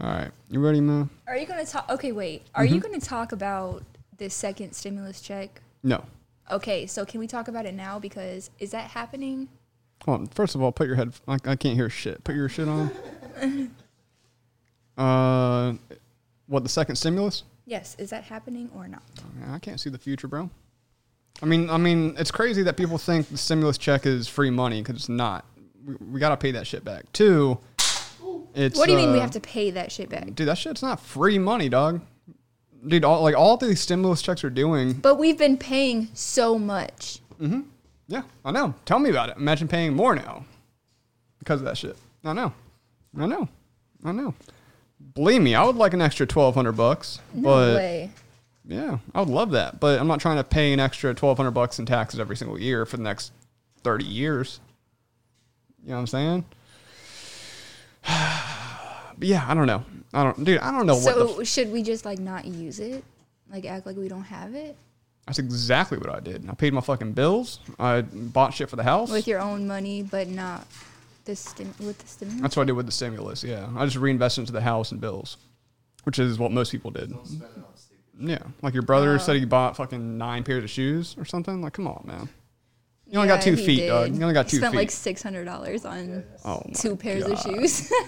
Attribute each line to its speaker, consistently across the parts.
Speaker 1: All right. You ready, Mo?
Speaker 2: Are you going to talk? Okay, wait. Are you
Speaker 1: Mm-hmm.
Speaker 2: going to talk about the second stimulus check?
Speaker 1: No.
Speaker 2: Okay, so can we talk about it now? Because is that happening?
Speaker 1: Hold on. First of all, put your head. I, I can't hear shit. Put your shit on. uh, what the second stimulus?
Speaker 2: Yes, is that happening or not?
Speaker 1: I can't see the future, bro. I mean, I mean, it's crazy that people think the stimulus check is free money because it's not. We, we gotta pay that shit back. Two, it's
Speaker 2: What do you mean we
Speaker 1: uh,
Speaker 2: have to pay that shit back?
Speaker 1: Dude, that shit's not free money, dog. Dude, all like all these stimulus checks are doing.
Speaker 2: But we've been paying so much.
Speaker 1: Yeah, I know. Tell me about it. Imagine paying more now because of that shit. I know, I know, I know. Believe me, I would like an extra twelve hundred bucks, but
Speaker 2: way.
Speaker 1: Yeah, I would love that, but I'm not trying to pay an extra twelve hundred bucks in taxes every single year for the next thirty years. You know what I'm saying? but yeah, I don't know. I don't, dude. I don't know what. The f-
Speaker 2: So should we just like not use it? Like act like we don't have it
Speaker 1: That's exactly what I did. I paid my fucking bills. I bought shit for the house.
Speaker 2: with your own money, but not the stim- with the stimulus.
Speaker 1: That's what I did with the stimulus. Yeah, I just reinvested into the house and bills, which is what most people did. Yeah, like your
Speaker 2: Uh,
Speaker 1: brother said he bought fucking nine pairs of shoes or something. Like, come on, man. You only got two
Speaker 2: Yeah, he
Speaker 1: feet,
Speaker 2: did.
Speaker 1: dog. You only got
Speaker 2: He
Speaker 1: two
Speaker 2: Spent
Speaker 1: feet.
Speaker 2: like six hundred dollars on
Speaker 1: Oh my
Speaker 2: two pairs of
Speaker 1: God.
Speaker 2: shoes.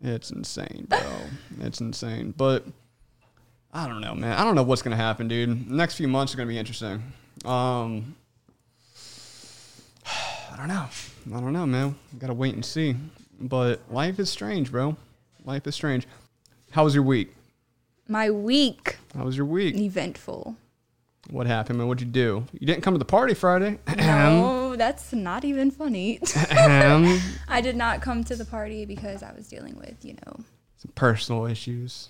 Speaker 1: It's insane, bro. it's insane. But I don't know, man. I don't know what's gonna happen, dude. Next few months are gonna be interesting. Um, I don't know. I don't know, man. Gotta wait and see. But life is strange, bro. Life is strange. How was your week?
Speaker 2: My week
Speaker 1: How was your week?
Speaker 2: eventful.
Speaker 1: What happened, man? What'd you do? You didn't come to the party Friday.
Speaker 2: No, that's not even funny.
Speaker 1: Ahem.
Speaker 2: I did not come to the party because I was dealing with, you know.
Speaker 1: Some personal issues.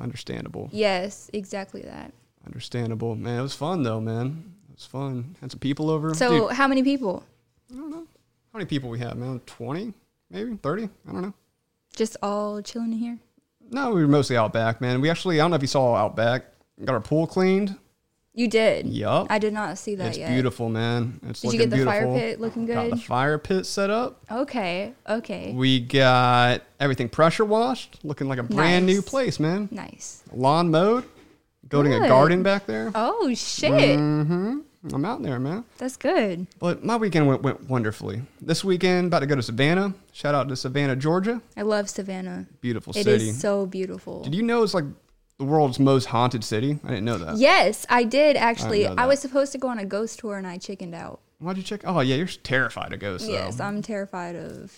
Speaker 1: Understandable.
Speaker 2: Yes, exactly that.
Speaker 1: Understandable, man. It was fun though, man. It was fun. Had some people over. Dude,
Speaker 2: So, how many people?
Speaker 1: I don't know. How many people we have, man? 20, maybe 30? I don't know.
Speaker 2: Just all chilling in here?
Speaker 1: No, we were mostly out back, man. We actually, I don't know if you saw out back. Got our pool cleaned.
Speaker 2: You did.
Speaker 1: Yup.
Speaker 2: I did not see that
Speaker 1: It's
Speaker 2: yet.
Speaker 1: beautiful, man. It's
Speaker 2: Did you
Speaker 1: looking
Speaker 2: get the fire
Speaker 1: beautiful.
Speaker 2: pit looking
Speaker 1: Got the
Speaker 2: good?
Speaker 1: fire pit set up.
Speaker 2: Okay. Okay.
Speaker 1: We got everything pressure washed, looking like a brand new
Speaker 2: Nice.
Speaker 1: place, man.
Speaker 2: Nice.
Speaker 1: Lawn mowed, building a
Speaker 2: Good.
Speaker 1: garden back there.
Speaker 2: Oh shit.
Speaker 1: Mm-hmm. I'm out there, man.
Speaker 2: That's good.
Speaker 1: But my weekend went, went wonderfully. This weekend, about to go to Savannah. Shout out to Savannah, Georgia.
Speaker 2: I love Savannah.
Speaker 1: Beautiful
Speaker 2: It is
Speaker 1: city.
Speaker 2: so beautiful.
Speaker 1: Did you know it's like the world's most haunted city? I didn't know that.
Speaker 2: yes, I did actually.
Speaker 1: know
Speaker 2: I,
Speaker 1: that.
Speaker 2: was supposed to go on a ghost tour and I chickened out.
Speaker 1: Why'd you check? Oh yeah, you're terrified of ghosts.
Speaker 2: Yes,
Speaker 1: though.
Speaker 2: I'm terrified of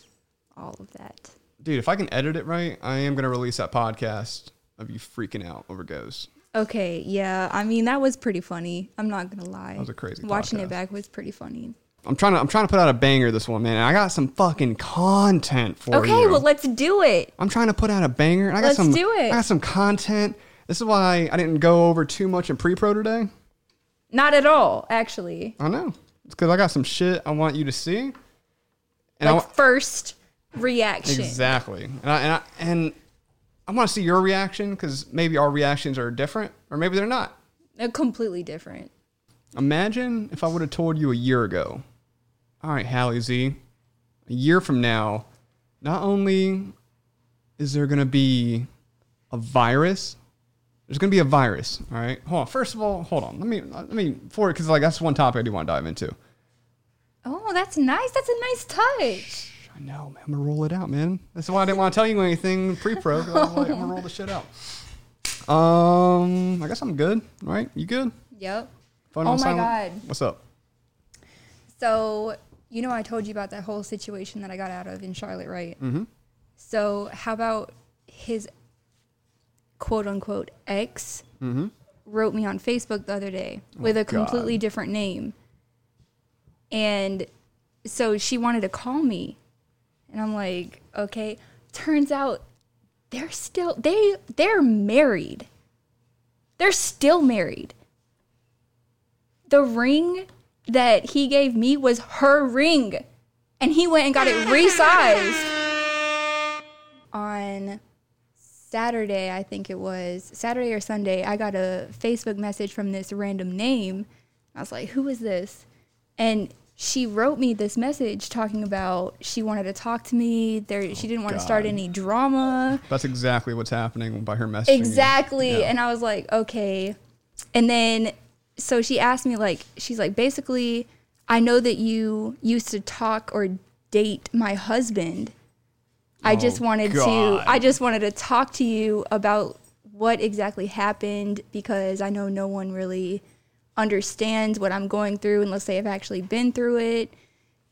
Speaker 2: all of that.
Speaker 1: dude. If I can edit it right, I am gonna release that podcast of you freaking out over ghosts.
Speaker 2: Okay, yeah. I mean, that was pretty funny. I'm not gonna lie. That
Speaker 1: was a crazy
Speaker 2: Watching
Speaker 1: podcast.
Speaker 2: it back was pretty funny.
Speaker 1: I'm trying to I'm trying to put out a banger this one, man. And I got some fucking content for you.
Speaker 2: okay, well let's do it.
Speaker 1: I'm trying to put out a banger. And I got
Speaker 2: Let's
Speaker 1: some.
Speaker 2: do it.
Speaker 1: I got some content. This is why I didn't go over too much in pre-pro today.
Speaker 2: Not at all, actually.
Speaker 1: I know. It's because I got some shit I want you to see. And I
Speaker 2: Like
Speaker 1: wa-
Speaker 2: first reaction.
Speaker 1: Exactly. And I, and I, and I want to see your reaction because maybe our reactions are different or maybe they're not.
Speaker 2: They're completely different.
Speaker 1: Imagine if I would have told you a year ago, all right, Hallie Z, a year from now, not only is there going to be a virus, there's going to be a virus. All right. Hold on. First of all, hold on. Let me, let me, for because like that's one topic I do want to dive into.
Speaker 2: Oh, that's nice. That's a nice touch.
Speaker 1: I know, man. I'm gonna roll it out, man. That's why I didn't want to tell you anything pre-pro. 'cause I was like, I'm gonna roll the shit out. Um, I guess I'm good, right? You good?
Speaker 2: Yep.
Speaker 1: Phone
Speaker 2: Oh
Speaker 1: on
Speaker 2: my
Speaker 1: silent?
Speaker 2: God.
Speaker 1: What's up?
Speaker 2: So, you know, I told you about that whole situation that I got out of in Charlotte, right? Mm-hmm. So, how about his quote unquote ex wrote me on Facebook the other day with a completely different name. And so she wanted to call me. And I'm like, okay. Turns out they're still they they're married. They're still married. The ring that he gave me was her ring. And he went and got it resized on Saturday, I think it was. Saturday or Sunday, I got a Facebook message from this random name. I was like, who is this? And she wrote me this message talking about she wanted to talk to me. There, she didn't want to start
Speaker 1: God.
Speaker 2: any drama.
Speaker 1: That's exactly what's happening by her messaging. you.
Speaker 2: Exactly.
Speaker 1: Yeah.
Speaker 2: And I was like, okay. And then so she asked me like she's like basically I know that you used to talk or date my husband. I just
Speaker 1: Oh,
Speaker 2: wanted
Speaker 1: God.
Speaker 2: to I just wanted to talk to you about what exactly happened because I know no one really understands what I'm going through unless they have actually been through it.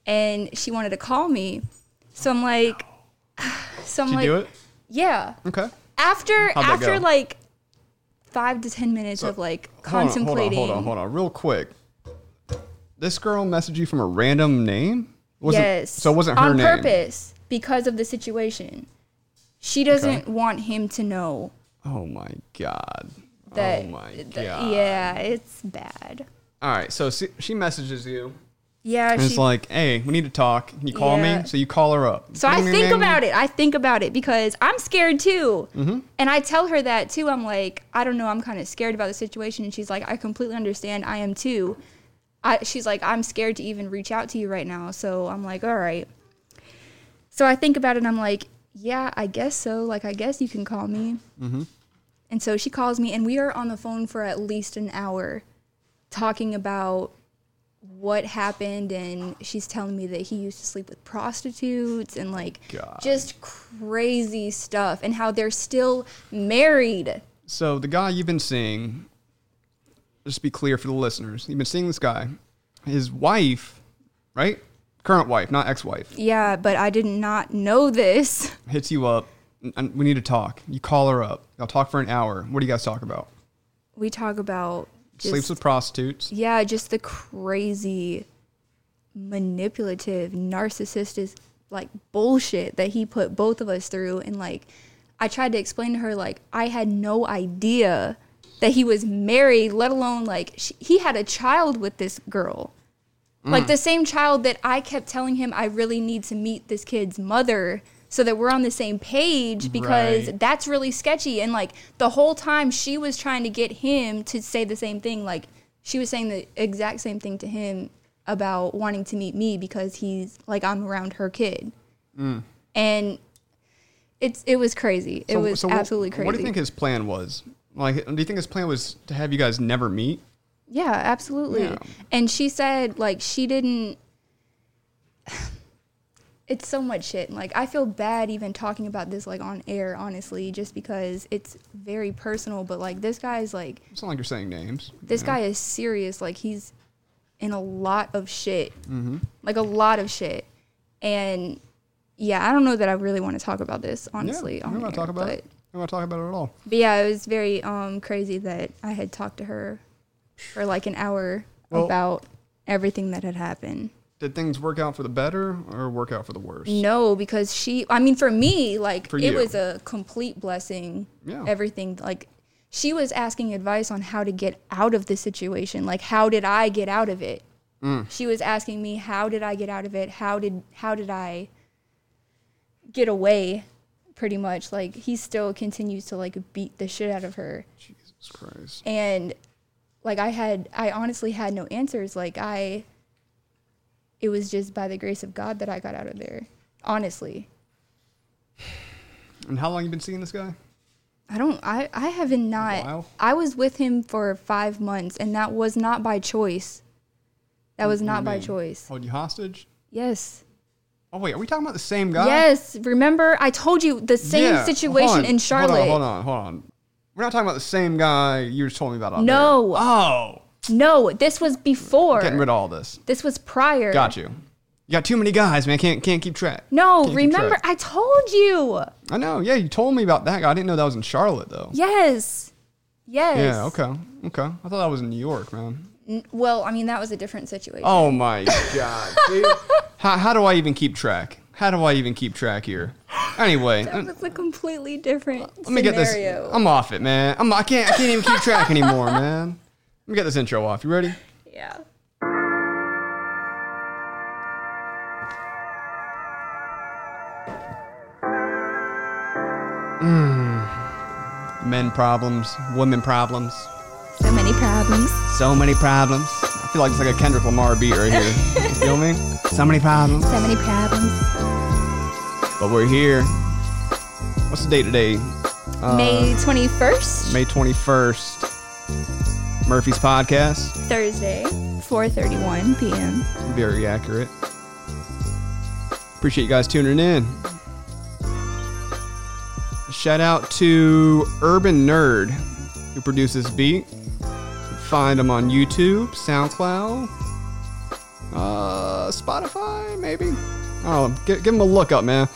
Speaker 2: And she wanted to call me. So I'm like so I'm
Speaker 1: Did you
Speaker 2: like
Speaker 1: do it?
Speaker 2: yeah
Speaker 1: Okay.
Speaker 2: after
Speaker 1: How'd that
Speaker 2: after
Speaker 1: go?
Speaker 2: like five to ten minutes of like contemplating.
Speaker 1: Hold on, hold on, hold on, real quick. This girl messaged you from a random name. Was
Speaker 2: yes.
Speaker 1: So it wasn't her
Speaker 2: on
Speaker 1: name.
Speaker 2: purpose because of the situation. She doesn't want him to know
Speaker 1: Oh my god.
Speaker 2: that.
Speaker 1: oh my
Speaker 2: that-
Speaker 1: god.
Speaker 2: yeah, it's bad.
Speaker 1: All right. So she, she messages you.
Speaker 2: Yeah,
Speaker 1: And
Speaker 2: she.
Speaker 1: it's like, hey, we need to talk. Can you call
Speaker 2: Yeah.
Speaker 1: me? So you call her up.
Speaker 2: so I think about it. I think about it because I'm scared too, and I tell her that too. I'm like, I don't know. I'm kind of scared about the situation, and she's like, I completely understand. I am too. I, she's like, I'm scared to even reach out to you right now. So I'm like, all right. So I think about it and I'm like, yeah, I guess so. Like, I guess you can call me. And so she calls me, and we are on the phone for at least an hour talking about what happened. And she's telling me that he used to sleep with prostitutes and like
Speaker 1: God.
Speaker 2: just crazy stuff, and how they're still married.
Speaker 1: So the guy you've been seeing, just to be clear for the listeners, you've been seeing this guy. His wife, right? Current wife, not ex-wife,
Speaker 2: Yeah, but I did not know this.
Speaker 1: hits you up. "N- n- We need to talk. You call her up. Y'all talk for an hour. What do you guys talk about?
Speaker 2: We talk about
Speaker 1: Sleeps
Speaker 2: just-
Speaker 1: with prostitutes.
Speaker 2: yeah, just the crazy, manipulative, narcissistic, like bullshit that he put both of us through. And like, I tried to explain to her, like, I had no idea that he was married, let alone like sh he had a child with this girl.
Speaker 1: Mm.
Speaker 2: Like the same child that I kept telling him I really need to meet this kid's mother so that we're on the same page because
Speaker 1: Right.
Speaker 2: that's really sketchy and like the whole time she was trying to get him to say the same thing like she was saying the exact same thing to him about wanting to meet me because he's like I'm around her kid. And it's it was crazy. it
Speaker 1: Mm.
Speaker 2: was
Speaker 1: so what-
Speaker 2: absolutely crazy.
Speaker 1: What do you think his plan was? Like, do you think his plan was to have you guys never meet?
Speaker 2: Yeah, absolutely.
Speaker 1: Yeah.
Speaker 2: And she said like she didn't It's so much shit. Like I feel bad even talking about this like on air honestly just because it's very personal but like this guy is like
Speaker 1: It's not like you're saying names.
Speaker 2: this guy is serious like he's in a lot of shit.
Speaker 1: Mm-hmm.
Speaker 2: Like a lot of shit. And yeah, I don't know that I really want to talk about this honestly
Speaker 1: yeah,
Speaker 2: on
Speaker 1: I'm
Speaker 2: air,
Speaker 1: not talk about
Speaker 2: but,
Speaker 1: it. I'm not talk about it at all.
Speaker 2: but yeah, it was very um crazy that I had talked to her for like an hour
Speaker 1: Well-
Speaker 2: about everything that had happened.
Speaker 1: Did things work out for the better or work out for the worse?
Speaker 2: No, because she I mean for me, like
Speaker 1: For
Speaker 2: it
Speaker 1: you.
Speaker 2: was a complete blessing.
Speaker 1: Yeah.
Speaker 2: Everything like she was asking advice on how to get out of the situation. Like how did I get out of it?
Speaker 1: Mm.
Speaker 2: She was asking me how did I get out of it? How did how did I get away? Pretty much like he still continues to like beat the shit out of her.
Speaker 1: Jesus Christ.
Speaker 2: and like i had i honestly had no answers like i it was just by the grace of god that i got out of there honestly
Speaker 1: And how long you been seeing this guy?
Speaker 2: i don't i i haven't not
Speaker 1: while?
Speaker 2: i was with him for five months and that was not by choice that was not
Speaker 1: Mm-hmm.
Speaker 2: by choice
Speaker 1: Hold you hostage?
Speaker 2: yes
Speaker 1: Oh wait, are we talking about the same guy?
Speaker 2: yes remember i told you the same
Speaker 1: Uh, Yeah,
Speaker 2: situation
Speaker 1: hold on,
Speaker 2: in charlotte
Speaker 1: Hold on, hold on, hold on. We're not talking about the same guy you just told me about. out
Speaker 2: No.
Speaker 1: there. Oh,
Speaker 2: no this was before
Speaker 1: getting rid of all this.
Speaker 2: this was prior
Speaker 1: Got you. You got too many guys, man. Can't can't keep track.
Speaker 2: no
Speaker 1: Can't keep
Speaker 2: remember
Speaker 1: track.
Speaker 2: i told you
Speaker 1: I know. Yeah, you told me about that guy. I didn't know that was in Charlotte though.
Speaker 2: yes yes
Speaker 1: Yeah. Okay. Okay. I thought that was in New York, man.
Speaker 2: N- Well, I mean, that was a different situation.
Speaker 1: Oh my god, dude. How, how do I even keep track? How do I even keep track here? Anyway,
Speaker 2: That was a completely different
Speaker 1: let me get this. Um,
Speaker 2: scenario.
Speaker 1: I'm off it, man. I'm. I can't. I can't even keep track anymore, man. Let me get this intro off. You ready?
Speaker 2: yeah.
Speaker 1: Men problems, women problems,
Speaker 2: So many problems.
Speaker 1: so many problems. I feel like it's like a Kendrick Lamar beat right here. You feel me? So many problems.
Speaker 2: So many problems.
Speaker 1: But we're here. What's the date today?
Speaker 2: May 21st,
Speaker 1: Uh, May 21st. Murphy's podcast.
Speaker 2: Thursday, 4:31 p.m.
Speaker 1: Very accurate. Appreciate you guys tuning in. Shout out to Urban Nerd, who produces beat. Find him on YouTube, SoundCloud, uh, Spotify, maybe. Oh, give, give him a look up, man.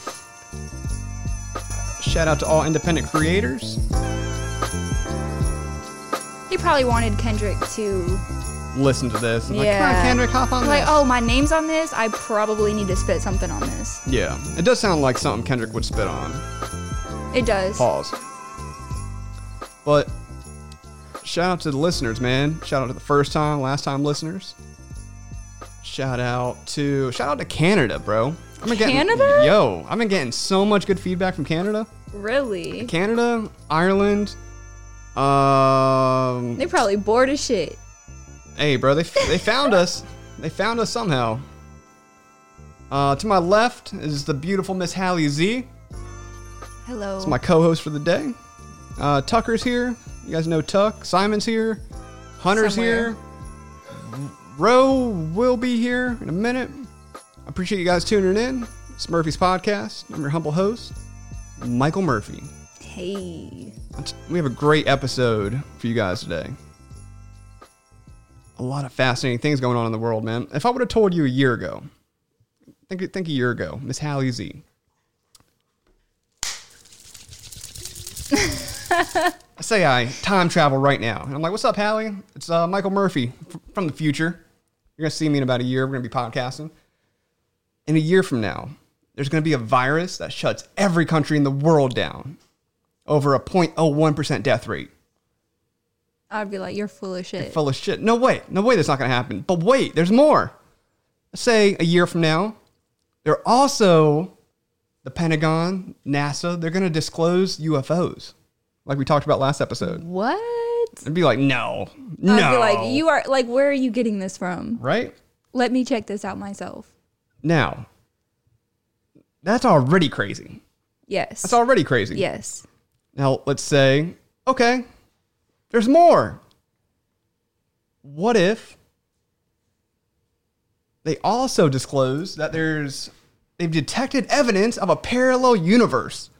Speaker 1: Shout out to all independent creators.
Speaker 2: He probably wanted Kendrick to
Speaker 1: Listen to this. And Like, Come
Speaker 2: Yeah.
Speaker 1: on, Kendrick, hop on
Speaker 2: like,
Speaker 1: this."
Speaker 2: oh, my name's on this. I probably need to spit something on this.
Speaker 1: Yeah, it does sound like something Kendrick would spit on.
Speaker 2: It does.
Speaker 1: Pause. But shout out to the listeners, man. Shout out to the first time, last time listeners. Shout out to shout out to Canada, bro. I've been getting,
Speaker 2: Canada?
Speaker 1: Yo, I've been getting so much good feedback from Canada.
Speaker 2: Really?
Speaker 1: Canada, Ireland. Um,
Speaker 2: They probably bored as shit.
Speaker 1: hey, bro, they they found us. They found us somehow. Uh, to my left is the beautiful Miss Hallie Z.
Speaker 2: Hello.
Speaker 1: It's my co-host for the day. Uh, Tucker's here. You guys know Tuck. Simon's here. Hunter's
Speaker 2: Somewhere.
Speaker 1: here. Roe will be here in a minute. I appreciate you guys tuning in. It's Murphy's podcast. I'm your humble host, Michael Murphy.
Speaker 2: hey.
Speaker 1: That's- We have a great episode for you guys today. A lot of fascinating things going on in the world, man. If I would have told you a year ago, think think a year ago, Miss Hallie Z. I say I time travel right now, and I'm like, "What's up, Hallie? It's uh, Michael Murphy f- from the future. You're gonna see me in about a year. We're gonna be podcasting. In a year from now, there's gonna be a virus that shuts every country in the world down over a 0.01% death rate.
Speaker 2: I'd be like, you're full of shit.
Speaker 1: Full of shit. No way. No way that's not going to happen. But wait, there's more. Say a year from now, they're also the Pentagon, NASA, they're going to disclose UFOs like we talked about last episode.
Speaker 2: what?
Speaker 1: It'd be like, no, no.
Speaker 2: I'd be like, you are like, where are you getting this from?
Speaker 1: Right?
Speaker 2: Let me check this out myself.
Speaker 1: Now, that's already crazy.
Speaker 2: Yes.
Speaker 1: That's already crazy.
Speaker 2: yes.
Speaker 1: Now, let's say, okay, there's more. What if they also disclose that there's they've detected evidence of a parallel universe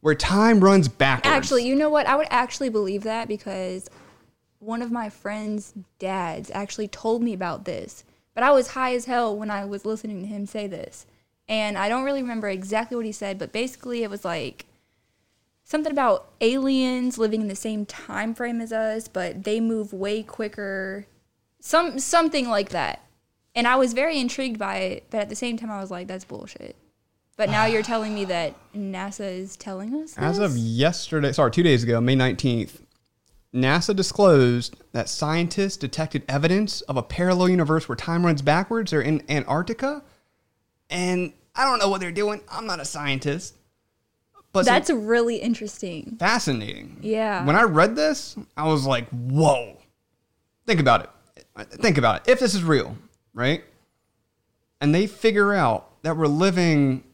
Speaker 1: where time runs backwards?
Speaker 2: Actually, you know what? I would actually believe that because one of my friend's dads actually told me about this. But I was high as hell when I was listening to him say this. And I don't really remember exactly what he said, but basically it was like something about aliens living in the same time frame as us, but they move way quicker. Some something like that. And I was very intrigued by it, but at the same time I was like that's bullshit. But now you're telling me that NASA is telling us this?
Speaker 1: As of yesterday, sorry, two days ago, May 19th, NASA disclosed that scientists detected evidence of a parallel universe where time runs backwards. They're in Antarctica. And I don't know what they're doing. I'm not a scientist. But some-
Speaker 2: That's really interesting.
Speaker 1: fascinating.
Speaker 2: Yeah.
Speaker 1: When I read this, I was like, whoa. Think about it. Think about it. If this is real, right? And they figure out that we're living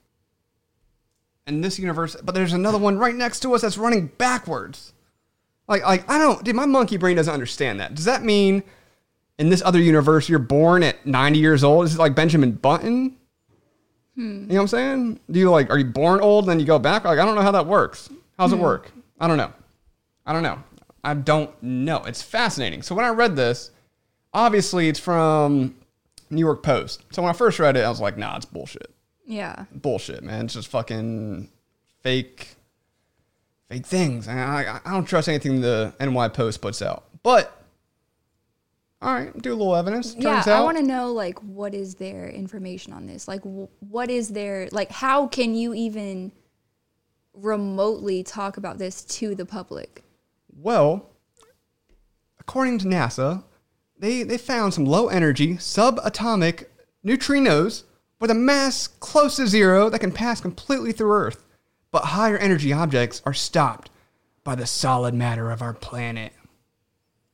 Speaker 1: in this universe, but there's another one right next to us that's running backwards. Like, like I don't, dude, my monkey brain doesn't understand that. Does that mean in this other universe you're born at 90 years old? Is it like Benjamin Button? You know what I'm saying? Do you like are you born old and then you go back? Like I don't know how that works. How's
Speaker 2: Hmm.
Speaker 1: it work? I don't know. I don't know. I don't know. It's fascinating. So when I read this, obviously it's from New York Post. So when I first read it, I was like, nah, it's bullshit.
Speaker 2: Yeah.
Speaker 1: Bullshit, man. It's just fucking fake fake things. And I, I don't trust anything the NY Post puts out. But all right, do a little evidence. Turns
Speaker 2: yeah,
Speaker 1: out
Speaker 2: I want to know like what is their information on this? Like wh- what is their like how can you even remotely talk about this to the public?
Speaker 1: Well, according to NASA, they, they found some low energy subatomic neutrinos with a mass close to zero that can pass completely through Earth. But higher energy objects are stopped by the solid matter of our planet.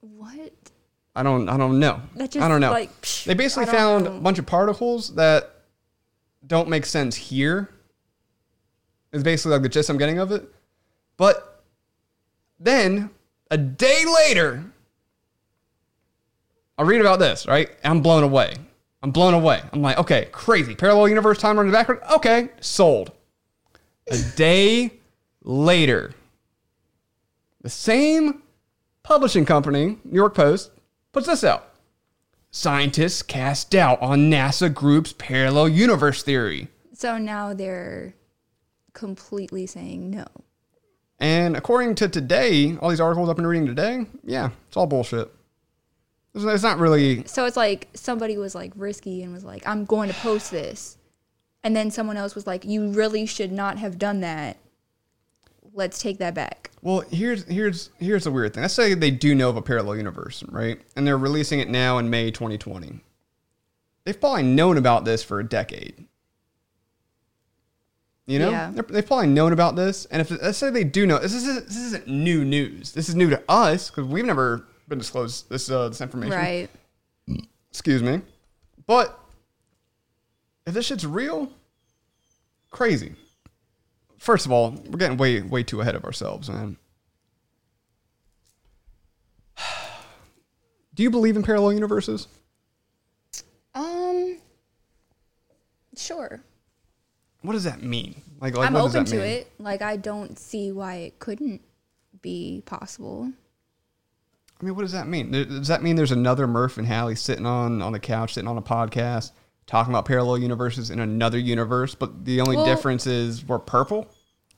Speaker 2: What?
Speaker 1: I don't I don't know.
Speaker 2: That just,
Speaker 1: I don't know.
Speaker 2: like, psh,
Speaker 1: they basically
Speaker 2: I don't
Speaker 1: found
Speaker 2: know.
Speaker 1: a bunch of particles that don't make sense here. Is basically like the gist I'm getting of it. But then a day later, I read about this, right? I'm blown away. I'm blown away. I'm like, okay, crazy. Parallel universe time running backward. Okay, sold. A day later, the same publishing company, New York Post, puts this out. Scientists cast doubt on NASA Group's parallel universe theory.
Speaker 2: So now they're completely saying no.
Speaker 1: And according to today, all these articles I've been reading today, yeah, it's all bullshit. It's it's not really.
Speaker 2: So it's like somebody was like risky and was like, I'm going to post this. And then someone else was like, You really should not have done that. Let's take that back.
Speaker 1: Well, here's here's here's the weird thing. Let's say they do know of a parallel universe, right? And they're releasing it now in May 2020. They've probably known about this for a decade. You know,
Speaker 2: Yeah.
Speaker 1: They're- they've probably known about this. And if let's say they do know, this is this isn't new news. This is new to us because we've never been disclosed this uh, this information.
Speaker 2: Right.
Speaker 1: Excuse me. But if this shit's real, crazy. First of all, we're getting way, way too ahead of ourselves, man. Do you believe in parallel universes?
Speaker 2: Um sure.
Speaker 1: What does that mean? Like, like
Speaker 2: I'm
Speaker 1: what does
Speaker 2: open
Speaker 1: that
Speaker 2: to
Speaker 1: mean?
Speaker 2: it. Like I don't see why it couldn't be possible.
Speaker 1: I mean, what does that mean? Th- Does that mean there's another Murph and Hallie sitting on on the couch, sitting on a podcast, talking about parallel universes in another universe? But the only
Speaker 2: Well-
Speaker 1: difference is we're purple.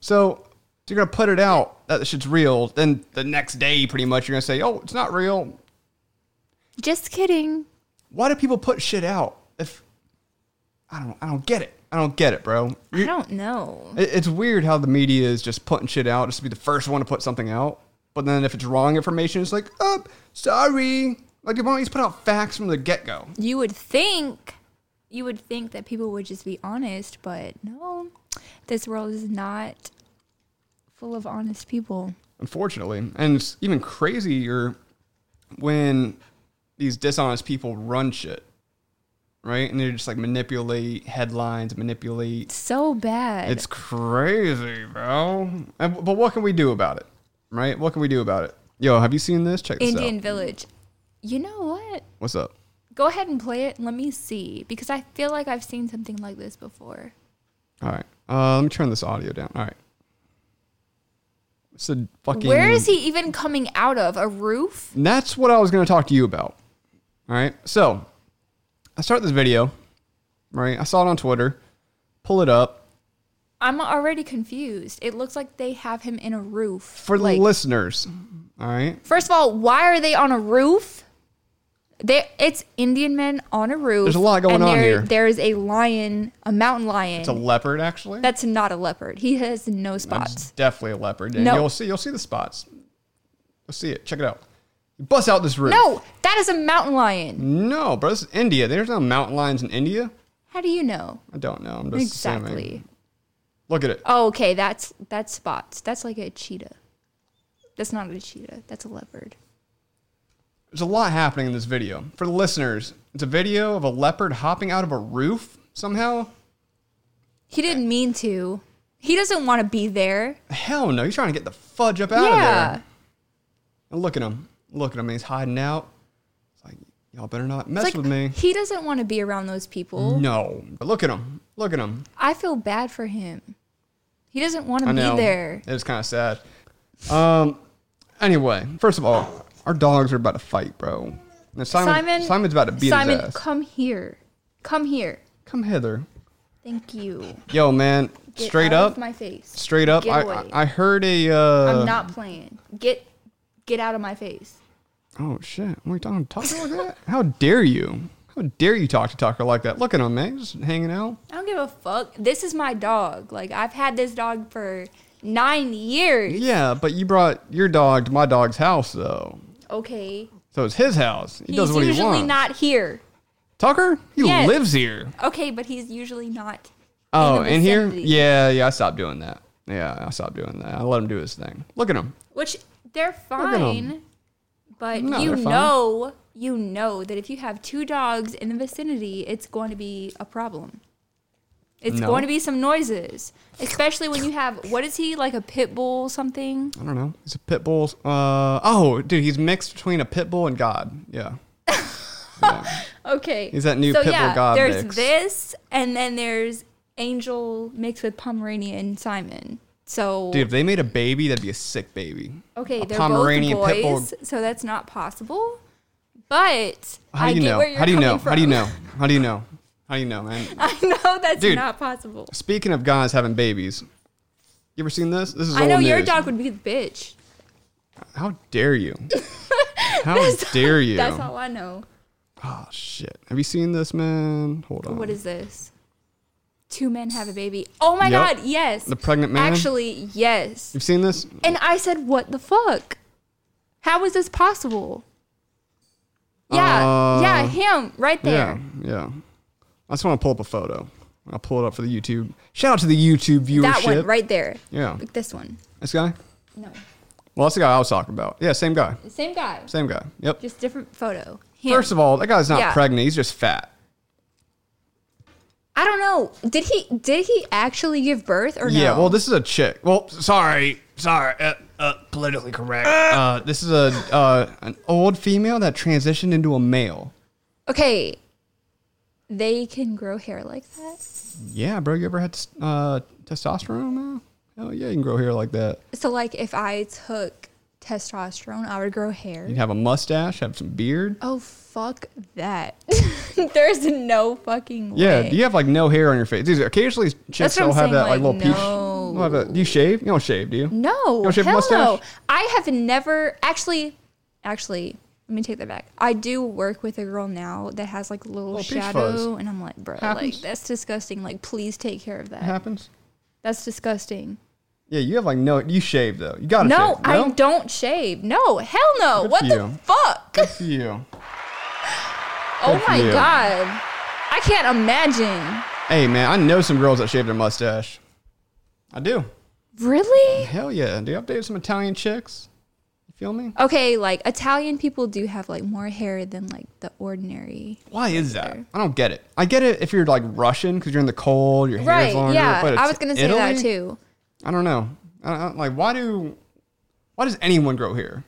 Speaker 1: So if you're gonna put it out that the shit's real. Then the next day, pretty much, you're gonna say, "Oh, it's not real."
Speaker 2: Just kidding.
Speaker 1: Why do people put shit out? If I don't, I don't get it. I don't get it, bro.
Speaker 2: I don't know.
Speaker 1: It- It's weird how the media is just putting shit out just to be the first one to put something out. But then if it's wrong information, it's like, oh, sorry. Like, why don't you just put out facts from the get go?
Speaker 2: You would think you would think that people would just be honest, but no. This world is not full of honest people.
Speaker 1: Unfortunately. And it's even crazier when these dishonest people run shit, right? And they just like manipulate headlines, manipulate
Speaker 2: So bad.
Speaker 1: It's crazy, bro. And, but what can we do about it? Right? What can we do about it? Yo, have you seen this? Check this
Speaker 2: Indian
Speaker 1: out.
Speaker 2: Village. You know what?
Speaker 1: What's up?
Speaker 2: Go ahead and play it and let me see because I feel like I've seen something like this before.
Speaker 1: All right. Uh, let me turn this audio down. All right. It's a fucking.
Speaker 2: Where is he even coming out of? A roof?
Speaker 1: And that's what I was going to talk to you about. All right. So I start this video, right? I saw it on Twitter. Pull it up.
Speaker 2: I'm already confused. It looks like they have him in a roof.
Speaker 1: For
Speaker 2: like,
Speaker 1: the listeners. All right.
Speaker 2: First of all, why are they on a roof? They it's Indian men on a roof.
Speaker 1: There's a lot going
Speaker 2: and
Speaker 1: on
Speaker 2: there-
Speaker 1: here.
Speaker 2: There is a lion, a mountain lion.
Speaker 1: It's a leopard, actually.
Speaker 2: That's not a leopard. He has no
Speaker 1: It's
Speaker 2: spots.
Speaker 1: definitely a leopard. And
Speaker 2: No.
Speaker 1: you'll see you'll see the spots. You'll see it. Check it out. You bust out this roof.
Speaker 2: No, that is a mountain lion.
Speaker 1: No, bro, this is India. There's no mountain lions in India.
Speaker 2: How do you know?
Speaker 1: I don't know. I'm just assuming.
Speaker 2: Exactly.
Speaker 1: Look at it.
Speaker 2: Oh, okay, that's that's spots. That's like a cheetah. That's not a cheetah. That's a leopard.
Speaker 1: There's a lot happening in this video. For the listeners, it's a video of a leopard hopping out of a roof somehow.
Speaker 2: He didn't mean to. He doesn't want to be there.
Speaker 1: Hell no, he's trying to get the fudge up out of
Speaker 2: yeah.
Speaker 1: there. And look at him. Look at him. He's hiding out. It's like, y'all better not mess
Speaker 2: It's like,
Speaker 1: with me.
Speaker 2: He doesn't want to be around those people.
Speaker 1: No. But look at him. Look at him.
Speaker 2: I feel bad for him. He doesn't want
Speaker 1: I
Speaker 2: to
Speaker 1: know.
Speaker 2: be there.
Speaker 1: It was kind of sad. Um. Anyway, first of all, our dogs are about to fight, bro. And Simon,
Speaker 2: Simon
Speaker 1: Simon's about to beat
Speaker 2: Simon,
Speaker 1: his ass.
Speaker 2: come here. Come here.
Speaker 1: Come hither,
Speaker 2: Thank you.
Speaker 1: yo, man.
Speaker 2: Get
Speaker 1: straight
Speaker 2: out
Speaker 1: up,
Speaker 2: of my face.
Speaker 1: straight up.
Speaker 2: Get
Speaker 1: I,
Speaker 2: away.
Speaker 1: I I heard a. Uh,
Speaker 2: I'm not playing. Get get out of my face.
Speaker 1: Oh shit! What are you talking Tucker like that? How dare you? How dare you talk to Tucker like that? Look at him, man. Just hanging out.
Speaker 2: I don't give a fuck. This is my dog. Like I've had this dog for nine years.
Speaker 1: Yeah, but you brought your dog to my dog's house, though.
Speaker 2: Okay.
Speaker 1: So it's his house. He does
Speaker 2: he's
Speaker 1: what he
Speaker 2: usually
Speaker 1: wants.
Speaker 2: not here.
Speaker 1: Tucker, he
Speaker 2: Yes.
Speaker 1: lives here.
Speaker 2: Okay, but he's usually not.
Speaker 1: Oh,
Speaker 2: the
Speaker 1: in here?
Speaker 2: vicinity.
Speaker 1: Yeah, yeah, I stopped doing that. Yeah, I stopped doing that. I let him do his thing. Look at him.
Speaker 2: Which they're
Speaker 1: at 'em.
Speaker 2: fine, but
Speaker 1: No,
Speaker 2: you
Speaker 1: they're fine.
Speaker 2: know you know that if you have two dogs in the vicinity, it's going to be a problem. It's
Speaker 1: No.
Speaker 2: going to be some noises, especially when you have what is he like a pit bull something?
Speaker 1: I don't know. He's a pit bull. Uh, oh, dude, he's mixed between a pit bull and God. Yeah.
Speaker 2: Okay,
Speaker 1: He's that new pit bull god
Speaker 2: There's
Speaker 1: mix.
Speaker 2: this, and then there's Angel mixed with Pomeranian Simon. So
Speaker 1: Dude, if they made a baby, that'd be a sick baby.
Speaker 2: okay,
Speaker 1: a
Speaker 2: they're
Speaker 1: Pomeranian
Speaker 2: both
Speaker 1: pit bull-
Speaker 2: boys, so that's not possible. But
Speaker 1: How do
Speaker 2: I
Speaker 1: you
Speaker 2: get
Speaker 1: know?
Speaker 2: where you're
Speaker 1: How do you
Speaker 2: coming
Speaker 1: know?
Speaker 2: From.
Speaker 1: How do you know? How do you know? How do you know, man?
Speaker 2: I know that's
Speaker 1: Dude.
Speaker 2: not possible.
Speaker 1: Speaking of guys having babies, you ever seen this? This is
Speaker 2: I
Speaker 1: old
Speaker 2: know your
Speaker 1: news.
Speaker 2: dog would be the bitch.
Speaker 1: How dare you? How dare you?
Speaker 2: That's all I know.
Speaker 1: Oh shit! Have you seen this, man? Hold on.
Speaker 2: What is this? Two men have a baby. Oh my
Speaker 1: Yep.
Speaker 2: god, yes.
Speaker 1: the pregnant man?
Speaker 2: Actually, yes.
Speaker 1: you've seen this?
Speaker 2: And I said, "What the fuck? How is this possible?" Yeah, yeah,
Speaker 1: Uh,
Speaker 2: him right there.
Speaker 1: Yeah, yeah. I just want to pull up a photo. I'll pull it up for the YouTube. Shout out to the YouTube viewership.
Speaker 2: that one right there.
Speaker 1: Yeah,
Speaker 2: Like this one.
Speaker 1: this guy.
Speaker 2: No,
Speaker 1: Well, that's the guy I was talking about. Yeah, same guy.
Speaker 2: the same guy,
Speaker 1: Same guy. Yep.
Speaker 2: just different photo. Him.
Speaker 1: First of all, that guy's not
Speaker 2: Yeah.
Speaker 1: pregnant. He's just fat.
Speaker 2: I don't know. Did he did he actually give birth or
Speaker 1: Yeah.
Speaker 2: no?
Speaker 1: Well, this is a chick. Well, sorry, sorry. Uh, uh, politically correct.
Speaker 2: Ah!
Speaker 1: Uh, this is a uh, an old female that transitioned into a male.
Speaker 2: okay. They can grow hair like that.
Speaker 1: Yeah, bro. You ever had uh, testosterone? Man? Hell yeah, you can grow hair like that.
Speaker 2: So like if I took testosterone, I would grow hair.
Speaker 1: You'd have a mustache, have some beard.
Speaker 2: Oh fuck that. There's no fucking
Speaker 1: Yeah,
Speaker 2: way.
Speaker 1: you have like no hair on your face. Dude, occasionally chicks
Speaker 2: That's what
Speaker 1: will
Speaker 2: I'm
Speaker 1: have
Speaker 2: saying,
Speaker 1: that like,
Speaker 2: like,
Speaker 1: little peach.
Speaker 2: no.
Speaker 1: they'll have that- Do you shave? You don't shave, do you?
Speaker 2: No,
Speaker 1: don't shave a
Speaker 2: hell no.
Speaker 1: mustache?
Speaker 2: I have never actually actually let me take that back. I do work with a girl now that has like a little
Speaker 1: Oh, peach
Speaker 2: shadow
Speaker 1: fuzz.
Speaker 2: and I'm like, bro,
Speaker 1: Happens.
Speaker 2: like that's disgusting. Like please take care of that.
Speaker 1: It happens.
Speaker 2: That's disgusting.
Speaker 1: Yeah, you have like no. You shave though. You gotta
Speaker 2: No,
Speaker 1: shave.
Speaker 2: I don't shave. No, hell no.
Speaker 1: Good
Speaker 2: what
Speaker 1: for
Speaker 2: the
Speaker 1: you.
Speaker 2: fuck?
Speaker 1: Good for you.
Speaker 2: oh
Speaker 1: for
Speaker 2: my
Speaker 1: you.
Speaker 2: god. I can't imagine.
Speaker 1: Hey man, I know some girls that shave their mustache. I do.
Speaker 2: Really?
Speaker 1: Hell yeah. Do you update some Italian chicks? You feel me?
Speaker 2: Okay, like Italian people do have like more hair than like the ordinary.
Speaker 1: Why is that? I don't get it. I get it if you're like Russian because you're in the cold, your hair's
Speaker 2: Right?
Speaker 1: longer.
Speaker 2: Yeah,
Speaker 1: but
Speaker 2: I
Speaker 1: it's
Speaker 2: was gonna say that
Speaker 1: Italy?
Speaker 2: too.
Speaker 1: I don't know. I, I, like, why do, why does anyone grow hair?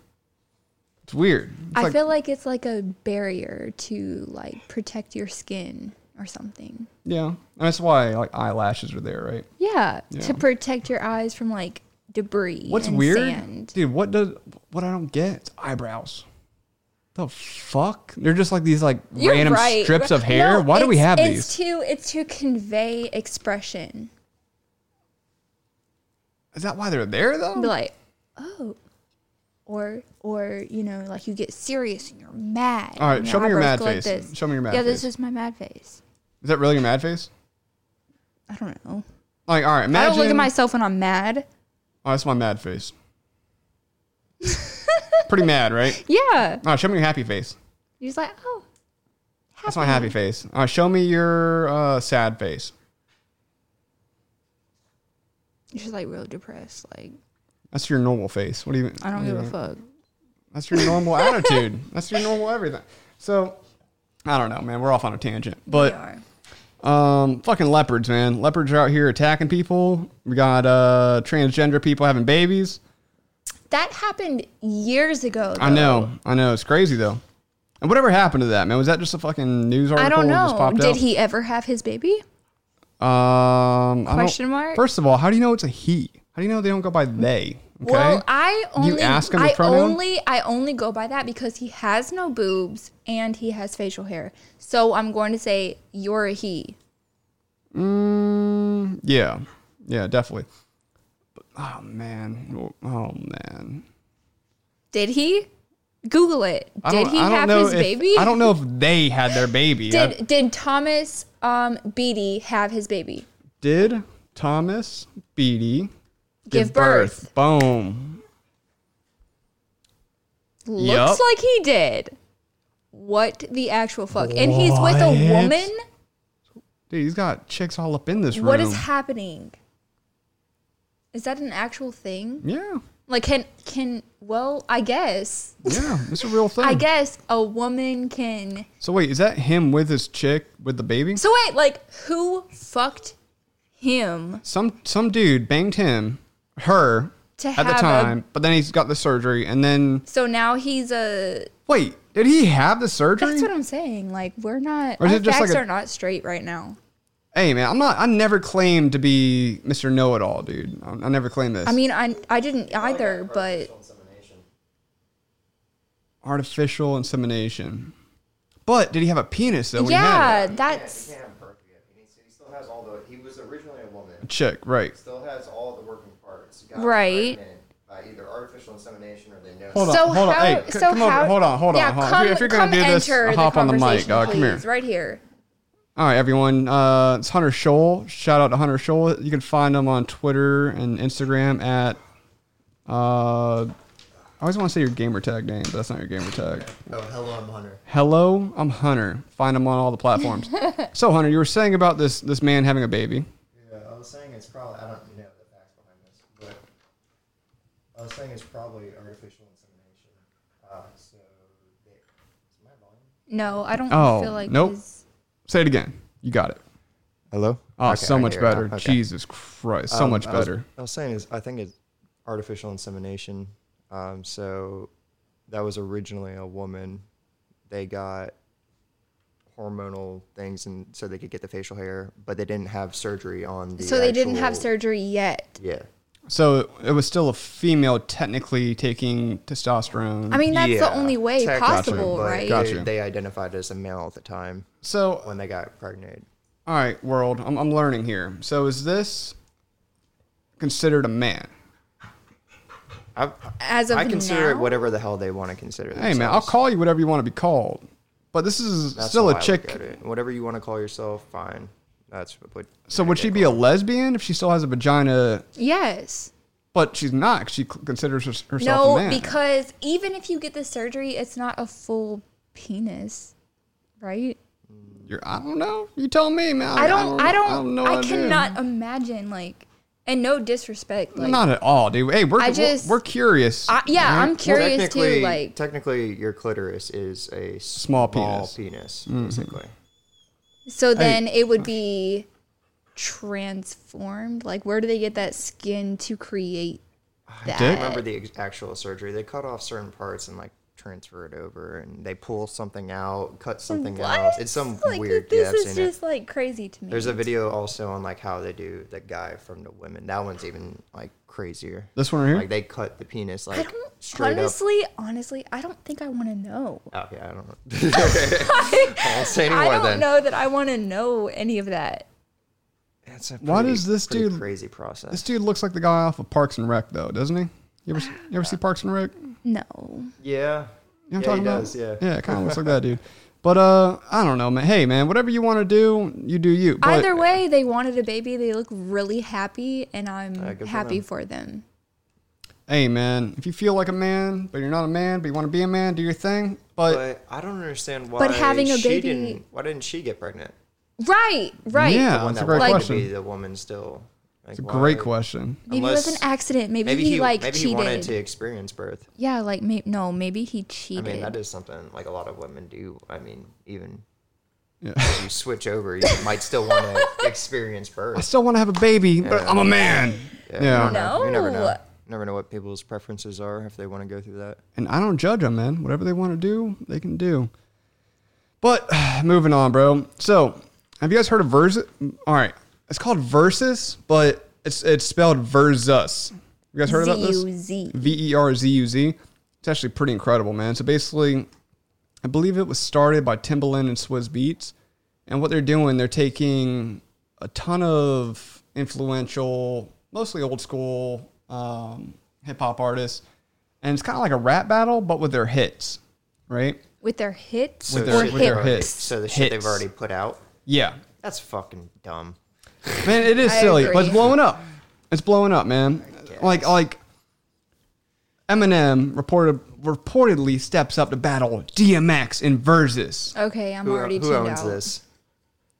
Speaker 1: It's weird. It's
Speaker 2: I
Speaker 1: like,
Speaker 2: feel like it's like a barrier to like protect your skin or something.
Speaker 1: yeah, and that's why like eyelashes are there, right?
Speaker 2: Yeah,
Speaker 1: Yeah.
Speaker 2: to protect your eyes from like debris.
Speaker 1: What's
Speaker 2: and
Speaker 1: weird,
Speaker 2: Sand.
Speaker 1: dude? What does what I don't get? It's eyebrows. The fuck? They're just like these like
Speaker 2: You're
Speaker 1: random
Speaker 2: right.
Speaker 1: strips of hair.
Speaker 2: No,
Speaker 1: why do we
Speaker 2: it's-
Speaker 1: have these?
Speaker 2: It's to it's to convey expression.
Speaker 1: Is that why they're there though?
Speaker 2: Be like, oh, or or you know, like you get serious and you're mad.
Speaker 1: All right,
Speaker 2: and
Speaker 1: show me your
Speaker 2: eyebrows
Speaker 1: mad
Speaker 2: go like
Speaker 1: face.
Speaker 2: this.
Speaker 1: Show me your mad
Speaker 2: Yeah, this
Speaker 1: face.
Speaker 2: is my mad face.
Speaker 1: Is that really your mad face?
Speaker 2: I don't know.
Speaker 1: Like, all right, imagine.
Speaker 2: I don't look at myself when I'm mad.
Speaker 1: Oh, that's my mad face. Pretty mad, right?
Speaker 2: Yeah,
Speaker 1: All right, show me your happy face.
Speaker 2: you're just like, oh, happy.
Speaker 1: That's my happy face. All right, show me your uh, sad face.
Speaker 2: You're just like real depressed. Like
Speaker 1: That's your normal face. What do you?
Speaker 2: I don't give a fuck.
Speaker 1: That's your normal attitude. That's your normal everything. So, I don't know, man. We're off on a tangent, but um, fucking leopards, man. Leopards are out here attacking people. We got uh transgender people having babies.
Speaker 2: that happened years ago.
Speaker 1: I
Speaker 2: though.
Speaker 1: know, I know. It's crazy though. And whatever happened to that, man? Was that just a fucking news article?
Speaker 2: I don't
Speaker 1: that Just
Speaker 2: know.
Speaker 1: popped
Speaker 2: Did
Speaker 1: out?
Speaker 2: he ever have his baby?
Speaker 1: Um, I don't-
Speaker 2: Question mark?
Speaker 1: First of all, how do you know it's a he? How do you know they don't go by they? Okay.
Speaker 2: Well, I only
Speaker 1: ask him the
Speaker 2: I
Speaker 1: pronoun?
Speaker 2: only I only go by that because he has no boobs and he has facial hair. So I'm going to say you're a he.
Speaker 1: mm, yeah, yeah, definitely. But- oh man, oh man.
Speaker 2: Did he? Google it.
Speaker 1: I
Speaker 2: Did
Speaker 1: don't-
Speaker 2: he
Speaker 1: I don't
Speaker 2: have
Speaker 1: know
Speaker 2: his
Speaker 1: if-
Speaker 2: baby?
Speaker 1: I don't know if they had their baby. I-
Speaker 2: Did did Thomas um Beatty have his baby?
Speaker 1: did Thomas Beatty
Speaker 2: Give birth.
Speaker 1: Boom.
Speaker 2: Looks
Speaker 1: Yup.
Speaker 2: like he did. What the actual fuck? And he's with a
Speaker 1: What?
Speaker 2: woman?
Speaker 1: Dude, he's got chicks all up in this room.
Speaker 2: What is happening? Is that an actual thing?
Speaker 1: yeah.
Speaker 2: Like can can Well, I guess.
Speaker 1: Yeah, it's a real thing.
Speaker 2: I guess a woman can.
Speaker 1: So wait, is that him with his chick with the baby?
Speaker 2: So wait, like who fucked him?
Speaker 1: Some some dude banged him, her
Speaker 2: To
Speaker 1: at the
Speaker 2: have a-
Speaker 1: time, but then he's got the surgery, and then
Speaker 2: So now he's a.
Speaker 1: wait, did he have the surgery?
Speaker 2: That's what I'm saying. Like we're not.
Speaker 1: Or
Speaker 2: Our
Speaker 1: is it
Speaker 2: facts
Speaker 1: just like a-
Speaker 2: are not straight right now.
Speaker 1: hey man, I'm not. I never claimed to be Mr. Know It All, dude. I, I never claimed this.
Speaker 2: I mean, I I didn't either, but
Speaker 1: artificial insemination. But did he have a penis though? When he had
Speaker 2: yeah,
Speaker 1: it?
Speaker 2: that's
Speaker 3: Yeah, he can't have birth yet. He, needs, he still has all the. He was originally a woman.
Speaker 1: chick, right?
Speaker 3: Still has all the working parts. Got
Speaker 2: Right.
Speaker 3: pregnant By either artificial insemination or they know.
Speaker 1: Hold on,
Speaker 2: so
Speaker 1: hold on.
Speaker 2: how,
Speaker 1: Hey, c-
Speaker 2: so
Speaker 1: come over.
Speaker 2: how-
Speaker 1: Hold on, hold on,
Speaker 2: yeah,
Speaker 1: hold on. If
Speaker 2: Come,
Speaker 1: you- if you're gonna
Speaker 2: come
Speaker 1: do this,
Speaker 2: enter the
Speaker 1: hop on the mic.
Speaker 2: conversation,
Speaker 1: Uh, come here.
Speaker 2: please, Right here.
Speaker 1: All right, everyone. Uh, it's Hunter Scholl. Shout out to Hunter Scholl. You can find him on Twitter and Instagram at. Uh, I always want to say your gamer tag name, but that's not your gamer tag.
Speaker 3: Oh, hello, I'm Hunter.
Speaker 1: Hello, I'm Hunter. Find him on all the platforms. so, Hunter, you were saying about this this man having a baby.
Speaker 3: Yeah, I was saying it's probably. I don't know the facts behind this, but I was saying it's probably artificial insemination. Uh, so they, is my volume?
Speaker 2: No, I don't
Speaker 1: Oh,
Speaker 2: feel like
Speaker 1: nope.
Speaker 2: he's-
Speaker 1: Say it again. You got it.
Speaker 3: Hello.
Speaker 1: Oh, so much better. Jesus Christ, so much
Speaker 3: Um, I was-
Speaker 1: better.
Speaker 3: I was saying is I think it's artificial insemination. Um, so that was originally a woman. They got hormonal things, and so they could get the facial hair, but they didn't have surgery on the.
Speaker 2: So they didn't have
Speaker 3: actual-
Speaker 2: surgery yet.
Speaker 3: Yeah.
Speaker 1: So it was still a female technically taking testosterone.
Speaker 2: I mean, that's
Speaker 3: Yeah,
Speaker 2: the only way
Speaker 3: technically,
Speaker 2: possible,
Speaker 3: but
Speaker 2: right?
Speaker 3: they-
Speaker 1: Gotcha.
Speaker 3: They, identified as a male at the time
Speaker 1: so
Speaker 3: when they got pregnant.
Speaker 1: All right, world. I'm, I'm learning here. So is this considered a man?
Speaker 3: I,
Speaker 2: As of
Speaker 3: I consider it
Speaker 2: now?
Speaker 3: whatever the hell they want to consider.
Speaker 1: Hey, man, I'll
Speaker 3: themselves.
Speaker 1: call you whatever you want to be called. But this is
Speaker 3: That's
Speaker 1: still
Speaker 3: how I
Speaker 1: a
Speaker 3: look at
Speaker 1: chick.
Speaker 3: it. Whatever you want to call yourself, fine. That's what.
Speaker 1: So would she be a lesbian if she still has a vagina?
Speaker 2: Yes.
Speaker 1: But she's not. 'cause She c- considers hers- herself a
Speaker 2: No,
Speaker 1: man.
Speaker 2: because even if you get the surgery, it's not a full penis, right?
Speaker 1: You're, I don't know. You tell me, man.
Speaker 2: I don't. I don't. I,
Speaker 1: know what do.
Speaker 2: cannot imagine like, and no disrespect, like.
Speaker 1: Not at all, dude. Hey, we're
Speaker 2: I
Speaker 1: we're-
Speaker 2: just-
Speaker 1: we're, curious.
Speaker 2: I, yeah, I'm curious
Speaker 3: technically,
Speaker 2: too. Like,
Speaker 3: technically, your clitoris is a
Speaker 1: Small
Speaker 3: small,
Speaker 1: penis. Mm-hmm.
Speaker 3: penis, basically.
Speaker 2: so then it would be transformed. Like, where do they get that skin to create that?
Speaker 3: I remember the ex- actual surgery. They cut off certain parts and like transfer it over, and they pull something out, cut something
Speaker 2: What?
Speaker 3: else. uh, It's some
Speaker 2: Like,
Speaker 3: weird. yeah,
Speaker 2: This
Speaker 3: I've
Speaker 2: is
Speaker 3: seen it.
Speaker 2: just like crazy to me.
Speaker 3: There's a video also on like how they do the guy from the women. That one's even like crazier.
Speaker 1: This one right here?
Speaker 3: Like they cut the penis
Speaker 2: I
Speaker 3: like
Speaker 2: don't
Speaker 3: straight
Speaker 2: honestly, honestly, I don't think I want to know.
Speaker 3: up. Oh yeah, I don't know. I won't say
Speaker 2: I
Speaker 3: anymore
Speaker 2: don't
Speaker 3: then.
Speaker 2: know that I want to know any of that.
Speaker 3: That's a
Speaker 1: Why
Speaker 3: pretty-
Speaker 1: does this
Speaker 3: pretty
Speaker 1: dude-
Speaker 3: crazy process?
Speaker 1: this dude looks like the guy off of Parks and Rec, though, doesn't he? You ever see, you ever see Parks and Rec?
Speaker 2: No.
Speaker 3: yeah.
Speaker 1: You know
Speaker 3: yeah,
Speaker 1: what
Speaker 3: he
Speaker 1: I'm
Speaker 3: does.
Speaker 1: talking
Speaker 3: Yeah.
Speaker 1: about? Yeah, it kind of looks like that, dude. But uh, I don't know, man. Hey, man, whatever you want to do, you do you. But
Speaker 2: Either way, they wanted a baby. They look really happy, and I'm
Speaker 3: Uh, good for
Speaker 2: happy
Speaker 3: them.
Speaker 2: for them.
Speaker 1: hey, man, if you feel like a man, but you're not a man, but you want to be a man, do your thing. But,
Speaker 3: But I don't understand why.
Speaker 2: But having a
Speaker 3: she
Speaker 2: baby-
Speaker 3: Didn't, why didn't she get pregnant?
Speaker 2: Right, right.
Speaker 1: yeah,
Speaker 3: One
Speaker 1: that's a
Speaker 3: that
Speaker 1: great
Speaker 3: wanted
Speaker 1: question.
Speaker 3: To be the woman still. Like,
Speaker 1: It's a great
Speaker 3: why-
Speaker 1: question.
Speaker 2: Maybe it was
Speaker 3: Unless-
Speaker 2: an accident. Maybe,
Speaker 3: Maybe
Speaker 2: he,
Speaker 3: he
Speaker 2: like
Speaker 3: maybe
Speaker 2: cheated.
Speaker 3: he wanted to experience birth.
Speaker 2: Yeah, like may- no, maybe he
Speaker 3: I
Speaker 2: cheated.
Speaker 3: mean, that is something like a lot of women do. I mean, even
Speaker 1: Yeah.
Speaker 3: if you switch over, you might still want to experience
Speaker 1: I
Speaker 3: birth.
Speaker 1: still want to have a baby, but I'm a man. Yeah.
Speaker 3: You never
Speaker 2: No.
Speaker 3: know. Never know what people's preferences are if they want to go through that.
Speaker 1: And I don't judge them, man. Whatever they want to do, they can do. But moving on, bro. So, have you guys heard of Versus? All right. It's called Versus, but it's it's spelled Versus. You guys heard about this?
Speaker 2: Z-U-Z.
Speaker 1: V E R Z U Z. It's actually pretty incredible, man. So basically, I believe it was started by Timbaland and Swizz Beats. And what they're doing, they're taking a ton of influential, mostly old school um, hip hop artists. And it's kind of like a rap battle, but with their hits, right?
Speaker 2: with their hits
Speaker 3: So
Speaker 1: With
Speaker 3: the
Speaker 1: their-
Speaker 2: or
Speaker 3: shit
Speaker 1: with their
Speaker 3: they've already-
Speaker 1: hits.
Speaker 3: So the
Speaker 1: Hits.
Speaker 3: shit they've already put out.
Speaker 1: Yeah.
Speaker 3: That's fucking dumb.
Speaker 1: Man, it is
Speaker 2: I
Speaker 1: silly,
Speaker 2: agree.
Speaker 1: but it's blowing up. It's blowing up, man. Like like Eminem reported reportedly steps up to battle DMX in Versus.
Speaker 2: Okay, I'm
Speaker 3: Who,
Speaker 2: already
Speaker 3: who
Speaker 2: tuned
Speaker 3: owns
Speaker 2: out.
Speaker 3: this?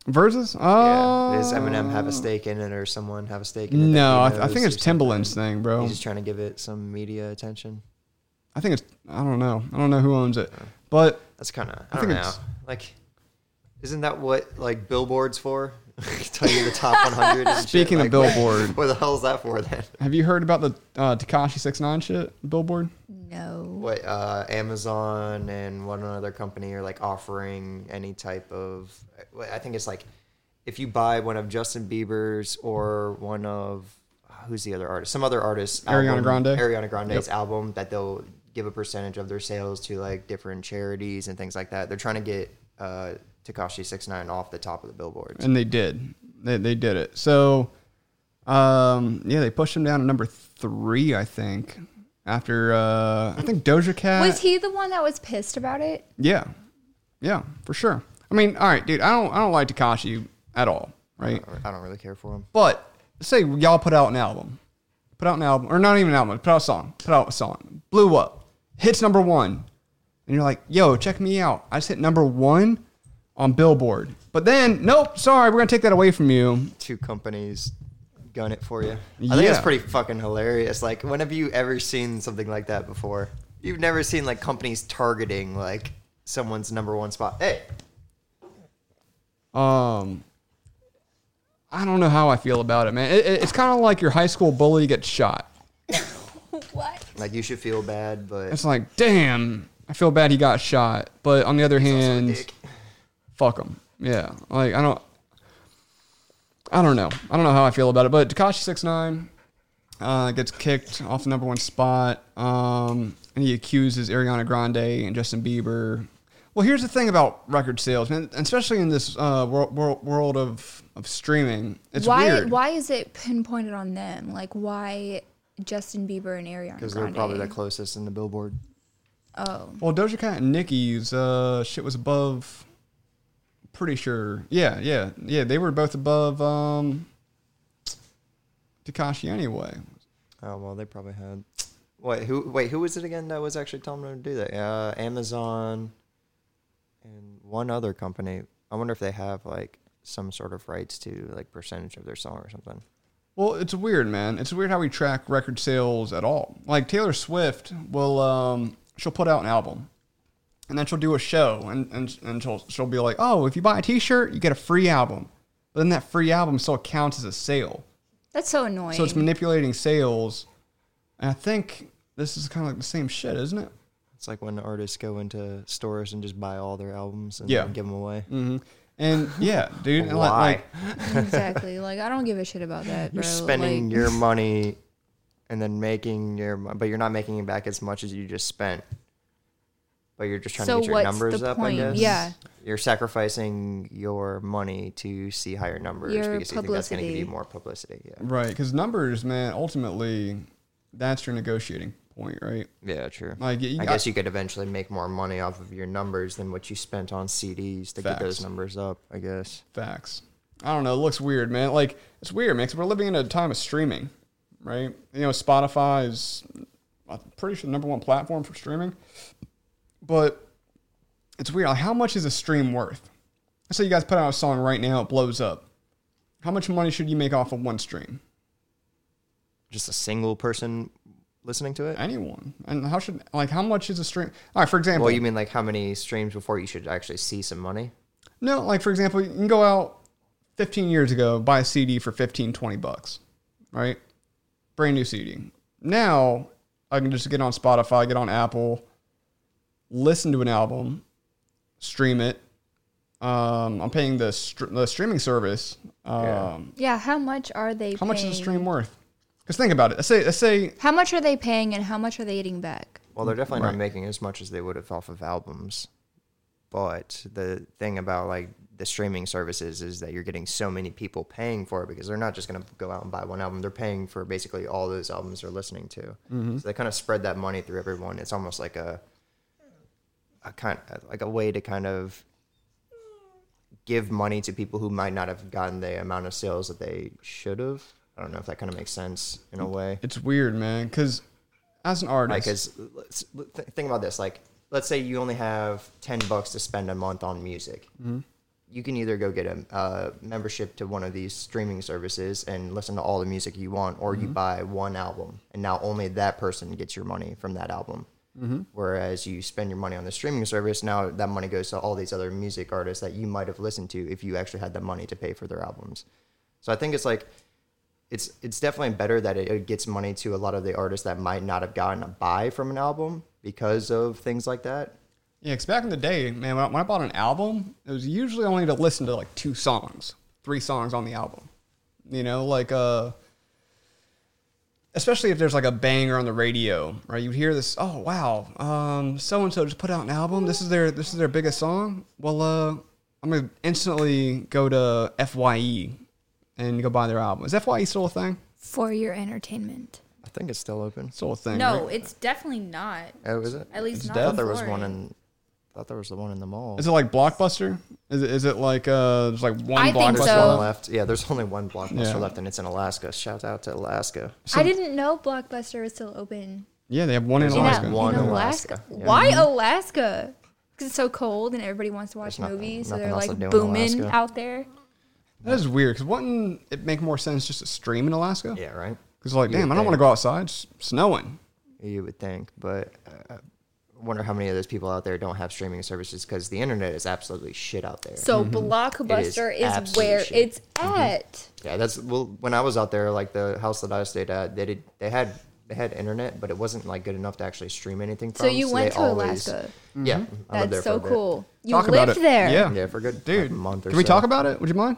Speaker 1: Versus?
Speaker 3: Yeah.
Speaker 1: Oh,
Speaker 3: Does Eminem have a stake in it, or someone have a stake in it? that
Speaker 1: no, I,
Speaker 3: he
Speaker 1: I think
Speaker 3: knows
Speaker 1: it's
Speaker 3: or something?
Speaker 1: Timbaland's thing, bro.
Speaker 3: He's just trying to give it some media attention.
Speaker 1: I think it's I don't know. I don't know who owns it, but
Speaker 3: That's kind of
Speaker 1: I
Speaker 3: I,
Speaker 1: think
Speaker 3: don't know.
Speaker 1: it's-
Speaker 3: Like, isn't that what like billboards for? Tell you the top 100. and shit,
Speaker 1: Speaking of
Speaker 3: like, what-
Speaker 1: Billboard.
Speaker 3: what the hell is that for then?
Speaker 1: have you heard about the uh, Takashi Six Nine shit billboard?
Speaker 4: No.
Speaker 3: What uh, Amazon and one other company are like offering any type of? I think it's like if you buy one of Justin Bieber's or one of who's the other artist? Some other artist.
Speaker 1: Ariana Grande?
Speaker 3: Ariana Grande's album that they'll give a percentage of their sales to like different charities and things like that. They're trying to get uh, Takashi Six Nine off the top of the billboards.
Speaker 1: And they did. They, they did it. So, um, yeah, they pushed him down to number three, I think. After uh, I think Doja Cat.
Speaker 4: Was he the one that was pissed about it?
Speaker 1: Yeah, yeah, for sure. I mean, all right, dude. I don't I don't like Takashi at all, right?
Speaker 3: I don't really care for him.
Speaker 1: But say y'all put out an album, put out an album, or not even an album, put out a song, put out a song, blew up, hits number one, and you're like, yo, check me out. I just hit number one on Billboard. But then, nope, sorry, we're gonna take that away from you.
Speaker 3: two companies gun it for you. I think it's
Speaker 1: Yeah.
Speaker 3: pretty fucking hilarious. Like, when have you ever seen something like that before? You've never seen like companies targeting like someone's number one spot. Hey,
Speaker 1: Um, I don't know how I feel about it, man. It, it- it's kind of like your high school bully gets shot.
Speaker 4: What?
Speaker 3: like you should feel bad, but
Speaker 1: It's like, damn, I feel bad he got shot. But on the other hand,
Speaker 3: dick.
Speaker 1: fuck him. Yeah, like I don't, I don't know. I don't know how I feel about it. But Takashi six nine uh, gets kicked off the number one spot, um, and he accuses Ariana Grande and Justin Bieber. Well, here's the thing about record sales, man, especially in this uh, world, world, world of, of streaming. It's
Speaker 4: why?
Speaker 1: weird.
Speaker 4: Why is it pinpointed on them? Like why Justin Bieber and Ariana?
Speaker 3: because they're
Speaker 4: Grande?
Speaker 3: probably the closest in the billboard.
Speaker 4: Oh,
Speaker 1: Well, Doja Cat and Nicki's uh, shit was above. Pretty sure. Yeah, yeah, yeah. They were both above um, Takashi anyway.
Speaker 3: Oh well, they probably had. Wait, who? Wait, who was it again that was actually telling them to do that? Uh, Amazon, and one other company. I wonder if they have like some sort of rights to like percentage of their song or something.
Speaker 1: Well, it's weird, man. It's weird how we track record sales at all. Like Taylor Swift will, um, she'll put out an album, and then she'll do a show, and and, and she'll she'll be like, oh, if you buy a T-shirt, you get a free album. But then that free album still counts as a sale.
Speaker 4: that's so annoying.
Speaker 1: So it's manipulating sales, and I think this is kind of like the same shit, isn't it?
Speaker 3: It's like when artists go into stores and just buy all their albums and
Speaker 1: Yeah.
Speaker 3: then give them away.
Speaker 1: hmm And yeah, dude. and like-
Speaker 3: Why?
Speaker 1: like-
Speaker 4: exactly. Like I don't give a shit about that, bro.
Speaker 3: you're spending
Speaker 4: like,
Speaker 3: your money and then making your, mo- but you're not making it back as much as you just spent. But you're just trying
Speaker 4: So
Speaker 3: to get your
Speaker 4: what's
Speaker 3: numbers
Speaker 4: the
Speaker 3: up.
Speaker 4: point?
Speaker 3: I guess.
Speaker 4: Yeah.
Speaker 3: You're sacrificing your money to see higher numbers
Speaker 4: Your
Speaker 3: because you think that's going to give you
Speaker 4: publicity.
Speaker 3: more publicity. Yeah.
Speaker 1: right, because numbers, man. Ultimately, that's your negotiating point, right?
Speaker 3: Yeah. True.
Speaker 1: Like, you-
Speaker 3: I guess you could eventually make more money off of your numbers than what you spent on CDs to get
Speaker 1: Facts.
Speaker 3: those numbers up. I guess.
Speaker 1: Facts. I don't know. It looks weird, man. Like it's weird, man. Cause we're living in a time of streaming, right? You know, Spotify is I'm pretty sure the number one platform for streaming, but it's weird. Like, how much is a stream worth? Let's say you guys put out a song right now, it blows up. How much money should you make off of one stream?
Speaker 3: Just a single person listening to it.
Speaker 1: Anyone? And how should like how much is a stream? All right, for example,
Speaker 3: Well, you mean like how many streams before you should actually see some money?
Speaker 1: No, like for example, you can go out 15 years ago, buy a CD for 15, 20 bucks, right? Brand new CD. Now I can just get on Spotify, get on Apple, listen to an album, stream it. Um, I'm paying the, str- the streaming service. Um,
Speaker 4: yeah. How much are they?
Speaker 1: How much is a
Speaker 4: paying?
Speaker 1: stream worth? Because think about it. Let's say, let's say,
Speaker 4: How much are they paying, and how much are they getting back?
Speaker 3: Well, they're definitely not making as much as they would have off of albums. But the thing about like the streaming services is that you're getting so many people paying for it because they're not just going to go out and buy one album. They're paying for basically all those albums they're listening to. So they kind of spread that money through everyone. It's almost like a a kind like a way to kind of give money to people who might not have gotten the amount of sales that they should have. I don't know if that kind of makes sense in a way.
Speaker 1: it's weird, man. Because as an artist,
Speaker 3: Like, is let's th- think about this. Like, let's say you only have ten bucks to spend a month on music. You can either go get a uh, membership to one of these streaming services and listen to all the music you want, or you buy one album, and now only that person gets your money from that album. Whereas you spend your money on the streaming service, now that money goes to all these other music artists that you might have listened to if you actually had the money to pay for their albums. So I think it's like it's it's definitely better that it, it gets money to a lot of the artists that might not have gotten a buy from an album because of things like that.
Speaker 1: Yeah, because back in the day, man, when I, when I bought an album, it was usually only to listen to like two songs, three songs on the album. You know, like uh, especially if there's like a banger on the radio, right? You hear this, oh wow, um, so and so just put out an album. This is their this is their biggest song. Well, uh, I'm gonna instantly go to Fye and go buy their album. Is Fye still a thing?
Speaker 4: for your entertainment.
Speaker 3: I think it's still open.
Speaker 1: Still a thing?
Speaker 2: No,
Speaker 1: right?
Speaker 2: it's definitely not.
Speaker 3: Oh, is it?
Speaker 2: At least
Speaker 1: It's
Speaker 2: not.
Speaker 1: dead.
Speaker 3: I
Speaker 2: in
Speaker 3: thought there was one
Speaker 2: Florida.
Speaker 3: in. I thought there was the one in the mall.
Speaker 1: Is it like Blockbuster? Is it is it like uh, there's like one
Speaker 2: I think
Speaker 1: Blockbuster?
Speaker 3: There's
Speaker 2: So-
Speaker 3: one left. Yeah, there's only one
Speaker 1: Yeah.
Speaker 3: blockbuster left, and it's in Alaska. Shout out to Alaska.
Speaker 4: I didn't know Blockbuster was still open
Speaker 1: Yeah, they have one in
Speaker 3: There's
Speaker 4: in,
Speaker 1: Alaska.
Speaker 4: Al-
Speaker 3: one
Speaker 4: in
Speaker 3: in
Speaker 4: Alaska.
Speaker 3: Alaska, yeah. Mm-hmm.
Speaker 4: Why Alaska? Because it's so cold and everybody wants to watch
Speaker 3: There's nothing-
Speaker 4: movies, so
Speaker 3: nothing
Speaker 4: they're
Speaker 3: else to
Speaker 4: like
Speaker 3: do in
Speaker 4: booming
Speaker 3: Alaska.
Speaker 4: out there.
Speaker 1: That is weird. Because wouldn't it make more sense just to stream in Alaska?
Speaker 3: Yeah, right.
Speaker 1: Because like,
Speaker 3: You
Speaker 1: damn,
Speaker 3: would
Speaker 1: I don't want to
Speaker 3: think.
Speaker 1: go outside. It's snowing.
Speaker 3: You would think, but uh, I wonder how many of those people out there don't have streaming services because the internet is absolutely shit out there.
Speaker 2: So Blockbuster
Speaker 3: It is
Speaker 2: is,
Speaker 3: absolute
Speaker 2: where
Speaker 3: shit. Mm-hmm.
Speaker 2: it's at.
Speaker 3: yeah, that's well. When I was out there, like the house that I stayed at, they did they had they had internet, but it wasn't like good enough to actually stream anything.
Speaker 2: So
Speaker 3: From,
Speaker 2: you went
Speaker 3: they
Speaker 2: to
Speaker 3: always-
Speaker 2: Alaska.
Speaker 3: Yeah,
Speaker 1: Mm-hmm.
Speaker 3: I lived there
Speaker 2: That's
Speaker 3: for a
Speaker 2: so
Speaker 3: bit.
Speaker 2: cool. You
Speaker 1: Talk about
Speaker 2: lived
Speaker 1: it.
Speaker 2: there.
Speaker 1: Yeah.
Speaker 3: Yeah, for a good
Speaker 1: Dude,
Speaker 3: like, month or
Speaker 1: Can we
Speaker 3: so.
Speaker 1: talk about it? Would you mind?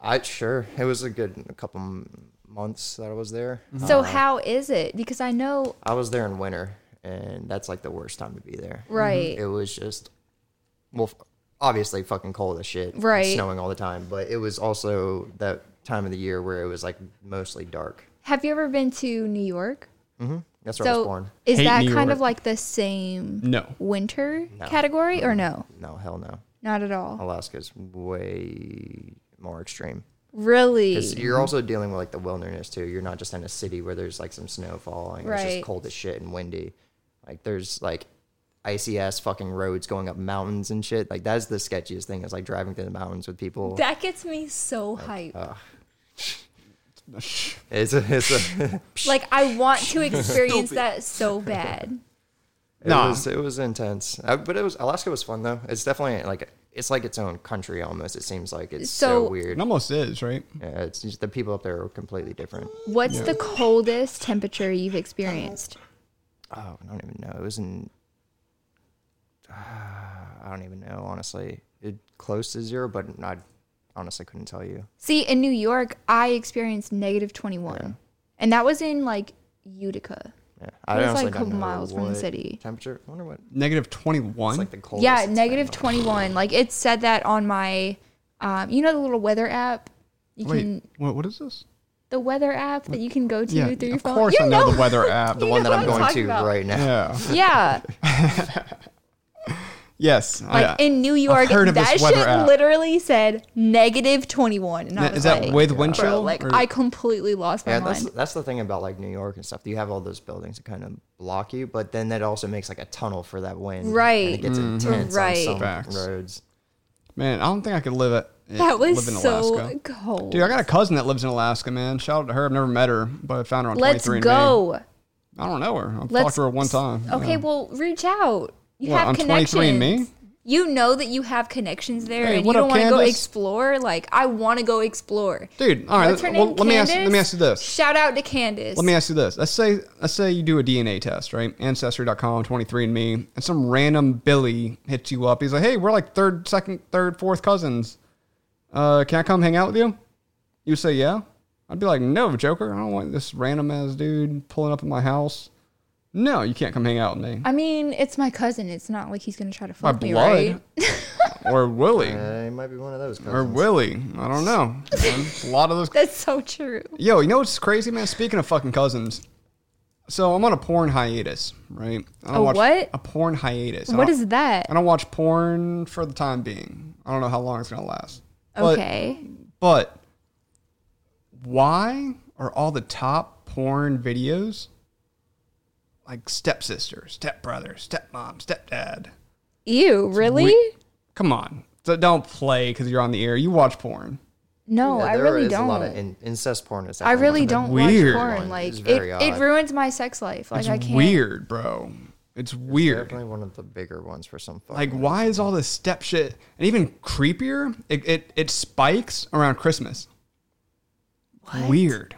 Speaker 3: I sure it was a good couple m- months that I was there.
Speaker 1: Mm-hmm.
Speaker 3: Uh,
Speaker 2: So how is it? Because I know
Speaker 3: I was there in winter, and that's like the worst time to be there.
Speaker 2: Right.
Speaker 3: mm-hmm. It was just, well, f- obviously fucking cold as shit. and
Speaker 2: Right.
Speaker 3: Snowing all the time, but it was also that time of the year where it was like mostly dark.
Speaker 2: have you ever been to New York?
Speaker 3: That's where I was
Speaker 2: So
Speaker 3: born.
Speaker 2: is
Speaker 1: Hate
Speaker 2: that
Speaker 1: New
Speaker 2: kind
Speaker 1: York.
Speaker 2: of like the same
Speaker 1: No.
Speaker 2: winter
Speaker 3: No. Oh.
Speaker 2: category or no?
Speaker 3: No, hell no.
Speaker 2: Not at all.
Speaker 3: Alaska's way more extreme.
Speaker 2: Really?
Speaker 3: 'Cause you're also dealing with like the wilderness too. You're not just in a city where there's like some snow falling. It's
Speaker 2: Right.
Speaker 3: just cold as shit and windy. Like there's like icy ass fucking roads going up mountains and shit. Like that's the sketchiest thing. Is like driving through the mountains with people.
Speaker 4: That gets me
Speaker 3: Oh,
Speaker 4: so
Speaker 3: uh,
Speaker 4: hyped.
Speaker 3: It's a, it's a,
Speaker 4: Like I want to experience that so bad.
Speaker 3: it
Speaker 1: Nah.
Speaker 3: was it was intense. Uh, but it was Alaska was fun though. It's definitely like it's like its own country almost. It seems like it's so,
Speaker 2: So-
Speaker 1: It
Speaker 3: weird.
Speaker 1: almost is, right?
Speaker 3: Yeah, it's just the people up there are completely different.
Speaker 2: What's the coldest temperature you've experienced?
Speaker 3: Oh, I don't even know. It was in. I don't even know, honestly. It close to zero, but I honestly couldn't tell you.
Speaker 2: See, in New York, I experienced negative 21. And that was in like Utica.
Speaker 3: Yeah,
Speaker 2: It
Speaker 3: I
Speaker 2: was,
Speaker 3: honestly
Speaker 2: like, a
Speaker 3: don't know
Speaker 2: miles from the
Speaker 3: what
Speaker 2: city.
Speaker 3: Temperature. I wonder what.
Speaker 1: Negative twenty
Speaker 3: It's
Speaker 1: one.
Speaker 3: like the coldest.
Speaker 2: Yeah,
Speaker 3: it's been.
Speaker 2: negative 21. Like it said that on my, um, you know, the little weather app? You
Speaker 1: Wait,
Speaker 2: can,
Speaker 1: what, what is this?
Speaker 2: the weather app that you can go to through your
Speaker 1: of
Speaker 2: phone.
Speaker 1: course
Speaker 2: You
Speaker 1: I know, the weather app.
Speaker 3: The one that
Speaker 4: what
Speaker 3: I'm
Speaker 4: I'm
Speaker 3: going
Speaker 4: talking
Speaker 3: to
Speaker 4: about.
Speaker 3: right now.
Speaker 1: yeah.
Speaker 2: Yeah.
Speaker 1: Yes. oh,
Speaker 2: Like
Speaker 1: I,
Speaker 2: in New York,
Speaker 1: heard of
Speaker 2: that
Speaker 1: this
Speaker 2: shit
Speaker 1: weather app.
Speaker 2: literally said negative 21. And I was
Speaker 1: is that
Speaker 2: like,
Speaker 1: with wind
Speaker 2: bro,
Speaker 1: chill?
Speaker 2: like
Speaker 1: or-
Speaker 2: I completely lost my
Speaker 3: Yeah,
Speaker 2: mind.
Speaker 3: that's that's the thing about like New York and stuff. You have all those buildings that kind of block you, but then that also makes like a tunnel for that wind. And
Speaker 2: Right.
Speaker 3: it gets intense
Speaker 2: Right.
Speaker 3: on some
Speaker 1: Mm-hmm. Facts.
Speaker 3: roads.
Speaker 1: man, I don't think I could live it.
Speaker 2: that was
Speaker 1: live in
Speaker 2: so
Speaker 1: Alaska.
Speaker 2: cold.
Speaker 1: Dude, I got a cousin that lives in Alaska, man. Shout out to her. I've never met her, but I found her on
Speaker 2: Let's
Speaker 1: 23
Speaker 2: go.
Speaker 1: and I don't know her. I've
Speaker 2: Let's
Speaker 1: talked to her one time.
Speaker 2: Okay,
Speaker 1: Yeah.
Speaker 2: well, reach out. You
Speaker 1: What,
Speaker 2: have
Speaker 1: on
Speaker 2: connections.
Speaker 1: 23andMe?
Speaker 2: You know that you have connections there,
Speaker 1: Hey,
Speaker 2: and
Speaker 1: what
Speaker 2: you
Speaker 1: up,
Speaker 2: don't want to go
Speaker 1: Candace?
Speaker 2: explore. Like, I want to go explore.
Speaker 1: Dude, all right.
Speaker 2: What's her
Speaker 1: well,
Speaker 2: name,
Speaker 1: let me ask let me
Speaker 2: Candace?
Speaker 1: ask you this.
Speaker 2: Shout out to Candace.
Speaker 1: Let me ask you this. Let's say let's say you do a DNA test, right? Ancestry.com, 23andMe, and some random Billy hits you up. He's like, "Hey, we're like third, second, third, fourth cousins. Uh, can I come hang out with you?" You say, "Yeah." I'd be like, "No, Joker. I don't want this random ass dude pulling up at my house. No, you can't come hang out with me.
Speaker 2: I mean, it's my cousin. It's not like he's gonna try to
Speaker 1: My
Speaker 2: fuck me,
Speaker 1: blood,
Speaker 2: right?
Speaker 1: or Willie,
Speaker 3: Uh, it might be one of those. Cousins.
Speaker 1: or Willie. I don't know. man. a lot of those
Speaker 2: That's so true.
Speaker 1: Yo, you know what's crazy, man? Speaking of fucking cousins, so I'm on a porn hiatus, right? I don't
Speaker 2: A what?
Speaker 1: A porn hiatus. I
Speaker 2: What
Speaker 1: don't-
Speaker 2: is that?
Speaker 1: I don't watch porn for the time being. I don't know how long it's gonna last. But-
Speaker 2: Okay.
Speaker 1: But why are all the top porn videos like stepsister, stepbrother, stepmom, stepdad?
Speaker 2: Ew, really?
Speaker 1: we- Come on, so don't play because you're on the air. You watch porn.
Speaker 2: no,
Speaker 3: Yeah,
Speaker 2: I
Speaker 3: there
Speaker 2: really
Speaker 3: is a lot of
Speaker 2: don't.
Speaker 3: in- incest porn. Is
Speaker 2: I
Speaker 3: definitely one
Speaker 2: really
Speaker 3: of the
Speaker 2: don't
Speaker 1: weird
Speaker 2: watch
Speaker 3: ones.
Speaker 2: porn.
Speaker 3: It's
Speaker 2: Like, it,
Speaker 3: very
Speaker 2: it
Speaker 3: odd.
Speaker 2: ruins my sex life. Like,
Speaker 1: It's
Speaker 2: I can't.
Speaker 1: weird, bro. It's weird.
Speaker 3: Definitely one of the bigger ones for some fucking.
Speaker 1: Like, why is all this step shit? And even creepier, it, it, it spikes around Christmas.
Speaker 2: What?
Speaker 1: Weird,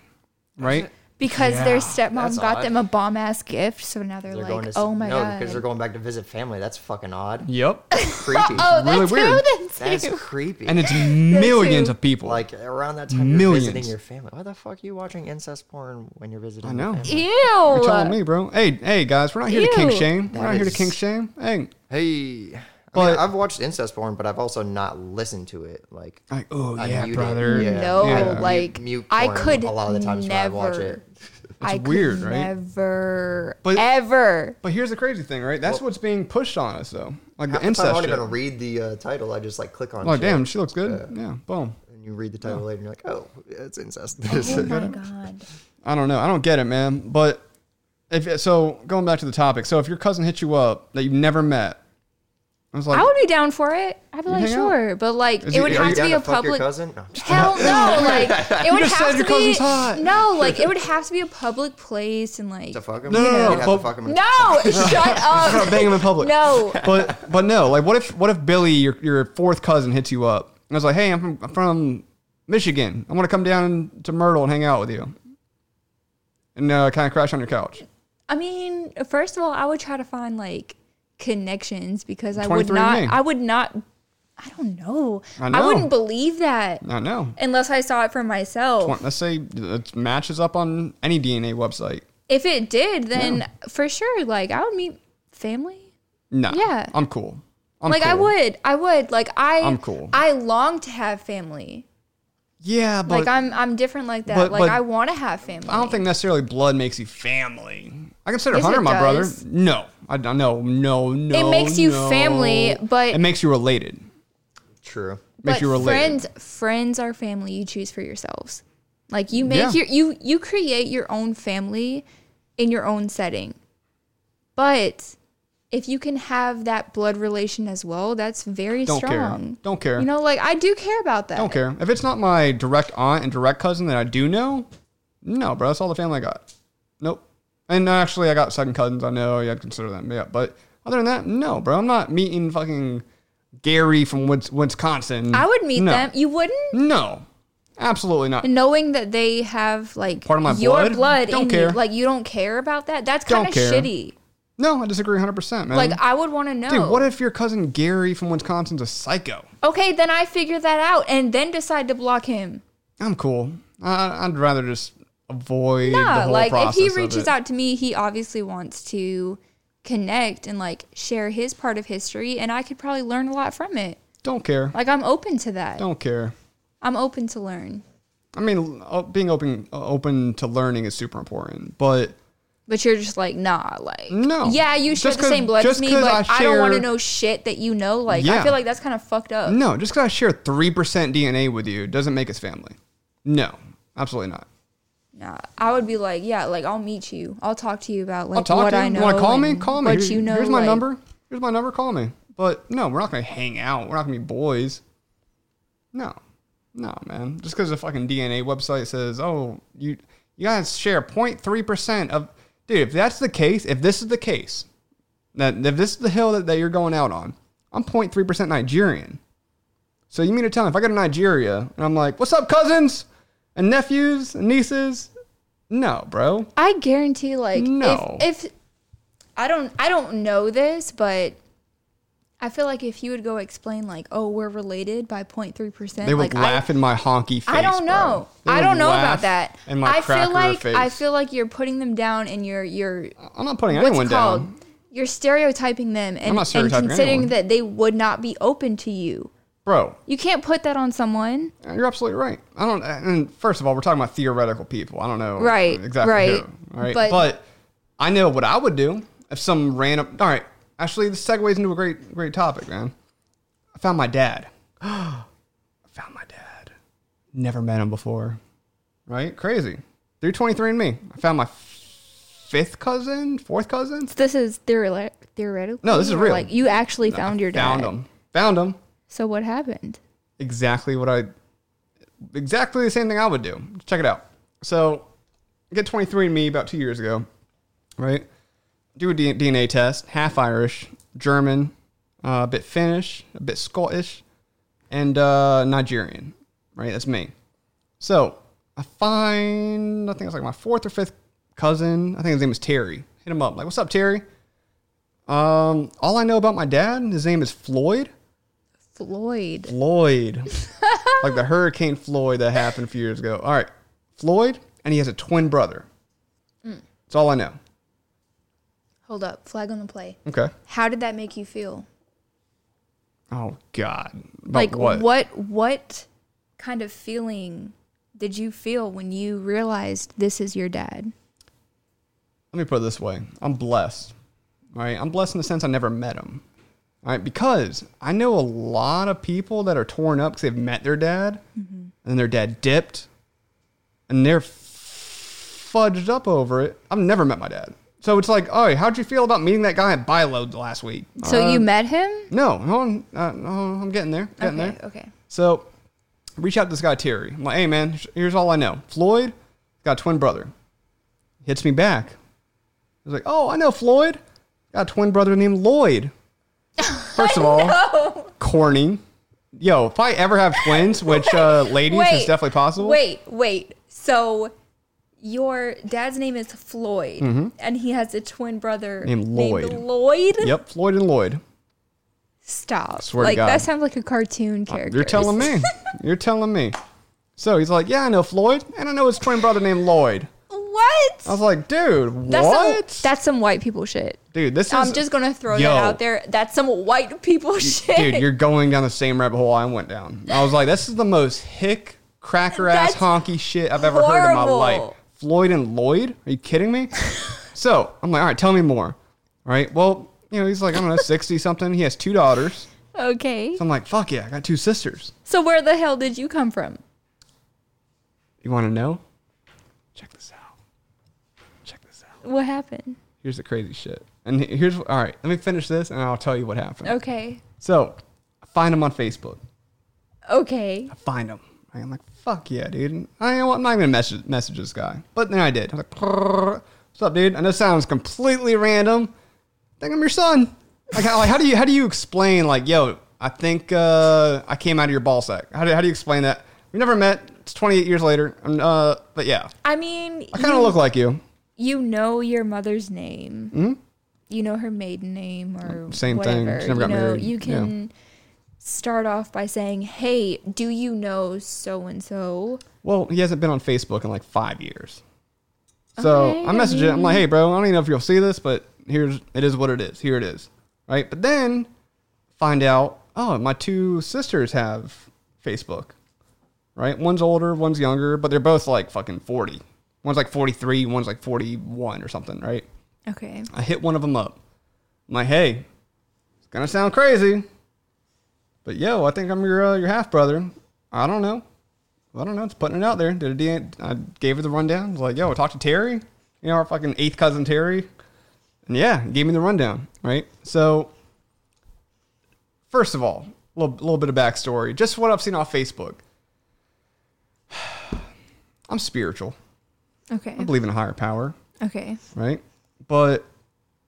Speaker 1: right?
Speaker 2: Because their
Speaker 1: Yeah.
Speaker 2: stepmom
Speaker 3: That's
Speaker 2: got
Speaker 3: odd.
Speaker 2: them a bomb ass gift, so now they're,
Speaker 3: they're going
Speaker 2: like,
Speaker 3: to s-
Speaker 2: "Oh my
Speaker 3: no,
Speaker 2: god!"
Speaker 3: because they're going back to visit family. That's fucking odd.
Speaker 1: Yep.
Speaker 3: Creepy.
Speaker 2: oh,
Speaker 1: really
Speaker 2: that's
Speaker 1: weird.
Speaker 2: who that's
Speaker 3: That's
Speaker 2: who.
Speaker 3: creepy.
Speaker 1: And it's millions
Speaker 2: who-
Speaker 1: of people.
Speaker 3: like around that time you're
Speaker 1: Millions.
Speaker 3: visiting your family. Why the fuck are you watching incest porn when you're visiting?
Speaker 1: I
Speaker 3: your
Speaker 1: know.
Speaker 3: family?
Speaker 2: Ew.
Speaker 1: You're telling me, bro. Hey, hey, guys, we're not here to kink
Speaker 2: Ew.
Speaker 1: shame. We're
Speaker 3: That
Speaker 1: not here to
Speaker 3: is-
Speaker 1: kink shame. Hey,
Speaker 3: Hey, I
Speaker 1: But-
Speaker 3: mean, I've watched incest porn, but I've also not listened to it. Like,
Speaker 1: like, oh
Speaker 3: I
Speaker 1: yeah,
Speaker 3: mute it.
Speaker 1: brother.
Speaker 3: Yeah.
Speaker 2: No,
Speaker 1: Yeah.
Speaker 2: like
Speaker 3: Mute
Speaker 2: I
Speaker 3: porn
Speaker 2: could
Speaker 3: a lot of the times when I
Speaker 2: never,
Speaker 3: watch it.
Speaker 2: I could
Speaker 1: weird, right?
Speaker 2: Never,
Speaker 1: But-
Speaker 2: ever.
Speaker 1: But here's the crazy thing, right? That's what's being pushed on us, though. Like the
Speaker 3: half the time I
Speaker 1: incest
Speaker 3: don't
Speaker 1: shit.
Speaker 3: even read the uh, title. I just like click on.
Speaker 1: Like,
Speaker 3: shit.
Speaker 1: damn, she looks good. Yeah, boom.
Speaker 3: And you read the title later, and you're like, oh, it's incest.
Speaker 2: Oh my god.
Speaker 1: I don't know. I don't get it, man. But if so, going back to the topic. So if your cousin hits you up that you've never met, I was like,
Speaker 2: I would be down for it. I'd be like,
Speaker 1: hang out?
Speaker 2: sure, but like,
Speaker 1: Is
Speaker 2: it
Speaker 1: it-
Speaker 2: would
Speaker 1: are
Speaker 2: have
Speaker 1: you
Speaker 2: to be a
Speaker 3: fuck your
Speaker 2: public.
Speaker 3: cousin? No, I'm just-
Speaker 2: Hell no! Like, it would
Speaker 1: just
Speaker 2: have
Speaker 1: said
Speaker 2: to
Speaker 1: your cousin's
Speaker 2: be
Speaker 1: hot.
Speaker 2: no. Like, it would have to be a public place and like.
Speaker 3: to fuck him?
Speaker 1: No, no,
Speaker 3: You'd
Speaker 1: no,
Speaker 3: have to
Speaker 1: but-
Speaker 3: fuck him.
Speaker 2: No! Shut
Speaker 1: "Stop
Speaker 2: up!
Speaker 1: banging him in public.
Speaker 2: No.
Speaker 1: But but no, like what if what if Billy, your your fourth cousin, hits you up and I was like, hey, I'm from, I'm from Michigan. I want to come down to Myrtle and hang out with you, and uh, kind of crash on your couch.
Speaker 2: I mean, first of all, I would try to find like connections because I would
Speaker 1: 23andMe.
Speaker 2: not. I would not. I don't know.
Speaker 1: I
Speaker 2: I,
Speaker 1: know.
Speaker 2: wouldn't believe that
Speaker 1: I know.
Speaker 2: unless I saw it for myself.
Speaker 1: Let's say it matches up on any DNA website.
Speaker 2: If it did, then for sure, like I would meet family.
Speaker 1: No.
Speaker 2: Yeah.
Speaker 1: I'm cool. I'm
Speaker 2: like I
Speaker 1: cool.
Speaker 2: would, I would. Like I,
Speaker 1: I'm cool.
Speaker 2: I long to have family.
Speaker 1: Yeah, but
Speaker 2: like I'm, I'm different like that.
Speaker 1: but-
Speaker 2: like
Speaker 1: but-
Speaker 2: I want to have family.
Speaker 1: I don't think necessarily blood makes you family. I consider
Speaker 2: Yes,
Speaker 1: Hunter
Speaker 2: it
Speaker 1: my
Speaker 2: does.
Speaker 1: brother. No, I don't know. No, no.
Speaker 2: It makes you
Speaker 1: no.
Speaker 2: family, but-
Speaker 1: it makes you related.
Speaker 3: True.
Speaker 1: Makes
Speaker 2: but
Speaker 1: you related.
Speaker 2: friends, friends are family you choose for yourselves. Like you make
Speaker 1: Yeah.
Speaker 2: your you you create your own family in your own setting. But if you can have that blood relation as well, that's very
Speaker 1: Don't care.
Speaker 2: strong.
Speaker 1: Don't care.
Speaker 2: You know, like I do care about that.
Speaker 1: I don't care if it's not my direct aunt and direct cousin that I do know. No, bro, that's all the family I got. Nope. And actually, I got second cousins. I know. Yeah, I consider them. Yeah, but other than that, no, bro. I'm not meeting fucking Gary from Wins- Wisconsin.
Speaker 2: I would meet
Speaker 1: No.
Speaker 2: them. You wouldn't?
Speaker 1: No, absolutely not.
Speaker 2: Knowing that they have like
Speaker 1: Part of my
Speaker 2: your
Speaker 1: blood?
Speaker 2: blood,
Speaker 1: Don't
Speaker 2: in
Speaker 1: care.
Speaker 2: you, like you don't care about that. That's
Speaker 1: Don't
Speaker 2: kind of
Speaker 1: care.
Speaker 2: shitty.
Speaker 1: No, I disagree 100, percent man.
Speaker 2: Like I would want to know.
Speaker 1: Dude, what if your cousin Gary from Wisconsin's a psycho?
Speaker 2: okay, then I figure that out and then decide to block him.
Speaker 1: I'm cool. I, I'd rather just avoid the
Speaker 2: Yeah,
Speaker 1: whole
Speaker 2: like if
Speaker 1: process.
Speaker 2: he
Speaker 1: of
Speaker 2: reaches
Speaker 1: it.
Speaker 2: out to me, he obviously wants to connect and like share his part of history, and I could probably learn a lot from it.
Speaker 1: don't care.
Speaker 2: Like I'm open to that.
Speaker 1: Don't care.
Speaker 2: I'm open to learn,
Speaker 1: I mean, o- being open open to learning is super important, but
Speaker 2: but you're just like nah, like
Speaker 1: No.
Speaker 2: yeah, you share
Speaker 1: Just
Speaker 2: the same
Speaker 1: 'cause-
Speaker 2: blood
Speaker 1: just
Speaker 2: as me,
Speaker 1: 'cause
Speaker 2: but
Speaker 1: I
Speaker 2: I, don't want
Speaker 1: share-
Speaker 2: to know shit that you know. Like
Speaker 1: Yeah.
Speaker 2: I feel like that's kind of fucked up.
Speaker 1: no, just because I share three percent DNA with you doesn't make us family. No, absolutely not.
Speaker 2: Nah, I would be like yeah, like I'll meet you, I'll talk to you about like
Speaker 1: I'll talk
Speaker 2: what
Speaker 1: to you.
Speaker 2: I know.
Speaker 1: you want to call me?
Speaker 2: and
Speaker 1: Call me.
Speaker 2: What
Speaker 1: Here-
Speaker 2: you know?
Speaker 1: Here's my
Speaker 2: like-
Speaker 1: number. Here's my number. Call me. But no, we're not gonna hang out. We're not gonna be boys. No, no, man. Just because the fucking DNA website says, oh, you you guys share 03 percent of, dude. If that's the case, if this is the case, that if this is the hill that, that you're going out on, I'm 03 percent Nigerian. So you mean to tell me if I go to Nigeria and I'm like, what's up, cousins and nephews and nieces? No, bro.
Speaker 2: I guarantee, like,
Speaker 1: No.
Speaker 2: if, if I don't, I don't know this, but I feel like if you would go explain, like, oh, we're related by 03 percent,
Speaker 1: They would
Speaker 2: like,
Speaker 1: laugh in my honky face.
Speaker 2: I, I don't
Speaker 1: bro.
Speaker 2: know.
Speaker 1: They
Speaker 2: I
Speaker 1: would
Speaker 2: don't know about
Speaker 1: laugh
Speaker 2: that.
Speaker 1: In my
Speaker 2: I feel
Speaker 1: cracker
Speaker 2: like
Speaker 1: face.
Speaker 2: I feel like you're putting them down, and you're you're
Speaker 1: I'm not putting
Speaker 2: what's
Speaker 1: anyone
Speaker 2: called
Speaker 1: down.
Speaker 2: you're stereotyping them, and,
Speaker 1: not
Speaker 2: and
Speaker 1: stereotyping
Speaker 2: considering
Speaker 1: anyone.
Speaker 2: that they would not be open to you.
Speaker 1: Bro,
Speaker 2: You can't put that on someone.
Speaker 1: you're absolutely right. I don't and first of all, we're talking about theoretical people. I don't know
Speaker 2: Right,
Speaker 1: exactly
Speaker 2: right.
Speaker 1: who, right? But,
Speaker 2: But-
Speaker 1: I know what I would do if some random All right. Actually, this segues into a great great topic, man. I found my dad. I found my dad. Never met him before. Right? Crazy. Through 23 and me. I found my fifth cousin, fourth cousin.
Speaker 2: This is theoretical. Theoretical.
Speaker 1: No, this is
Speaker 2: or,
Speaker 1: real.
Speaker 2: Like you actually found your dad.
Speaker 1: Found him. Found him.
Speaker 2: So what happened?
Speaker 1: exactly what I exactly the same thing I would do. Check it out. So I get 23 and me about two years ago, right? do a D- DNA test, half Irish, German, uh, a bit Finnish, a bit Scottish, and uh, Nigerian. Right, that's me. So I find I think it's like my fourth or fifth cousin. I think his name is Terry. Hit him up. Like, what's up, Terry? Um, all I know about my dad, his name is Floyd.
Speaker 2: Floyd.
Speaker 1: Floyd. like the Hurricane Floyd that happened a few years ago. All right. Floyd, and he has a twin brother.
Speaker 2: Mm.
Speaker 1: That's all I know.
Speaker 2: Hold up. Flag on the play.
Speaker 1: Okay.
Speaker 2: How did that make you feel?
Speaker 1: Oh, God. About
Speaker 2: like
Speaker 1: what?
Speaker 2: what? what kind of feeling did you feel when you realized this is your dad?
Speaker 1: Let me put it this way I'm blessed. All right. I'm blessed in the sense I never met him. All right. Because I know a lot of people that are torn up because they've met their dad
Speaker 2: Mm-hmm.
Speaker 1: and then their dad dipped and they're fudged up over it. I've never met my dad. So it's like, oh, how'd you feel about meeting that guy at Bilo last week?
Speaker 2: So
Speaker 1: Uh,
Speaker 2: you met him?
Speaker 1: No, no, I'm, uh, no, I'm getting there. Getting
Speaker 2: Okay,
Speaker 1: there.
Speaker 2: okay.
Speaker 1: So, reach out to this guy Terry. I'm like, hey man, sh- here's all I know. Floyd got a twin brother. Hits me back. He's like, oh, I know Floyd. Got a twin brother named Lloyd. First of all, corny. Yo, if I ever have twins, which uh, ladies is definitely possible.
Speaker 4: Wait, wait. So your dad's name is Floyd, and he has a twin brother
Speaker 1: Mm-hmm. Named Lloyd.
Speaker 4: Lloyd.
Speaker 1: Yep, Floyd and Lloyd.
Speaker 2: Stop.
Speaker 1: Swear to
Speaker 2: like
Speaker 1: God.
Speaker 2: that sounds like a cartoon character.
Speaker 1: You're telling me. You're telling me. So he's like, yeah, I know Floyd, and I know his twin brother named Lloyd.
Speaker 2: What?
Speaker 1: I was like, dude,
Speaker 2: That's
Speaker 1: what?
Speaker 2: Some, that's some white people shit.
Speaker 1: dude, this is.
Speaker 2: I'm just gonna throw
Speaker 1: Yo.
Speaker 2: that out there. That's some white people shit.
Speaker 1: dude, you're going down the same rabbit hole I went down. I was like, this is the most hick, cracker ass,
Speaker 2: That's
Speaker 1: honky shit I've ever heard in my
Speaker 2: horrible.
Speaker 1: life. Floyd and Lloyd? Are you kidding me? so I'm like, all right, tell me more. All right, well, you know, he's like, I don't know, 60 something. He has two daughters.
Speaker 2: okay.
Speaker 1: So I'm like, fuck yeah, I got two sisters.
Speaker 2: So where the hell did you come from?
Speaker 1: You want to know? Check this out. Check this out.
Speaker 2: What happened?
Speaker 1: Here's the crazy shit. And he- here's, all right, let me finish this and I'll tell you what happened.
Speaker 2: Okay.
Speaker 1: So I find him on Facebook.
Speaker 2: Okay.
Speaker 1: find him. Right? I'm like, fuck yeah, dude. I you know what? I'm not even gonna message, message this guy. But then I did. I was like, "Prrr. what's up, dude? I know it sounds completely random. I think I'm your son. Like, how, like, how do you how do you explain like, yo, I think uh, I came out of your ball sack. How do, how do you explain that? We never met. It's 28 years later. And, uh, but yeah,
Speaker 2: I mean,
Speaker 1: I kind of
Speaker 2: you-
Speaker 1: look like you.
Speaker 2: you know your mother's name. You know her maiden name or
Speaker 1: Hmm? Same thing. She
Speaker 2: whatever.
Speaker 1: never got
Speaker 2: you know,
Speaker 1: married. Yeah.
Speaker 2: you can start off by saying, "Hey, do you know so and so?"
Speaker 1: Well, he hasn't been on Facebook in like five years. So
Speaker 2: Okay,
Speaker 1: I
Speaker 2: I
Speaker 1: messaged him. I'm like, hey, bro, I don't even know if you'll see this, but here's it is what it is. Here it is, right? But then find out, oh, my two sisters have Facebook, right? One's older, one's younger, but they're both like fucking 40. One's like 43, one's like 41 or something, right?
Speaker 2: Okay.
Speaker 1: I hit one of them up. I'm like, hey, it's gonna sound crazy, but yo, I think I'm your uh, your half brother. I don't know. I don't know. It's putting it out there. Did a DNA, I gave her the rundown. I was like, yo, talk to Terry. You know, our fucking eighth cousin Terry. And yeah, he gave me the rundown. Right. So, first of all, a little, little bit of backstory. Just what I've seen off Facebook. I'm spiritual.
Speaker 2: Okay.
Speaker 1: I believe in a higher power
Speaker 2: Okay.
Speaker 1: right? But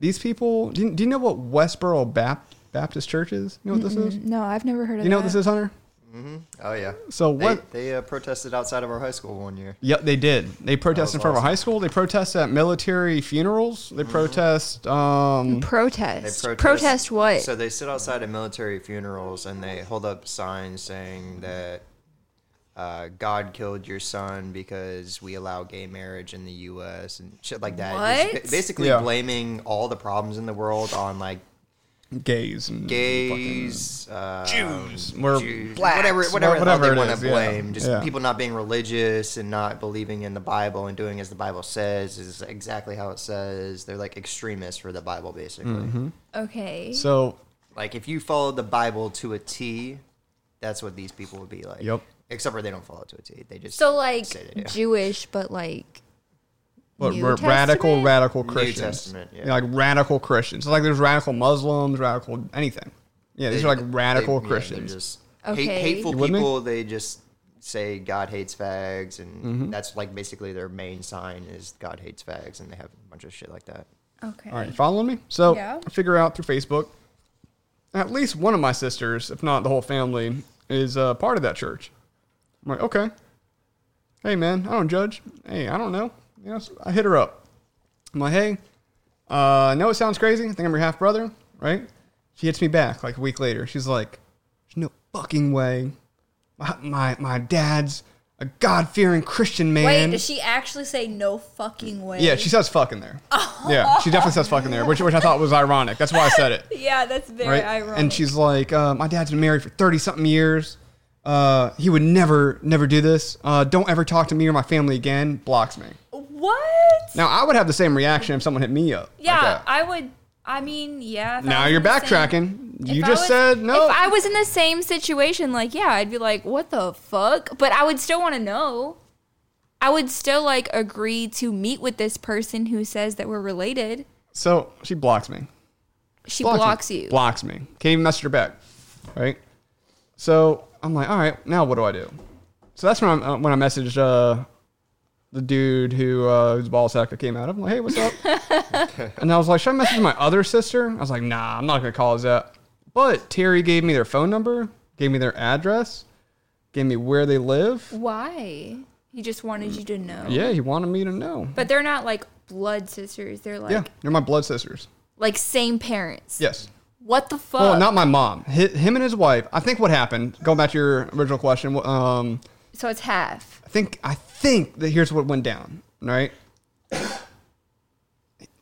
Speaker 1: these people, do you, do you know what Westboro Bap- Baptist Church is? You know what this is?
Speaker 2: No, I've never heard of
Speaker 1: You know
Speaker 2: that.
Speaker 1: what this is, Hunter?
Speaker 3: Oh yeah.
Speaker 1: So
Speaker 3: They-
Speaker 1: what-
Speaker 3: They, uh, protested outside of our high school one year.
Speaker 1: Yep, they did. They protest in front of a high school. They protest at military funerals. They protest. Um,
Speaker 2: Protest.
Speaker 3: They
Speaker 2: protest.
Speaker 3: protest,
Speaker 2: what?
Speaker 3: So they sit outside of military funerals and they hold up signs saying that uh, God killed your son because we allow gay marriage in the U.S. and shit like that. It's
Speaker 2: What?
Speaker 3: ba- Basically
Speaker 1: Yeah.
Speaker 3: blaming all the problems in the world on like
Speaker 1: gays. And
Speaker 3: gays, uh,
Speaker 1: Jews. We're
Speaker 3: Jews,
Speaker 1: blacks,
Speaker 3: whatever, whatever, the hell
Speaker 1: whatever
Speaker 3: they
Speaker 1: it
Speaker 3: want
Speaker 1: is,
Speaker 3: to
Speaker 1: yeah,
Speaker 3: blame. Just
Speaker 1: yeah.
Speaker 3: people not being religious and not believing in the Bible and doing as the Bible says is exactly how it says. They're like extremists for the Bible, basically.
Speaker 1: Mm-hmm.
Speaker 2: okay.
Speaker 1: fucking- So
Speaker 3: Like if you follow the Bible to a T, that's what these people would be like.
Speaker 1: Yep.
Speaker 3: Except for they don't follow it to a T. They just
Speaker 2: So like
Speaker 3: say they do.
Speaker 2: Jewish, but like
Speaker 1: But
Speaker 2: New
Speaker 1: ra- radical,
Speaker 2: Testament?
Speaker 1: radical Christians.
Speaker 3: Testament, yeah.
Speaker 1: Like radical Christians. Like there's radical Muslims, radical anything. Yeah, these
Speaker 3: They-
Speaker 1: are like
Speaker 3: they-
Speaker 1: radical
Speaker 3: yeah, they're
Speaker 1: Christians.
Speaker 3: just
Speaker 2: Okay.
Speaker 3: hate, hateful
Speaker 1: You with me?
Speaker 3: people. They just say God hates
Speaker 1: Mm-hmm.
Speaker 3: fags, and that's like basically their main sign is God hates fags, and they have a bunch of shit like that.
Speaker 4: Okay.
Speaker 1: All right, you following me? So
Speaker 4: Yeah.
Speaker 1: I figure out through Facebook, at least one of my sisters, if not the whole family, is uh, part of that church. I'm like, okay. Hey, man, I don't judge. Hey, I don't know. You know, so I hit her up. I'm like, hey, uh, I know it sounds crazy. I think I'm your half brother, right? She hits me back like a week later. She's like, there's no fucking way. My, my, my dad's a God fearing Christian man.
Speaker 4: Wait, does she actually say no fucking way?
Speaker 1: Yeah, she says fuck in there. Yeah, she definitely says fuck in there, which, which I thought was ironic. That's why I said it.
Speaker 4: Yeah, that's very
Speaker 1: Right?
Speaker 4: ironic.
Speaker 1: And she's like, uh, my dad's been married for 30 something years. Uh, he would never, never do this. Uh, don't ever talk to me or my family again. Blocks me.
Speaker 4: what?
Speaker 1: Now, I would have the same reaction if someone hit me up. like
Speaker 4: Yeah,
Speaker 1: that.
Speaker 4: I would. I mean, yeah. if I
Speaker 1: now
Speaker 4: was
Speaker 1: you're
Speaker 4: in the same-
Speaker 1: backtracking.
Speaker 4: if
Speaker 1: You
Speaker 4: I
Speaker 1: just
Speaker 4: was-
Speaker 1: said no.
Speaker 2: If I was in the same situation, like, yeah, I'd be like, what the fuck? But I would still want to know. I would still like agree to meet with this person who says that we're related.
Speaker 1: so she blocks me.
Speaker 2: She
Speaker 1: me.
Speaker 2: blocks you.
Speaker 1: Blocks me. Can't even message her back. Right. So I'm like, all right, now what do I do? So that's when I when I messaged uh, the dude who uh, whose ball sack I came out of. I'm like, hey, what's up? and I was like, should I message my other sister? I was like, nah, I'm not gonna call his that. But Terry gave me their phone number, gave me their address, gave me where they live.
Speaker 2: Why? He just wanted you to know.
Speaker 1: Yeah, he wanted me to know.
Speaker 2: But they're not like blood sisters. They're like
Speaker 1: yeah, they're my blood sisters.
Speaker 2: like same parents.
Speaker 1: Yes.
Speaker 2: What the fuck?
Speaker 1: Well, not my mom. Hi him and his wife. I think what happened. Going back to your original question. wh- Um,
Speaker 2: so it's half.
Speaker 1: I think I think that here's what went down, right?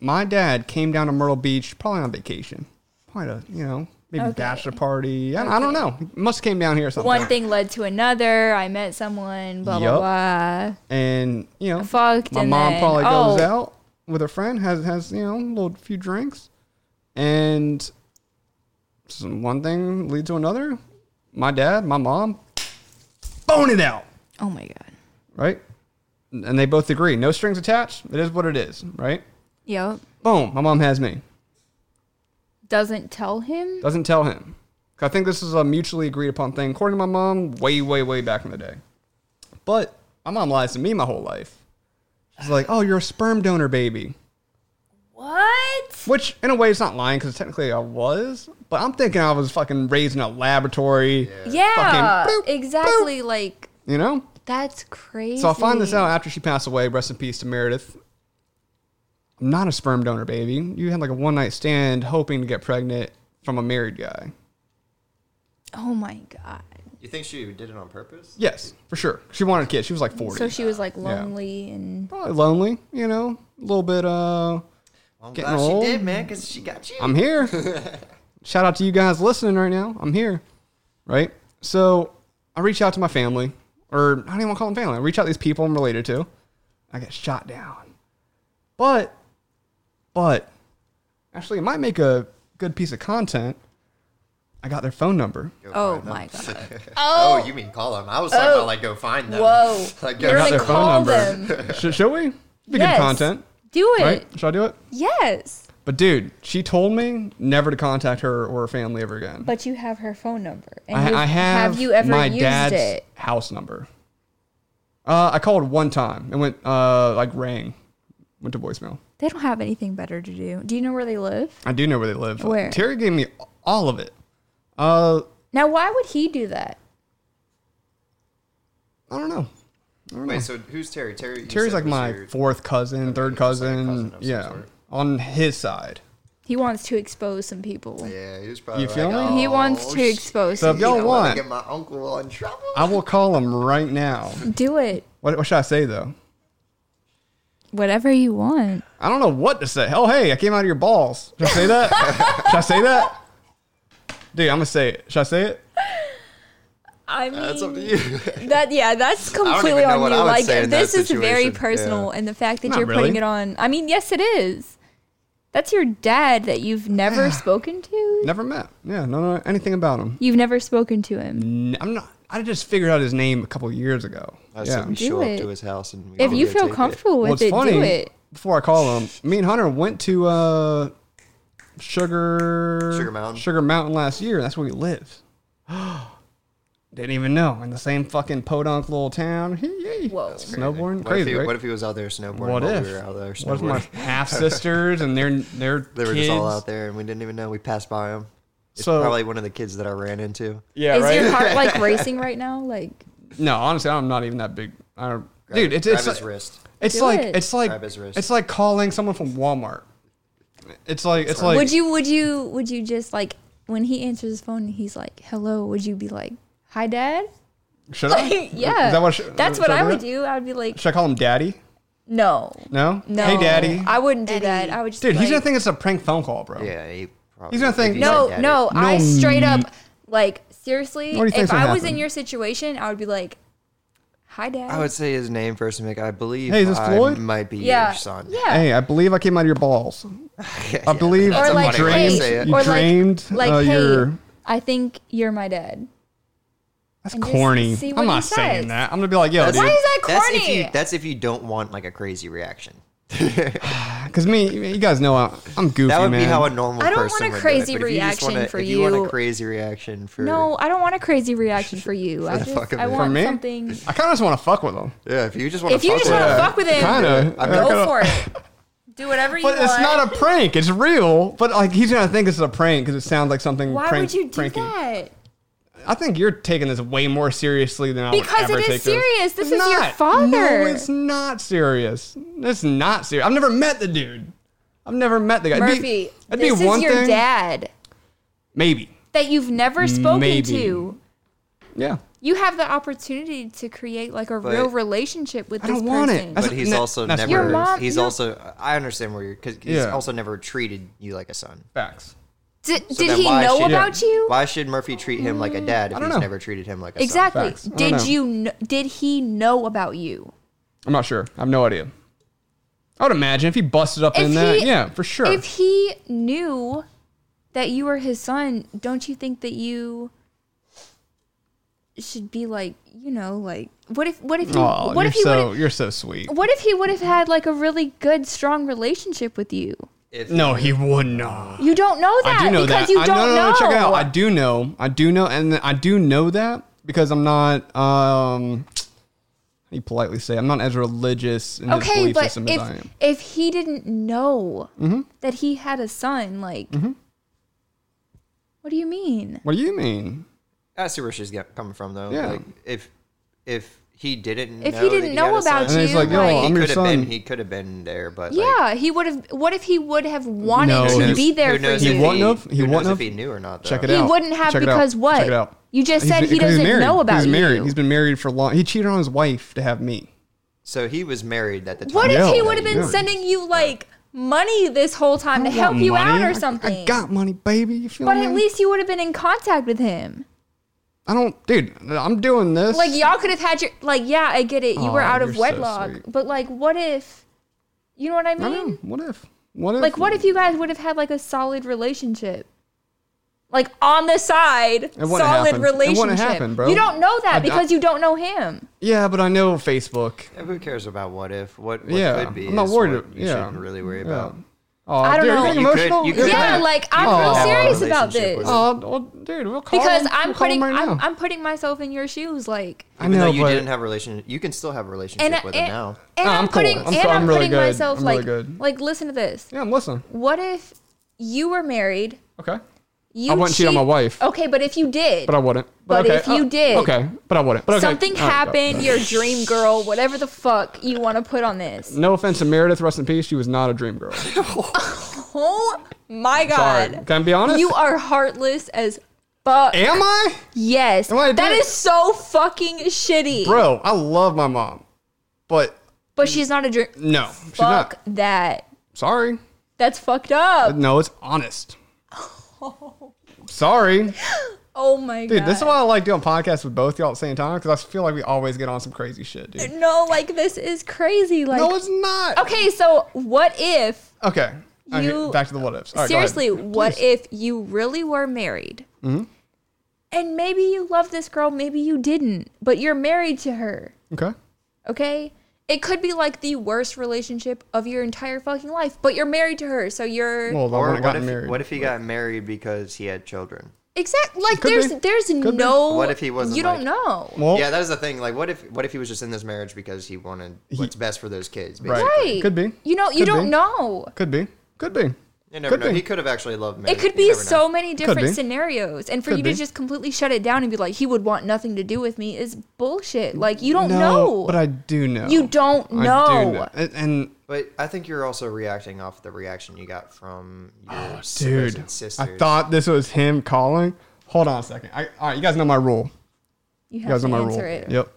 Speaker 1: My dad came down to Myrtle Beach probably on vacation. Probably a, you know, maybe
Speaker 2: Okay.
Speaker 1: bachelor party. I, I don't know. He must have came down here or something.
Speaker 2: One thing led to another. I met someone, blah
Speaker 1: Yup.
Speaker 2: blah blah.
Speaker 1: And, you know,
Speaker 2: Fucked
Speaker 1: my
Speaker 2: and
Speaker 1: mom
Speaker 2: then-
Speaker 1: probably goes
Speaker 2: oh.
Speaker 1: out with a friend, has has, you know, a little few drinks. And some, one thing leads to another. My dad, my mom, bone it out.
Speaker 2: Oh my god.
Speaker 1: right? And they both agree, no strings attached. It is what it is, right?
Speaker 2: Yep.
Speaker 1: Boom, my mom has me.
Speaker 2: Doesn't tell him.
Speaker 1: Doesn't tell him. 'Cause I think this is a mutually agreed upon thing, according to my mom, way, way, way back in the day. But my mom lies to me my whole life. She's like, oh, you're a sperm donor baby.
Speaker 4: What?
Speaker 1: Which, in a way, it's not lying because technically I was, but I'm thinking I was fucking raised in a laboratory,
Speaker 2: Yeah.
Speaker 1: Fucking bloop,
Speaker 2: exactly. Like
Speaker 1: you know?
Speaker 2: that's crazy.
Speaker 1: So I find this out after she passed away. Rest in peace to Meredith. I'm not a sperm donor, baby. You had like a one night stand hoping to get pregnant from a married guy.
Speaker 2: Oh my god.
Speaker 3: You think she did it on purpose?
Speaker 1: Yes, for sure. She wanted a kid. She was like 40.
Speaker 2: So she was like lonely and
Speaker 1: Probably lonely, you know, a little bit. Uh,
Speaker 3: Well, I'm
Speaker 1: Getting
Speaker 3: glad
Speaker 1: old.
Speaker 3: she did, man, because she got you.
Speaker 1: I'm here. Shout out to you guys listening right now. I'm here, right? So I reach out to my family, or I don't even want to call them family. I reach out to these people I'm related to. I get shot down, but, but, actually, it might make a good piece of content. I got their phone number.
Speaker 3: Go
Speaker 2: oh
Speaker 3: find them.
Speaker 2: my god.
Speaker 3: Oh, you mean call them? I was talking
Speaker 2: Oh.
Speaker 3: about like go find them.
Speaker 2: Whoa.
Speaker 3: like
Speaker 2: You're
Speaker 1: I
Speaker 3: go
Speaker 1: got their
Speaker 2: gonna call
Speaker 1: phone number. Should, shall we? Be
Speaker 2: Yes.
Speaker 1: good content,
Speaker 2: Do it.
Speaker 1: right? Should I do it?
Speaker 2: Yes.
Speaker 1: But dude, she told me never to contact her or her family ever again.
Speaker 2: But you have her phone number. And
Speaker 1: I,
Speaker 2: you-
Speaker 1: I have,
Speaker 2: you ever
Speaker 1: my
Speaker 2: used
Speaker 1: dad's
Speaker 2: it?
Speaker 1: house number. Uh, I called one time and went uh, like rang, went to voicemail.
Speaker 2: They don't have anything better to do. Do you know where they live?
Speaker 1: I do know where they live.
Speaker 2: Where?
Speaker 1: Terry gave me all of it. Uh,
Speaker 2: Now, why would he do that?
Speaker 1: I don't know.
Speaker 3: Wait, so who's Terry? Terry. you
Speaker 1: Terry's
Speaker 3: said
Speaker 1: like
Speaker 3: was
Speaker 1: my
Speaker 3: your-
Speaker 1: fourth cousin, third
Speaker 3: was like a
Speaker 1: cousin.
Speaker 3: cousin of some
Speaker 1: yeah,
Speaker 3: sort.
Speaker 1: on his side.
Speaker 2: He wants to expose some people.
Speaker 3: Yeah, he was probably.
Speaker 1: You
Speaker 3: like,
Speaker 1: feel me?
Speaker 3: oh,
Speaker 2: He wants to
Speaker 3: shit,
Speaker 2: expose.
Speaker 1: So
Speaker 2: some
Speaker 1: if y'all
Speaker 3: I don't wanna
Speaker 1: want,
Speaker 3: get my uncle in trouble?
Speaker 1: I will call him right now.
Speaker 2: Do it.
Speaker 1: What, what should I say though?
Speaker 2: Whatever you want.
Speaker 1: I don't know what to say. Oh, hey, I came out of your balls. Should I say that? should I say that? Dude, I'm gonna say it. Should I say it?
Speaker 2: I mean,
Speaker 3: That's up to you.
Speaker 2: that yeah, that's completely
Speaker 3: know
Speaker 2: on you.
Speaker 3: what I would
Speaker 2: Like
Speaker 3: say in
Speaker 2: this
Speaker 3: that
Speaker 2: is very
Speaker 3: situation.
Speaker 2: personal, and the fact that
Speaker 1: Not
Speaker 2: you're putting
Speaker 1: really.
Speaker 2: it on. I mean, yes, it is. That's your dad that you've never spoken to.
Speaker 1: Never met. Yeah, no, no, anything about him.
Speaker 2: You've never spoken to him.
Speaker 1: N- I'm not. I just figured out his name a couple years ago.
Speaker 3: I
Speaker 1: yeah.
Speaker 3: said we
Speaker 2: Do
Speaker 3: show
Speaker 2: it.
Speaker 3: up to his house and we
Speaker 2: If
Speaker 3: all
Speaker 2: you
Speaker 3: go
Speaker 2: feel
Speaker 3: take it.
Speaker 2: comfortable
Speaker 1: Well,
Speaker 2: with
Speaker 1: it's
Speaker 2: it,
Speaker 1: funny.
Speaker 2: do it.
Speaker 1: Before I call him, me and Hunter went to uh, Sugar
Speaker 3: Sugar Mountain.
Speaker 1: Sugar Mountain last year. That's where we live. Didn't even know. In the same fucking podunk little town. Yay.
Speaker 2: Whoa. That's
Speaker 3: Crazy.
Speaker 1: Snowboarding.
Speaker 3: What
Speaker 1: crazy,
Speaker 3: if, he,
Speaker 1: right?
Speaker 3: what if he was out there snowboarding
Speaker 1: What
Speaker 3: while
Speaker 1: if?
Speaker 3: we were out there
Speaker 1: What if my
Speaker 3: snowboarding?
Speaker 1: half sisters and their their
Speaker 3: They were just all
Speaker 1: kids-
Speaker 3: out there and we didn't even know. We passed by him. It's
Speaker 1: So-
Speaker 3: probably one of the kids that I ran into.
Speaker 1: Yeah,
Speaker 2: Is
Speaker 1: right.
Speaker 2: your heart like racing right now? Like
Speaker 1: no, honestly, I'm not even that big. I don't,
Speaker 3: Grab-
Speaker 1: dude, it's
Speaker 3: grab
Speaker 1: it's
Speaker 3: his
Speaker 1: like,
Speaker 3: wrist.
Speaker 1: it's
Speaker 2: Do
Speaker 1: like
Speaker 2: it.
Speaker 1: it's like
Speaker 3: Grab his wrist.
Speaker 1: it's like calling someone from Walmart. It's like it's like
Speaker 2: would you would you would you just like when he answers his phone and he's like hello would you be like hi dad
Speaker 1: should I?
Speaker 2: yeah
Speaker 1: Is that what sh-
Speaker 2: that's
Speaker 1: should
Speaker 2: what I
Speaker 1: do
Speaker 2: would
Speaker 1: that?
Speaker 2: do I would be like
Speaker 1: Should I call him daddy?
Speaker 2: no
Speaker 1: No.
Speaker 2: no
Speaker 1: Hey, daddy.
Speaker 2: I wouldn't do
Speaker 5: Daddy.
Speaker 2: that I would just
Speaker 1: dude,
Speaker 2: be
Speaker 1: he's gonna
Speaker 2: like,
Speaker 1: think it's a prank phone call, bro.
Speaker 3: Yeah, he probably.
Speaker 1: He's gonna
Speaker 3: if he
Speaker 1: think-
Speaker 3: said
Speaker 2: no
Speaker 3: daddy-
Speaker 2: no
Speaker 1: No,
Speaker 2: I straight up
Speaker 1: mm.
Speaker 2: like seriously
Speaker 1: What do you think's
Speaker 2: if I
Speaker 1: gonna
Speaker 2: was in
Speaker 1: happen?
Speaker 2: your situation I would be like hi dad
Speaker 3: I would say his name first, Mick. I believe
Speaker 1: Hey, is this
Speaker 3: I
Speaker 1: Floyd?
Speaker 3: might be
Speaker 2: yeah
Speaker 3: your son.
Speaker 2: yeah
Speaker 1: Hey, I believe I came out of your balls.
Speaker 3: Yeah,
Speaker 1: I believe
Speaker 3: that's
Speaker 2: or
Speaker 3: a
Speaker 2: like
Speaker 3: funny way to say
Speaker 2: hey
Speaker 3: it.
Speaker 1: You
Speaker 2: or
Speaker 1: dreamed,
Speaker 2: like like
Speaker 1: uh,
Speaker 2: hey
Speaker 1: your-
Speaker 2: I think you're my dad
Speaker 1: That's
Speaker 2: And just
Speaker 1: corny.
Speaker 2: see what
Speaker 1: I'm
Speaker 2: he
Speaker 1: not saying
Speaker 2: says.
Speaker 1: that. I'm gonna be like, yo,
Speaker 3: That's-
Speaker 1: dude.
Speaker 2: Why is that
Speaker 3: That's if
Speaker 2: corny?
Speaker 3: you- That's if you don't want like a crazy reaction.
Speaker 1: Because me, you guys know I, I'm goofy,
Speaker 3: That would
Speaker 1: man.
Speaker 3: be how a normal
Speaker 2: I
Speaker 3: person
Speaker 2: don't
Speaker 3: would
Speaker 2: want a
Speaker 3: do it,
Speaker 2: crazy
Speaker 3: but if you just wanna-
Speaker 2: reaction for
Speaker 3: if you. want
Speaker 2: you.
Speaker 3: a crazy reaction for
Speaker 2: No, I don't want a crazy reaction for you. I
Speaker 3: the
Speaker 2: just
Speaker 3: fuck of
Speaker 2: I
Speaker 3: it. For
Speaker 2: want
Speaker 1: me?
Speaker 2: something.
Speaker 1: I kind of just want to fuck with them.
Speaker 3: Yeah, if you just want to.
Speaker 2: If you just
Speaker 3: with
Speaker 2: want to
Speaker 3: it.
Speaker 2: fuck with him,
Speaker 1: Kinda. I mean,
Speaker 2: go
Speaker 1: kinda-
Speaker 2: for it. Do whatever you
Speaker 1: But
Speaker 2: want.
Speaker 1: it's not a prank. It's real. But like he's gonna think this is a prank because it sounds like something.
Speaker 2: Why
Speaker 1: prank,
Speaker 2: would you do
Speaker 1: pranky.
Speaker 2: that?
Speaker 1: I think you're taking this way more seriously than I
Speaker 2: Because
Speaker 1: would ever
Speaker 2: it is
Speaker 1: take this.
Speaker 2: serious. This
Speaker 1: It's
Speaker 2: is your
Speaker 1: not.
Speaker 2: father.
Speaker 1: No, it's not serious. It's not serious. I've never met the dude. I've never met the guy. It'd be-
Speaker 2: Murphy,
Speaker 1: it'd be
Speaker 2: this
Speaker 1: one
Speaker 2: is your
Speaker 1: thing-
Speaker 2: dad
Speaker 1: Maybe.
Speaker 2: that you've never spoken
Speaker 1: Maybe.
Speaker 2: to.
Speaker 1: Yeah.
Speaker 2: You have the opportunity to create like a real relationship with
Speaker 1: I
Speaker 2: this
Speaker 1: don't want it.
Speaker 2: person.
Speaker 1: That's-
Speaker 3: But he's
Speaker 1: That's-
Speaker 3: also
Speaker 1: that's
Speaker 3: never.
Speaker 1: Your
Speaker 2: mom-
Speaker 3: he's
Speaker 2: your-
Speaker 3: also. I understand where you're because he's
Speaker 1: Yeah.
Speaker 3: also never treated you like a son.
Speaker 1: Facts.
Speaker 2: Did,
Speaker 3: So
Speaker 2: did
Speaker 3: then
Speaker 2: he
Speaker 3: why
Speaker 2: know
Speaker 3: should-
Speaker 2: about you?
Speaker 3: Why should Murphy treat him like a dad if
Speaker 1: don't
Speaker 3: he's
Speaker 1: know.
Speaker 3: never treated him like a
Speaker 2: Exactly.
Speaker 1: Facts. I don't know.
Speaker 2: Did you? Know, did he know about you?
Speaker 1: I'm not sure. I have no idea. I would imagine if he busted up
Speaker 2: If
Speaker 1: in that,
Speaker 2: he-
Speaker 1: yeah, for sure.
Speaker 2: If he knew that you were his son, don't you think that you should be like, you know, like what if what if he
Speaker 1: oh,
Speaker 2: what
Speaker 1: you're
Speaker 2: if he
Speaker 1: so
Speaker 2: would've-
Speaker 1: you're so sweet.
Speaker 2: what if he would have had like a really good strong relationship with you?
Speaker 3: son? If-
Speaker 1: No, he would not.
Speaker 2: You don't know that
Speaker 1: I do know
Speaker 2: because
Speaker 1: that.
Speaker 2: you
Speaker 1: I,
Speaker 2: don't
Speaker 1: no, no,
Speaker 2: know.
Speaker 1: no, check it out. I do know. I do know, and I do know that because I'm not. Um, how do you politely say I'm not as religious in his
Speaker 2: okay,
Speaker 1: belief
Speaker 2: but
Speaker 1: system as I
Speaker 2: if
Speaker 1: am. Mm-hmm.
Speaker 2: if he didn't know that he had a son, like what do you mean?
Speaker 1: What do you mean?
Speaker 3: I see where she's get- coming from though.
Speaker 1: Yeah.
Speaker 3: Like if if he didn't
Speaker 2: If
Speaker 3: know
Speaker 2: he
Speaker 3: that
Speaker 2: didn't
Speaker 3: had
Speaker 2: know
Speaker 3: a son,
Speaker 2: about
Speaker 1: And he's
Speaker 2: you,
Speaker 1: like, "Yo,
Speaker 2: like-
Speaker 1: I'm
Speaker 3: he
Speaker 1: your
Speaker 3: could have been
Speaker 1: son."
Speaker 3: he could have been there, but like,
Speaker 2: Yeah, he would have. What if he would have wanted
Speaker 1: No,
Speaker 2: to
Speaker 1: he-
Speaker 2: be there
Speaker 3: who
Speaker 2: for
Speaker 3: knows
Speaker 2: you?
Speaker 1: He wouldn't have. He
Speaker 3: who knows
Speaker 1: wouldn't
Speaker 3: if he
Speaker 1: have.
Speaker 3: knew or not. Though.
Speaker 1: Check it
Speaker 2: He
Speaker 1: out.
Speaker 2: wouldn't have
Speaker 1: Check it
Speaker 2: because
Speaker 1: out.
Speaker 2: what?
Speaker 1: Check it out.
Speaker 2: You just
Speaker 1: He's
Speaker 2: said
Speaker 1: been-
Speaker 2: he
Speaker 1: 'cause he's
Speaker 2: doesn't
Speaker 1: married.
Speaker 2: know about
Speaker 1: He's married.
Speaker 2: you.
Speaker 1: He's been married for long. He cheated on his wife to have me.
Speaker 3: So he was married at the time.
Speaker 2: What
Speaker 1: Yeah.
Speaker 2: if he would have been
Speaker 1: Yeah.
Speaker 2: sending you like money this whole time to
Speaker 1: I
Speaker 2: help
Speaker 1: want
Speaker 2: you
Speaker 1: money.
Speaker 2: out
Speaker 1: I-
Speaker 2: or something?
Speaker 1: I, got money, baby. You feel
Speaker 2: but
Speaker 1: me?
Speaker 2: at least you would have been in contact with him.
Speaker 1: I don't, dude. I'm doing this.
Speaker 2: Like y'all could have had your like. Yeah, I get it. You were
Speaker 1: Aw,
Speaker 2: out
Speaker 1: you're
Speaker 2: of
Speaker 1: so
Speaker 2: wedlock,
Speaker 1: sweet.
Speaker 2: but like, what if? You know what I
Speaker 1: I know.
Speaker 2: mean?
Speaker 1: What if? What if?
Speaker 2: Like, what if you guys would have had like a solid relationship? Like on the side,
Speaker 1: wouldn't
Speaker 2: solid
Speaker 1: happen. It wouldn't
Speaker 2: relationship.
Speaker 1: happen, bro.
Speaker 2: You don't know that
Speaker 1: I- I-
Speaker 2: because you don't know him.
Speaker 1: Yeah, but I know Facebook.
Speaker 3: Who cares about what if? What, what
Speaker 1: Yeah,
Speaker 3: could be?
Speaker 1: I'm not
Speaker 3: is
Speaker 1: worried
Speaker 3: what
Speaker 1: ab-
Speaker 3: you
Speaker 1: yeah.
Speaker 3: shouldn't really worry
Speaker 1: Yeah.
Speaker 3: about.
Speaker 1: Oh,
Speaker 2: I don't
Speaker 1: dude,
Speaker 2: know.
Speaker 1: Are you
Speaker 3: You could-
Speaker 1: emotional?
Speaker 3: you could
Speaker 2: Yeah,
Speaker 3: have-
Speaker 2: like I'm
Speaker 1: could
Speaker 2: real
Speaker 1: have a
Speaker 2: serious about
Speaker 3: relationship
Speaker 2: this.
Speaker 3: with him.
Speaker 1: Oh, well, dude, we'll call
Speaker 2: because
Speaker 1: him.
Speaker 2: I'm
Speaker 1: We'll call
Speaker 2: putting
Speaker 1: him right
Speaker 2: I'm,
Speaker 1: now.
Speaker 2: I'm putting myself in your shoes, like,
Speaker 1: I
Speaker 3: Even
Speaker 1: know,
Speaker 3: though you
Speaker 1: but
Speaker 3: didn't have a relationship, you can still have a relationship
Speaker 2: and I-
Speaker 3: with him
Speaker 2: and,
Speaker 3: now.
Speaker 2: and
Speaker 1: No,
Speaker 2: I'm,
Speaker 1: I'm cool.
Speaker 2: putting
Speaker 1: I'm
Speaker 2: and
Speaker 1: cool.
Speaker 2: I'm
Speaker 1: I'm really
Speaker 2: putting
Speaker 1: good.
Speaker 2: myself
Speaker 1: I'm really
Speaker 2: like
Speaker 1: good.
Speaker 2: like listen to this.
Speaker 1: yeah, I'm listening.
Speaker 2: What if you were married?
Speaker 1: Okay,
Speaker 2: You
Speaker 1: wouldn't cheat on my wife.
Speaker 2: Okay, but if you did,
Speaker 1: but I wouldn't.
Speaker 2: But
Speaker 1: okay.
Speaker 2: if you
Speaker 1: uh,
Speaker 2: did,
Speaker 1: okay, but I wouldn't. But okay.
Speaker 2: something
Speaker 1: All right,
Speaker 2: happened, your dream girl, whatever the fuck you want to put on this.
Speaker 1: No offense to Meredith, rest in peace. She was not a dream girl.
Speaker 2: Oh my
Speaker 1: Sorry.
Speaker 2: god,
Speaker 1: Can I be honest?
Speaker 2: you are heartless as fuck.
Speaker 1: Am I?
Speaker 2: yes,
Speaker 1: I
Speaker 2: that
Speaker 1: did-
Speaker 2: is so fucking shitty.
Speaker 1: Bro, I love my mom, but
Speaker 2: But she's not a dream.
Speaker 1: no, she's
Speaker 2: Fuck
Speaker 1: not.
Speaker 2: that.
Speaker 1: Sorry.
Speaker 2: That's fucked up.
Speaker 1: No, it's honest. Sorry.
Speaker 2: Oh my
Speaker 1: Dude,
Speaker 2: god.
Speaker 1: this is why I like doing podcasts with both y'all at the same time because I feel like we always get on some crazy shit, dude.
Speaker 2: No, like this is crazy. Like
Speaker 1: no, it's not.
Speaker 2: Okay, so what if
Speaker 1: Okay. Okay,
Speaker 2: You-
Speaker 1: back to the what ifs. All right, go ahead.
Speaker 2: seriously, what if you really were married?
Speaker 1: Mm-hmm.
Speaker 2: And maybe you love this girl, maybe you didn't, but you're married to her.
Speaker 1: Okay.
Speaker 2: Okay? It could be like the worst relationship of your entire fucking life, but you're married to her, so you're
Speaker 1: Well, I
Speaker 3: Or
Speaker 1: wouldn't
Speaker 3: what
Speaker 1: gotten
Speaker 3: if,
Speaker 1: married.
Speaker 3: what if he got married because he had children?
Speaker 2: Exactly. Like
Speaker 1: Could
Speaker 2: there's
Speaker 1: be.
Speaker 2: there's
Speaker 1: Could be.
Speaker 2: no.
Speaker 3: What if he wasn't
Speaker 2: You
Speaker 3: like-
Speaker 2: don't know.
Speaker 1: Well,
Speaker 3: yeah, that is the thing. Like, what if what if he was just in this marriage because he wanted what's best for those kids? Basically?
Speaker 1: Right.
Speaker 2: Right.
Speaker 1: Could be.
Speaker 2: You know. You
Speaker 1: Could
Speaker 2: don't
Speaker 1: be.
Speaker 2: know.
Speaker 1: could be, could be.
Speaker 3: You never
Speaker 1: Could
Speaker 3: know.
Speaker 1: be.
Speaker 3: He could have actually loved marriage.
Speaker 2: It could
Speaker 3: You
Speaker 2: be
Speaker 3: never know.
Speaker 2: so many different
Speaker 1: be.
Speaker 2: scenarios, and for
Speaker 1: Could
Speaker 2: you
Speaker 1: be.
Speaker 2: to just completely shut it down and be like, "He would want nothing to do with me," is bullshit. Like you don't know.
Speaker 1: but I do know.
Speaker 2: You don't
Speaker 1: I do
Speaker 2: know.
Speaker 1: And, and
Speaker 3: But I think you're also reacting off the reaction you got from your
Speaker 1: Ah, dude,
Speaker 3: dude, sisters.
Speaker 1: I thought this was him calling. Hold on a second. I, all right, you guys know my rule.
Speaker 2: You
Speaker 1: You
Speaker 2: have
Speaker 1: guys
Speaker 2: to
Speaker 1: know my rule.
Speaker 2: answer it.
Speaker 1: Yep.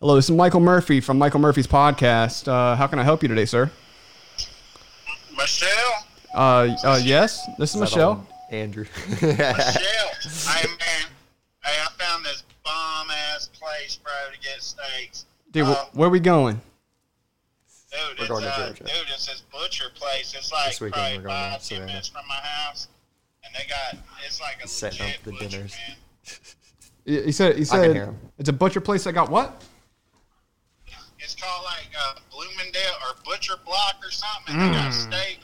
Speaker 1: Hello, this is Michael Murphy from Michael Murphy's podcast. Uh, how can I help you today, sir?
Speaker 5: Michelle,
Speaker 1: Uh, uh, yes, this is
Speaker 3: That
Speaker 1: Michelle.
Speaker 3: old Andrew.
Speaker 5: Michelle, hey man, hey, I found this bomb ass place, bro, to get steaks.
Speaker 1: Dude,
Speaker 5: Uh,
Speaker 1: wh- where we going?
Speaker 5: dude,
Speaker 3: We're
Speaker 5: it's,
Speaker 3: going to
Speaker 5: uh,
Speaker 3: Georgia.
Speaker 5: dude, it's this butcher place. It's like
Speaker 3: This weekend we're
Speaker 5: probably
Speaker 3: going to
Speaker 5: five, ten
Speaker 3: Savannah.
Speaker 5: minutes from my house, and they got it's like a
Speaker 3: Setting up
Speaker 5: legit
Speaker 3: the
Speaker 5: butcher,
Speaker 3: dinners.
Speaker 5: man.
Speaker 1: He he said. He
Speaker 3: I can
Speaker 1: said
Speaker 3: hear him.
Speaker 1: it's a butcher place. I got what?
Speaker 5: It's called like uh, Bloomingdale or Butcher Block or something. And they got
Speaker 1: Mm.
Speaker 5: steak.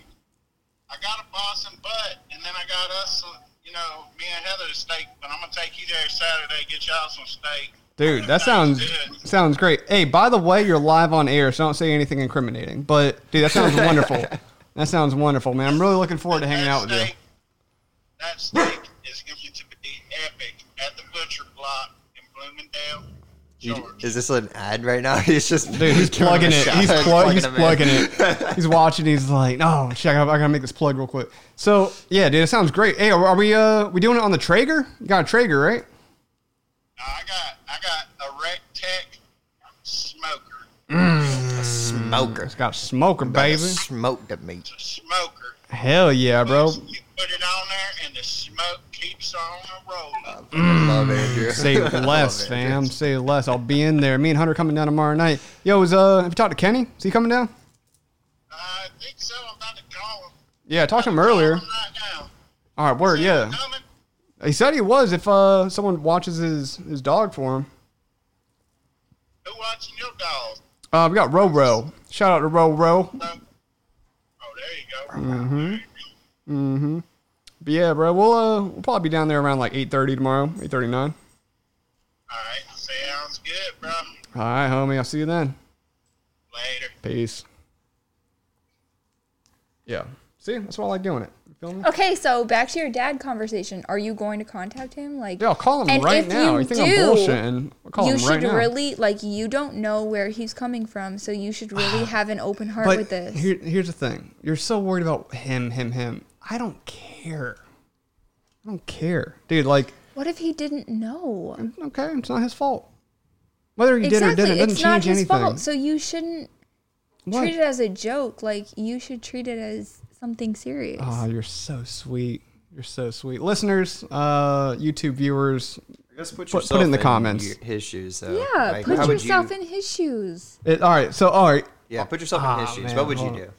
Speaker 5: I got a Boston butt, and then I got us, uh, you know, me and Heather steak. But I'm gonna take you there Saturday, get y'all some steak.
Speaker 1: Dude, that sounds
Speaker 5: good.
Speaker 1: sounds great. Hey, by the way, you're live on air, so don't say anything incriminating. But dude, that sounds wonderful. That sounds wonderful, man. I'm really looking forward to hanging out with you.
Speaker 5: That steak is going to be epic at the Butcher Block in Bloomingdale,
Speaker 3: You-
Speaker 5: Georgia.
Speaker 3: is this an ad right now? He's just
Speaker 1: Dude, he's
Speaker 3: giving
Speaker 1: plugging
Speaker 3: him a
Speaker 1: it.
Speaker 3: shot.
Speaker 1: He's, plug he's
Speaker 3: him in.
Speaker 1: plugging it. He's watching. He's like, no, shit, I gotta, I gotta make this plug real quick. So yeah, dude, it sounds great. Hey, are, are we uh we doing it on the Traeger? You got a Traeger, right?
Speaker 5: I got I got a Rec Tech smoker,
Speaker 3: Smoker.
Speaker 1: It's got a smoker,
Speaker 3: Gotta
Speaker 1: baby.
Speaker 3: Smoke the meat.
Speaker 5: smoker.
Speaker 1: Hell yeah, bro.
Speaker 5: You put it on there, and the smoke keeps on rolling.
Speaker 1: Mm.
Speaker 3: Love Andrew.
Speaker 1: Say less,
Speaker 3: Love Andrew.
Speaker 1: fam. Say less. I'll be in there. Me and Hunter coming down tomorrow night. Yo, is uh, have you talked to Kenny? Is he coming down?
Speaker 5: I think so. I'm about to call him.
Speaker 1: Yeah, I talked to him earlier.
Speaker 5: Call him right now.
Speaker 1: All right, word,
Speaker 5: See
Speaker 1: yeah.
Speaker 5: him coming?
Speaker 1: He said he was if uh someone watches his his dog for him.
Speaker 5: Who watching your dog?
Speaker 1: Uh, we got Ro Ro. Shout out to Ro Ro.
Speaker 5: Oh, there you go.
Speaker 1: Mm-hmm. But yeah, bro, we'll uh we'll probably be down there around like eight thirty tomorrow, eight thirty nine.
Speaker 5: All right, sounds good, bro.
Speaker 1: All right, homie. I'll see you then.
Speaker 5: Later.
Speaker 1: Peace. Yeah. See, that's why I like doing it. You feel me?
Speaker 4: Okay, so back to your dad conversation. Are you going to contact him? Like,
Speaker 1: Yeah, I'll call him
Speaker 4: And
Speaker 1: right
Speaker 4: if
Speaker 1: now.
Speaker 4: you
Speaker 1: You, think I'm
Speaker 4: do,
Speaker 1: bullshitting? I'll call
Speaker 4: you
Speaker 1: him
Speaker 4: should
Speaker 1: right now.
Speaker 4: really like you don't know where he's coming from, so you should really have an open heart with this.
Speaker 1: Here, here's the thing: you're so worried about him, him, him. I don't care. I don't care, dude. Like,
Speaker 4: what if he didn't know?
Speaker 1: okay, it's not his fault. Whether he
Speaker 4: exactly,
Speaker 1: did or didn't, it doesn't
Speaker 4: it's not
Speaker 1: change
Speaker 4: his
Speaker 1: anything.
Speaker 4: fault. So you shouldn't
Speaker 1: What?
Speaker 4: treat it as a joke. Like you should treat it as something serious.
Speaker 1: Oh, you're so sweet. You're so sweet, listeners, uh, YouTube viewers.
Speaker 3: Just put,
Speaker 1: Put- put it in
Speaker 3: yourself
Speaker 1: the comments.
Speaker 3: your- his shoes. Though.
Speaker 4: yeah,
Speaker 3: Like, how
Speaker 4: put
Speaker 3: would
Speaker 4: yourself
Speaker 3: you,
Speaker 4: in his shoes.
Speaker 1: It, all right, so all right.
Speaker 3: Yeah, put yourself in his
Speaker 1: Ah,
Speaker 3: shoes.
Speaker 1: man,
Speaker 3: what would you
Speaker 1: hold on.
Speaker 3: do?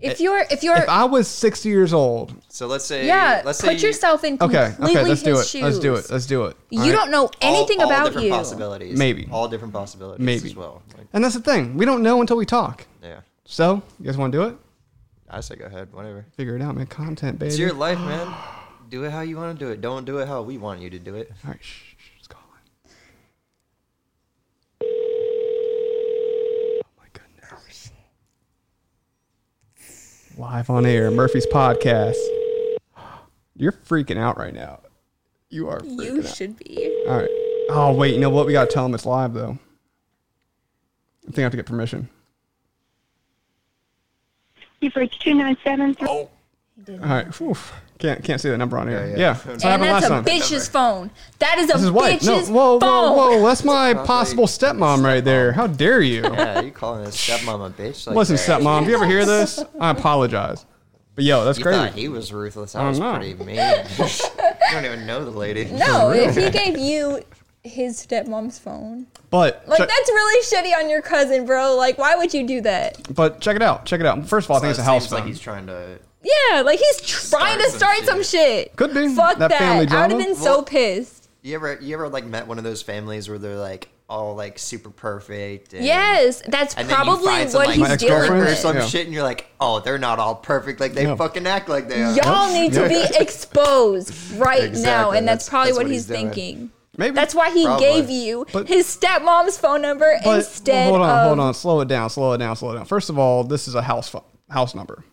Speaker 4: If you're, if you're,
Speaker 1: If I was 60 years old,
Speaker 3: So let's say.
Speaker 4: yeah,
Speaker 3: Let's say
Speaker 4: put
Speaker 3: you-
Speaker 4: yourself in
Speaker 1: okay,
Speaker 4: completely
Speaker 1: okay, let's
Speaker 4: his
Speaker 1: do it.
Speaker 4: shoes.
Speaker 1: Let's do it. Let's do it.
Speaker 4: You
Speaker 1: all right?
Speaker 4: don't know
Speaker 3: all-
Speaker 4: anything
Speaker 3: all
Speaker 4: about
Speaker 3: different
Speaker 4: you.
Speaker 3: Possibilities.
Speaker 1: Maybe.
Speaker 3: All different possibilities.
Speaker 1: Maybe.
Speaker 3: As well. Like,
Speaker 1: And that's the thing. We don't know until we talk.
Speaker 3: yeah.
Speaker 1: So, you guys want to do it?
Speaker 3: I say go ahead. Whatever.
Speaker 1: Figure it out, man. Content, baby.
Speaker 3: It's your life, man. Do it how you want to do it. Don't do it how we want you to do it.
Speaker 1: All right, shh, shh, it's calling. Oh my goodness. Live on air, Murphy's podcast. You're freaking out right now. You are. Freaking
Speaker 4: You should be.
Speaker 1: out. All right. Oh wait, you know what? We gotta tell him it's live though. I think I have to get permission.
Speaker 6: You've reached 297
Speaker 1: All right. Oof. Can't can't say the number on air. Yeah.
Speaker 3: Yeah, yeah.
Speaker 1: So
Speaker 4: And
Speaker 1: happened
Speaker 4: that's
Speaker 1: last
Speaker 4: a
Speaker 1: time.
Speaker 4: bitch's phone. That is a
Speaker 1: This is white.
Speaker 4: bitch's
Speaker 1: No, whoa, whoa,
Speaker 4: phone.
Speaker 1: whoa! That's my
Speaker 3: probably
Speaker 1: possible stepmom right there. How dare you?
Speaker 3: Yeah, you calling his stepmom a bitch? Like
Speaker 1: Listen,
Speaker 3: that.
Speaker 1: stepmom, if you ever hear this, I apologize. But yo, that's
Speaker 3: You
Speaker 1: crazy.
Speaker 3: thought he was ruthless. I
Speaker 1: don't
Speaker 3: was
Speaker 1: know.
Speaker 3: pretty mean. you don't even know the lady.
Speaker 4: No, if he gave you his stepmom's phone,
Speaker 1: but
Speaker 4: like
Speaker 1: check-
Speaker 4: that's really shitty on your cousin, bro. Like, why would you do that?
Speaker 1: but check it out. Check it out. First of all, I think it's a house
Speaker 3: Seems like
Speaker 1: phone.
Speaker 3: he's trying to.
Speaker 4: Yeah, like he's trying to
Speaker 3: some
Speaker 4: start
Speaker 3: shit.
Speaker 4: some shit.
Speaker 1: Could be.
Speaker 4: Fuck
Speaker 1: That
Speaker 4: that.
Speaker 1: family
Speaker 4: I would have
Speaker 1: drama.
Speaker 4: been so pissed.
Speaker 3: You ever you ever like met one of those families where they're like all like super perfect. And,
Speaker 2: Yes, that's
Speaker 3: And then you
Speaker 2: probably
Speaker 3: find
Speaker 2: what
Speaker 3: some, like,
Speaker 1: My
Speaker 2: he's dealing
Speaker 1: ex-girlfriend
Speaker 3: or
Speaker 2: with.
Speaker 3: some
Speaker 1: Yeah.
Speaker 3: shit, and you're like, oh, they're not all perfect. Like they
Speaker 1: Yeah.
Speaker 3: fucking act like they are.
Speaker 2: Y'all need to be exposed right now,
Speaker 3: Exactly,
Speaker 2: and that's,
Speaker 3: that's-
Speaker 2: probably
Speaker 3: that's
Speaker 2: what,
Speaker 3: what
Speaker 2: he's,
Speaker 3: he's doing.
Speaker 2: thinking.
Speaker 1: Maybe
Speaker 2: That's why he
Speaker 3: Probably.
Speaker 2: gave you
Speaker 1: But-
Speaker 2: his stepmom's phone number
Speaker 1: But
Speaker 2: instead
Speaker 1: hold on,
Speaker 2: of.
Speaker 1: hold on, slow it down, slow it down, slow it down. First of all, this is a house fu- house number.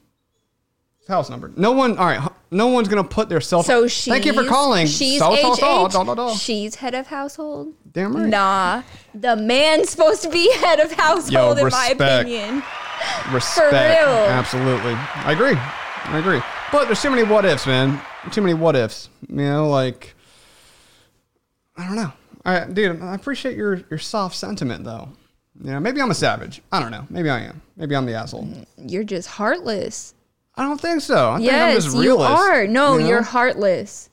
Speaker 1: It's House number. No one. All right. No one's gonna put their cell.
Speaker 2: So she's
Speaker 1: Thank you for calling.
Speaker 2: She's
Speaker 1: so, so,
Speaker 2: HH.
Speaker 1: so, da, da, da.
Speaker 2: She's head of household.
Speaker 1: Damn right.
Speaker 2: Nah, the man's supposed to be head of household in my
Speaker 1: respect.
Speaker 2: opinion.
Speaker 1: Respect.
Speaker 2: real.
Speaker 1: Absolutely. I agree. I agree. But there's too many what ifs, man. Too many what ifs. You know, like I don't know. I dude, I appreciate your your soft sentiment though. You know, maybe I'm a savage. I don't know. Maybe I am. Maybe I'm the asshole.
Speaker 2: You're just heartless.
Speaker 1: I don't think so. I think I'm
Speaker 2: yes,
Speaker 1: just
Speaker 2: you
Speaker 1: realist.
Speaker 2: are. No,
Speaker 1: you know?
Speaker 2: you're heartless.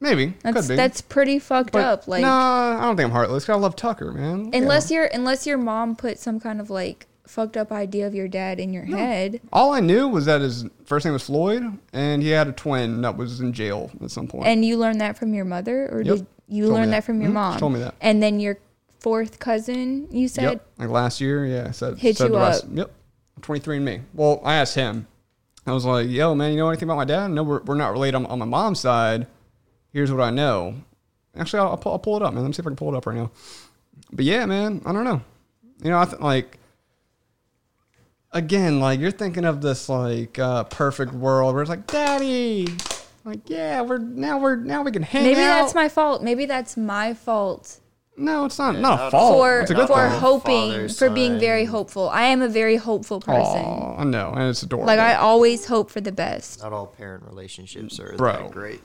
Speaker 1: Maybe.
Speaker 2: That's
Speaker 1: Could be.
Speaker 2: that's pretty fucked
Speaker 1: But
Speaker 2: up. Like
Speaker 1: no, I don't think I'm heartless. 'cause I love Tucker, man. Yeah.
Speaker 2: unless your unless your mom put some kind of like fucked up idea of your dad in your head.
Speaker 1: all I knew was that his first name was Floyd, and he had a twin that was in jail at some point.
Speaker 2: And you learned that from your mother, or
Speaker 1: Yep.
Speaker 2: did you
Speaker 1: Told me
Speaker 2: learn that.
Speaker 1: that.
Speaker 2: from your
Speaker 1: Mhm. She
Speaker 2: mom?
Speaker 1: told me that.
Speaker 2: And then your fourth cousin, you said,
Speaker 1: Yep. Like last year, yeah. I said,
Speaker 2: Hit
Speaker 1: said
Speaker 2: you
Speaker 1: the rest.
Speaker 2: up.
Speaker 1: Yep. 23 and me. Well, I asked him. I was like, yo, man, you know anything about my dad? No, we're, we're not related on, on my mom's side. Here's what I know. Actually, I'll, I'll, pull, I'll pull it up, man. Let me see if I can pull it up right now. But yeah, man, I don't know. You know, I th- like, again, like, you're thinking of this, like, uh, perfect world where it's like, daddy. Like, yeah, we're now we're now we can hang
Speaker 2: maybe
Speaker 1: out.
Speaker 2: that's my fault. Maybe that's my fault
Speaker 1: no, it's not not a
Speaker 3: not-
Speaker 1: fault.
Speaker 2: for
Speaker 1: it's Oh, a good
Speaker 2: for
Speaker 1: thing.
Speaker 2: hoping
Speaker 3: Father's
Speaker 2: for being
Speaker 3: son.
Speaker 2: very hopeful. I am a very hopeful person.
Speaker 1: Aw, Oh, I know, and it's adorable.
Speaker 2: Like I always hope for the best.
Speaker 3: Not all parent relationships are
Speaker 1: Bro.
Speaker 3: that great.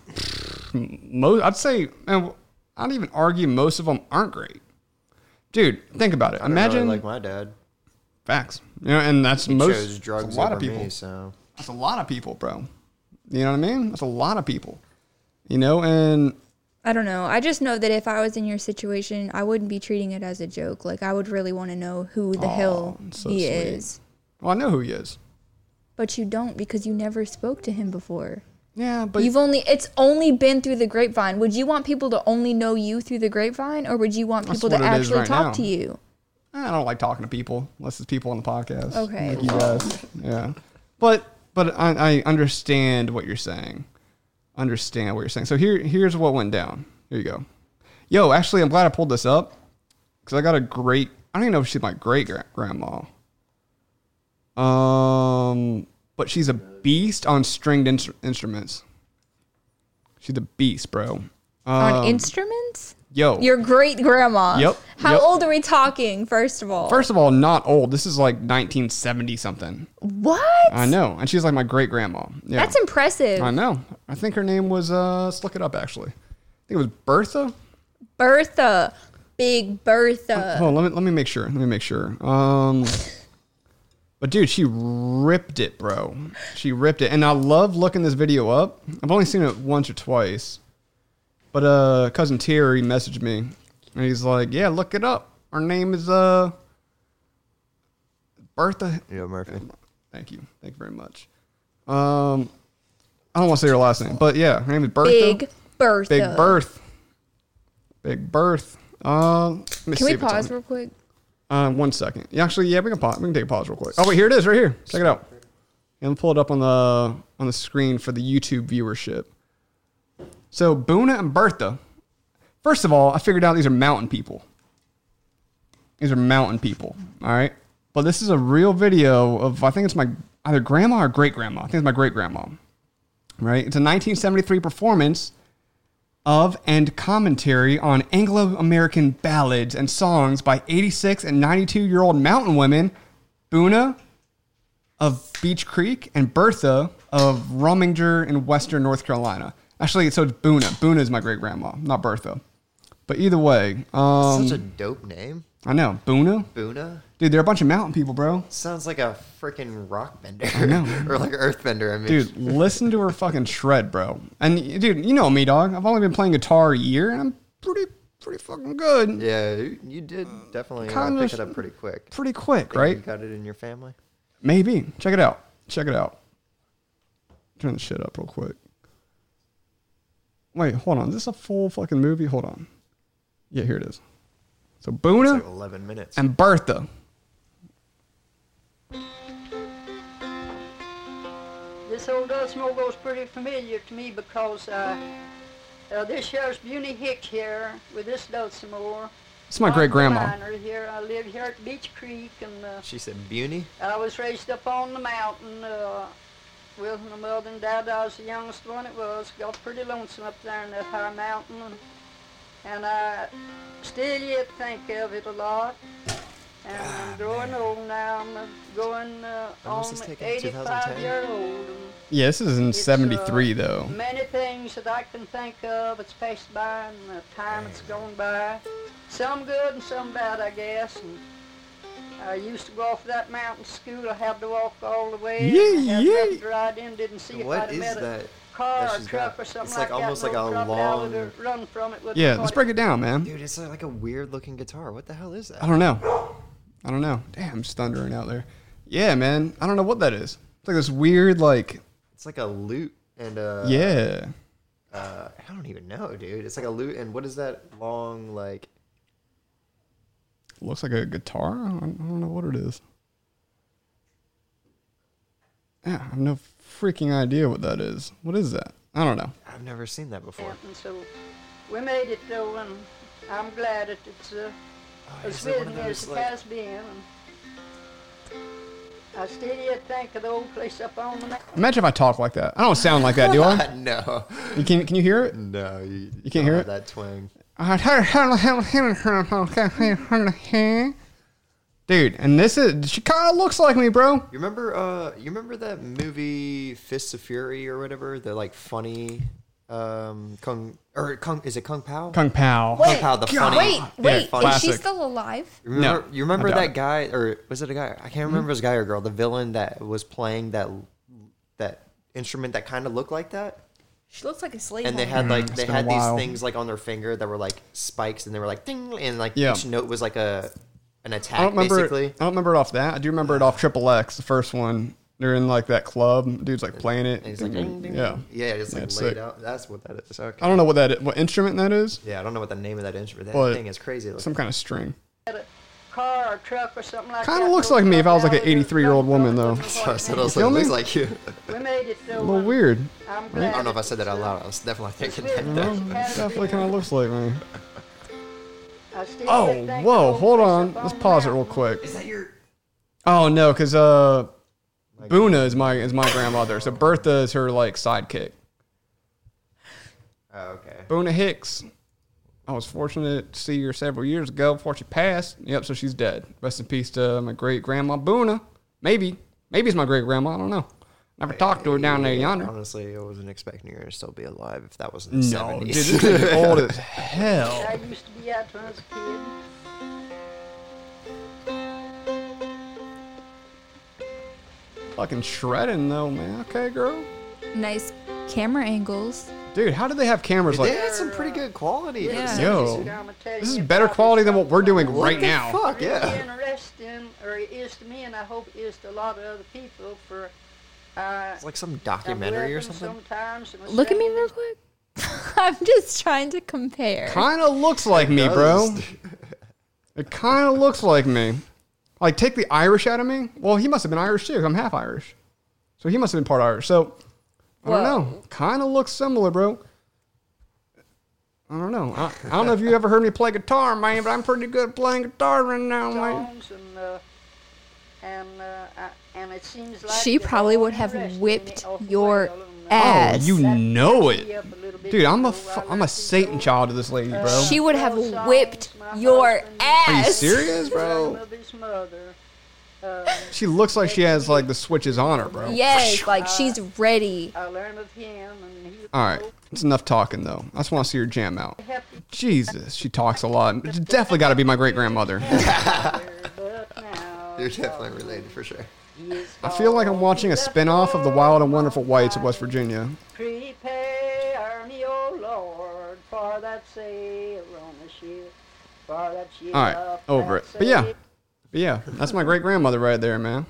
Speaker 1: most I'd say and I'd even argue most of them aren't great. Dude, think about it.
Speaker 3: I don't really
Speaker 1: Imagine
Speaker 3: like my dad
Speaker 1: facts. You know, and that's most
Speaker 3: chose drugs
Speaker 1: that's a lot
Speaker 3: over
Speaker 1: of people.
Speaker 3: me, so
Speaker 1: That's a lot of people, bro. You know what I mean? That's a lot of people. You know, and
Speaker 2: I don't know. I just know that if I was in your situation, I wouldn't be treating it as a joke. Like I would really want to know who the hell
Speaker 1: so
Speaker 2: he
Speaker 1: sweet.
Speaker 2: is.
Speaker 1: well, I know who he is.
Speaker 2: But you don't because you never spoke to him before.
Speaker 1: Yeah, but
Speaker 2: You've only it's only been through the grapevine. Would you want people to only know you through the grapevine or would you want
Speaker 1: That's
Speaker 2: people to
Speaker 1: what it is
Speaker 2: actually
Speaker 1: right
Speaker 2: talk
Speaker 1: now.
Speaker 2: to you?
Speaker 1: I don't like talking to people unless it's people on the podcast.
Speaker 2: Okay.
Speaker 1: like you guys. Yeah, but but I, I understand what you're saying. Understand what you're saying. So here here's what went down. Here you go. Yo, actually, I'm glad I pulled this up because I got a great. I don't even know if she's my great gra- grandma. Um, but she's a beast on stringed instru- instruments. She's a beast, bro.
Speaker 2: On instruments?
Speaker 1: Yo,
Speaker 2: Your great grandma.
Speaker 1: Um, Yep,
Speaker 2: How
Speaker 1: yep.
Speaker 2: old are we talking, first of all?
Speaker 1: first of all, not old. This is like 1970 something.
Speaker 2: what?
Speaker 1: I know, and she's like my great grandma. Yeah,
Speaker 2: That's impressive.
Speaker 1: I know. I think her name was. Uh, let's look it up. Actually, I think it was Bertha.
Speaker 2: Bertha. Big Bertha.
Speaker 1: Hold on, let me let me make sure. Let me make sure. Um, but dude, she ripped it, bro. She ripped it, and I love looking this video up. I've only seen it once or twice, but uh, cousin Terry messaged me, and he's like, "Yeah, look it up. Her name is uh, Bertha
Speaker 3: yeah, Murphy.
Speaker 1: Thank you. Thank you very much. Um, I don't want to say her last name, but yeah, her name is Bertha.
Speaker 2: Big Bertha.
Speaker 1: Big Birth. Big Birth. Uh, let me see
Speaker 2: Can we
Speaker 1: if it's on
Speaker 2: pause
Speaker 1: here.
Speaker 2: real quick?
Speaker 1: Uh, one second. Yeah, actually, yeah, we can pause. We can take a pause real quick. Oh wait, here it is, right here. Check it out. And pull it up on the on the screen for the YouTube viewership. So Buna and Bertha. First of all, I figured out these are mountain people. These are mountain people. All right. But this is a real video of I think it's my either grandma or great grandma. I think it's my great grandma. Right? It's a 1973 performance of and commentary on Anglo American ballads and songs by 86 and 92 year old mountain women, Buna of Beach Creek and Bertha of Rominger in Western North Carolina. Actually, so it's Buna. Buna is my great grandma, not Bertha. But either way, um,
Speaker 3: Such a dope name,
Speaker 1: I know Buna.
Speaker 3: Buna.
Speaker 1: Dude, they're a bunch of mountain people, bro.
Speaker 3: Sounds like a freaking rock bender
Speaker 1: know.
Speaker 3: or like earthbender. I mean,
Speaker 1: Dude, listen to her fucking shred, bro. And dude, you know me, dog. I've only been playing guitar a year, and I'm pretty, pretty fucking good.
Speaker 3: yeah, you, you did definitely uh,
Speaker 1: Kinda
Speaker 3: pick
Speaker 1: sh-
Speaker 3: it up pretty quick.
Speaker 1: Pretty quick,
Speaker 3: Think
Speaker 1: right?
Speaker 3: You got it in your family.
Speaker 1: Maybe. Check it out. Check it out. Turn the shit up real quick. Wait, hold on. Is this a full fucking movie? Hold on. Yeah, here it is. So
Speaker 3: It's
Speaker 1: Boona
Speaker 3: like 11 minutes.
Speaker 1: and Bertha.
Speaker 7: This old Dulcimer goes pretty familiar to me because uh, uh, this here's Beauty Hicks here with this Dulcimer.
Speaker 1: It's my great grandma.
Speaker 7: Miner here. I live here at Beach Creek, and uh,
Speaker 3: she said, Beauty?
Speaker 7: I was raised up on the mountain. Uh, Wilson and Weldon died. I was the youngest one. It was got pretty lonesome up there in that high mountain, and, and I still yet think of it a lot. And I'm growing old now. I'm going uh,
Speaker 3: Ah, When was
Speaker 7: on
Speaker 3: this taken?
Speaker 7: 85
Speaker 3: 2010?
Speaker 7: year old. and
Speaker 1: Yeah, this is in
Speaker 7: it's, uh,
Speaker 1: '73 though.
Speaker 7: Many things that I can think of. It's passed by and the time it's gone by. Some good and some bad, I guess. And I used to go off that mountain to school. I had to walk all the way. and
Speaker 1: Yee,
Speaker 7: I had
Speaker 1: yee.
Speaker 7: nothing to ride in. Didn't see if
Speaker 3: What
Speaker 7: I'd
Speaker 3: is
Speaker 7: met
Speaker 3: that
Speaker 7: a car
Speaker 3: that
Speaker 7: or
Speaker 3: she's
Speaker 7: truck
Speaker 3: got?
Speaker 7: or something
Speaker 3: It's
Speaker 7: like,
Speaker 3: like
Speaker 7: that.
Speaker 3: almost
Speaker 7: and
Speaker 3: like
Speaker 7: old
Speaker 3: a
Speaker 7: dropped out of it or
Speaker 3: long-
Speaker 7: Run from it.
Speaker 1: Yeah, let's break it down, man.
Speaker 3: Dude, it's like a weird looking guitar. What the hell is
Speaker 1: I
Speaker 3: that?
Speaker 1: don't know. I don't know. Damn, I'm just thundering out there. Yeah, man. I don't know what that is. It's like this weird, like
Speaker 3: It's like a lute and a.
Speaker 1: yeah.
Speaker 3: Uh, I don't even know, dude. It's like a lute and what is that long, like.
Speaker 1: Looks like a guitar. I don't, I don't know what it is. Yeah, I have no freaking idea what that is. What is that? I don't know.
Speaker 3: I've never seen that before.
Speaker 7: And so we made it though, and I'm glad that it's. Uh,
Speaker 3: Oh,
Speaker 7: It's
Speaker 3: is
Speaker 7: been
Speaker 3: it one of
Speaker 7: as
Speaker 3: those,
Speaker 7: it
Speaker 3: like,
Speaker 7: has been. I still yet think of the old place up on the mountain.
Speaker 1: Imagine if I talk like that. I don't sound like that, do I?
Speaker 3: no.
Speaker 1: You can can you hear it?
Speaker 3: No, you,
Speaker 1: You can't
Speaker 3: don't
Speaker 1: hear
Speaker 3: have
Speaker 1: it?
Speaker 3: That twang.
Speaker 1: Dude, and this is she kind of looks like me, bro.
Speaker 3: You remember? Uh, you remember that movie Fists of Fury or whatever? The like funny, um, kung or kung is it kung pao?
Speaker 1: Kung Pao.
Speaker 3: Kung Pao, the funny.
Speaker 2: Wait, wait,
Speaker 3: funny.
Speaker 2: is she
Speaker 1: classic.
Speaker 2: still alive?
Speaker 3: You remember,
Speaker 1: No,
Speaker 3: you remember
Speaker 1: I doubt
Speaker 3: that
Speaker 1: it. Mm-hmm.
Speaker 3: guy or was it a guy? I can't remember if it was a guy or girl. The villain that was playing that that instrument that kind of looked like that,
Speaker 2: She looks like a slave.
Speaker 3: and they
Speaker 2: owner.
Speaker 3: had like they
Speaker 1: Mm-hmm. been a
Speaker 3: had these
Speaker 1: while.
Speaker 3: things like on their finger that were like spikes, and they were like ding, and like
Speaker 1: Yeah.
Speaker 3: each note was like a an
Speaker 1: I don't
Speaker 3: attack
Speaker 1: remember.
Speaker 3: basically.
Speaker 1: It, I don't remember it off that. I do remember it off Triple X, the first one. They're in like that club. Dude's like playing it.
Speaker 3: And he's like, ding, ding,
Speaker 1: yeah,
Speaker 3: ding. yeah, it's like
Speaker 1: That's
Speaker 3: laid
Speaker 1: sick.
Speaker 3: out. That's what that is. Okay.
Speaker 1: I don't know what that is, what instrument that is.
Speaker 3: Yeah, I don't know what the name of that instrument. That
Speaker 1: But
Speaker 3: thing is crazy. looking.
Speaker 1: Some kind of string.
Speaker 7: Had a car or truck or something like
Speaker 1: Kinda
Speaker 7: that.
Speaker 1: looks like me if I was like an
Speaker 7: Dropped out of the
Speaker 1: 83-year-old woman, though.
Speaker 7: mountain.
Speaker 3: So I said I was
Speaker 1: Feel
Speaker 3: like,
Speaker 1: me?
Speaker 3: looks like you.
Speaker 7: We made it though.
Speaker 1: A little weird.
Speaker 7: I'm glad.
Speaker 3: I don't know if I said that out loud. I was definitely thinking
Speaker 7: Yeah.
Speaker 3: that. though.
Speaker 1: Definitely kind of looks like me.
Speaker 7: I still
Speaker 1: Oh,
Speaker 7: think of the
Speaker 1: whoa,
Speaker 7: old
Speaker 1: hold
Speaker 7: place
Speaker 1: on.
Speaker 7: up
Speaker 1: Let's
Speaker 7: the
Speaker 1: pause it real
Speaker 7: mountain.
Speaker 1: quick.
Speaker 3: Is that your?
Speaker 1: Oh no, because uh, Boona is my is my grandmother. So Bertha is her like sidekick.
Speaker 3: Oh, okay.
Speaker 1: Boona Hicks. I was fortunate to see her several years ago before she passed. Yep, so she's dead. Rest in peace to my great grandma Boona. Maybe, maybe it's my great grandma. I don't know. Never talked to her down there yonder.
Speaker 3: Honestly, I wasn't expecting her to still be alive if that was in the
Speaker 1: No, dude, this
Speaker 3: seventies.
Speaker 1: thing's old as hell.
Speaker 7: I used to be out when I was a kid.
Speaker 1: Fucking shredding though, man. Okay, girl.
Speaker 2: nice camera angles.
Speaker 1: Dude, how did they have cameras
Speaker 3: they
Speaker 1: like?
Speaker 3: had some pretty good quality. for the
Speaker 2: Yeah.
Speaker 3: 70s.
Speaker 1: Yo,
Speaker 7: And I'm gonna tell
Speaker 1: this
Speaker 7: you
Speaker 1: is
Speaker 7: if
Speaker 1: better
Speaker 7: I was
Speaker 1: quality than what we're doing
Speaker 7: somewhere
Speaker 1: right
Speaker 3: the
Speaker 1: now.
Speaker 3: fuck? yeah.
Speaker 7: Really interesting, or it is to me, and I hope it is to a lot of other people. For uh,
Speaker 3: It's like some documentary or
Speaker 7: Welcome
Speaker 3: something.
Speaker 7: sometimes, and
Speaker 2: Look at me
Speaker 7: especially
Speaker 2: real quick. I'm just trying to compare.
Speaker 1: Kind of looks like me,
Speaker 3: Oh,
Speaker 1: bro. It kind of looks like me. Like, take the Irish out of me. Well, he must have been Irish too. 'cause I'm half Irish. So he must have been part Irish. So, I don't know. Kind of looks similar, bro. I don't know. I, I don't know if you ever heard me play guitar, man, but I'm pretty good at playing guitar right now, man.
Speaker 7: songs and uh, and uh, I- and it seems like
Speaker 2: She
Speaker 7: they're
Speaker 2: probably
Speaker 7: all
Speaker 2: would have
Speaker 7: interesting
Speaker 2: whipped
Speaker 7: awful
Speaker 2: your
Speaker 7: well, and, uh,
Speaker 1: Oh,
Speaker 2: ass.
Speaker 1: you know it.
Speaker 7: up a little bit,
Speaker 1: Dude, I'm a,
Speaker 7: so
Speaker 1: fu-
Speaker 7: I
Speaker 1: I'm a
Speaker 7: listen
Speaker 1: Satan
Speaker 7: to
Speaker 1: child to this lady, bro.
Speaker 2: She would have
Speaker 7: Those songs,
Speaker 2: whipped
Speaker 7: my
Speaker 2: your
Speaker 7: husband- Are
Speaker 1: Are you
Speaker 2: ass.
Speaker 1: serious, bro?
Speaker 7: grandmother's mother. Um,
Speaker 1: She looks like she has, like, the switches on her, bro.
Speaker 2: Yes, like she's ready.
Speaker 7: I learned of him, and he was
Speaker 1: All right, it's enough talking though. I just want to see her jam out.
Speaker 7: happy
Speaker 1: Jesus, she talks a lot. It's definitely got to be my great grandmother.
Speaker 7: there, but now
Speaker 3: You're definitely related for sure.
Speaker 7: he is
Speaker 1: I feel like I'm watching a spinoff of The Wild and Wonderful Whites of West Virginia.
Speaker 7: Prepare me, O Lord, for that sail on the ship, for that ship.
Speaker 1: All right, over it. But yeah, but yeah, that's my great grandmother right there, man.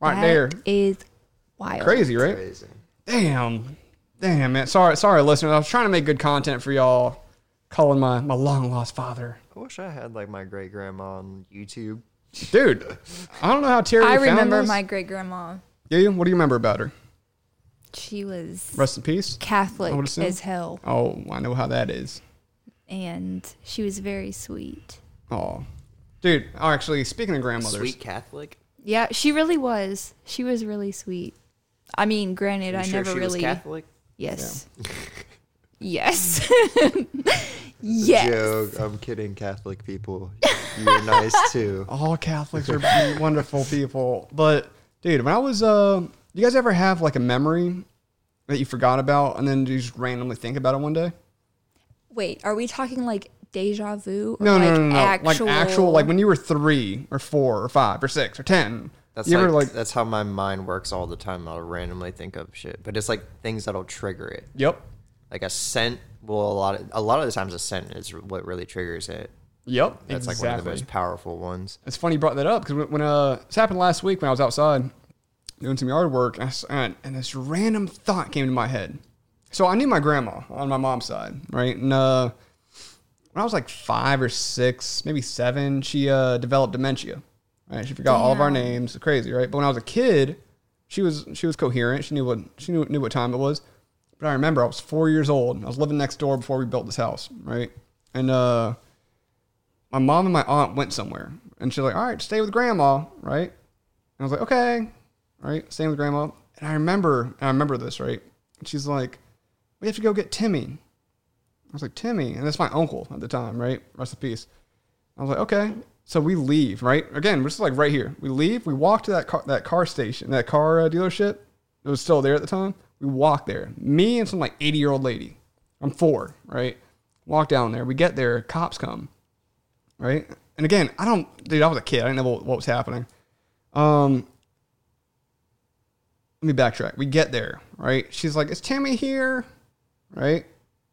Speaker 1: Right
Speaker 2: That
Speaker 1: there,
Speaker 2: is wild.
Speaker 1: crazy, right?
Speaker 3: Crazy.
Speaker 1: Damn, damn, man. Sorry, sorry, listeners. I was trying to make good content for y'all. calling my, my long lost father.
Speaker 3: I wish I had like my great grandma on YouTube.
Speaker 1: Dude, I don't know how Terry.
Speaker 2: I
Speaker 1: found
Speaker 2: remember
Speaker 1: this.
Speaker 2: my great grandma.
Speaker 1: Do you? What do you remember about her?
Speaker 2: She was
Speaker 1: Rest in peace.
Speaker 2: Catholic
Speaker 1: I would assume.
Speaker 2: as hell,
Speaker 1: Oh, I know how that is.
Speaker 2: and she was very sweet.
Speaker 1: Oh, dude. Oh, actually, speaking of grandmothers,
Speaker 8: Sweet Catholic.
Speaker 2: Yeah, she really was. She was really sweet. I mean, granted,
Speaker 8: You
Speaker 2: I
Speaker 8: sure
Speaker 2: never
Speaker 8: she was
Speaker 2: really.
Speaker 8: Catholic?
Speaker 2: Yes. yes.
Speaker 3: Hmm.
Speaker 2: yes.
Speaker 3: Joke. I'm kidding, Catholic people. You're nice too.
Speaker 1: all Catholics are wonderful people. But dude, when I was, uh, you guys ever have like a memory that you forgot about and then you just randomly think about it one day?
Speaker 4: Wait, are we talking like deja vu? Or
Speaker 1: No,
Speaker 4: like
Speaker 1: no, no, no, no.
Speaker 4: Actual,
Speaker 1: Like actual, like when you were three or four or five or six or ten.
Speaker 3: That's
Speaker 1: you
Speaker 3: like,
Speaker 1: ever like,
Speaker 3: that's how my mind works all the time. I'll randomly think of shit, but it's like things that'll trigger it.
Speaker 1: yep,
Speaker 3: Like a scent. Well, a lot of a lot of the times a scent is what really triggers it.
Speaker 1: yep,
Speaker 3: That's
Speaker 1: exactly.
Speaker 3: like one of the most powerful ones.
Speaker 1: It's funny you brought that up because when uh, this happened last week when I was outside doing some yard work, and, I s and and this random thought came to my head. So I knew my grandma on my mom's side, right? And uh, when I was like five or six, maybe seven, she uh, developed dementia. Right? She forgot all of our names. Crazy, right? But when I was a kid, she was she was coherent. She knew what she knew, knew what time it was. But I remember I was four years old. I was living next door before we built this house, right? And uh, my mom and my aunt went somewhere, and she's like, "All right, stay with grandma," right? And I was like, "Okay, all right, staying with grandma." And I remember, I remember this, right? And she's like, "We have to go get Timmy." I was like, "Timmy," and that's my uncle at the time, right? Rest in peace. I was like, "Okay." So we leave, right? Again, we're just like right here. We leave. We walk to that car, that car station, that car uh, dealership. It was still there at the time. We walk there. Me and some like eighty year old lady. I'm four, right? Walk down there. We get there. Cops come right? And again, I don't, dude, I was a kid. I didn't know what, what was happening. Um, let me backtrack. We get there, right? She's like, "Is Timmy here?" Right?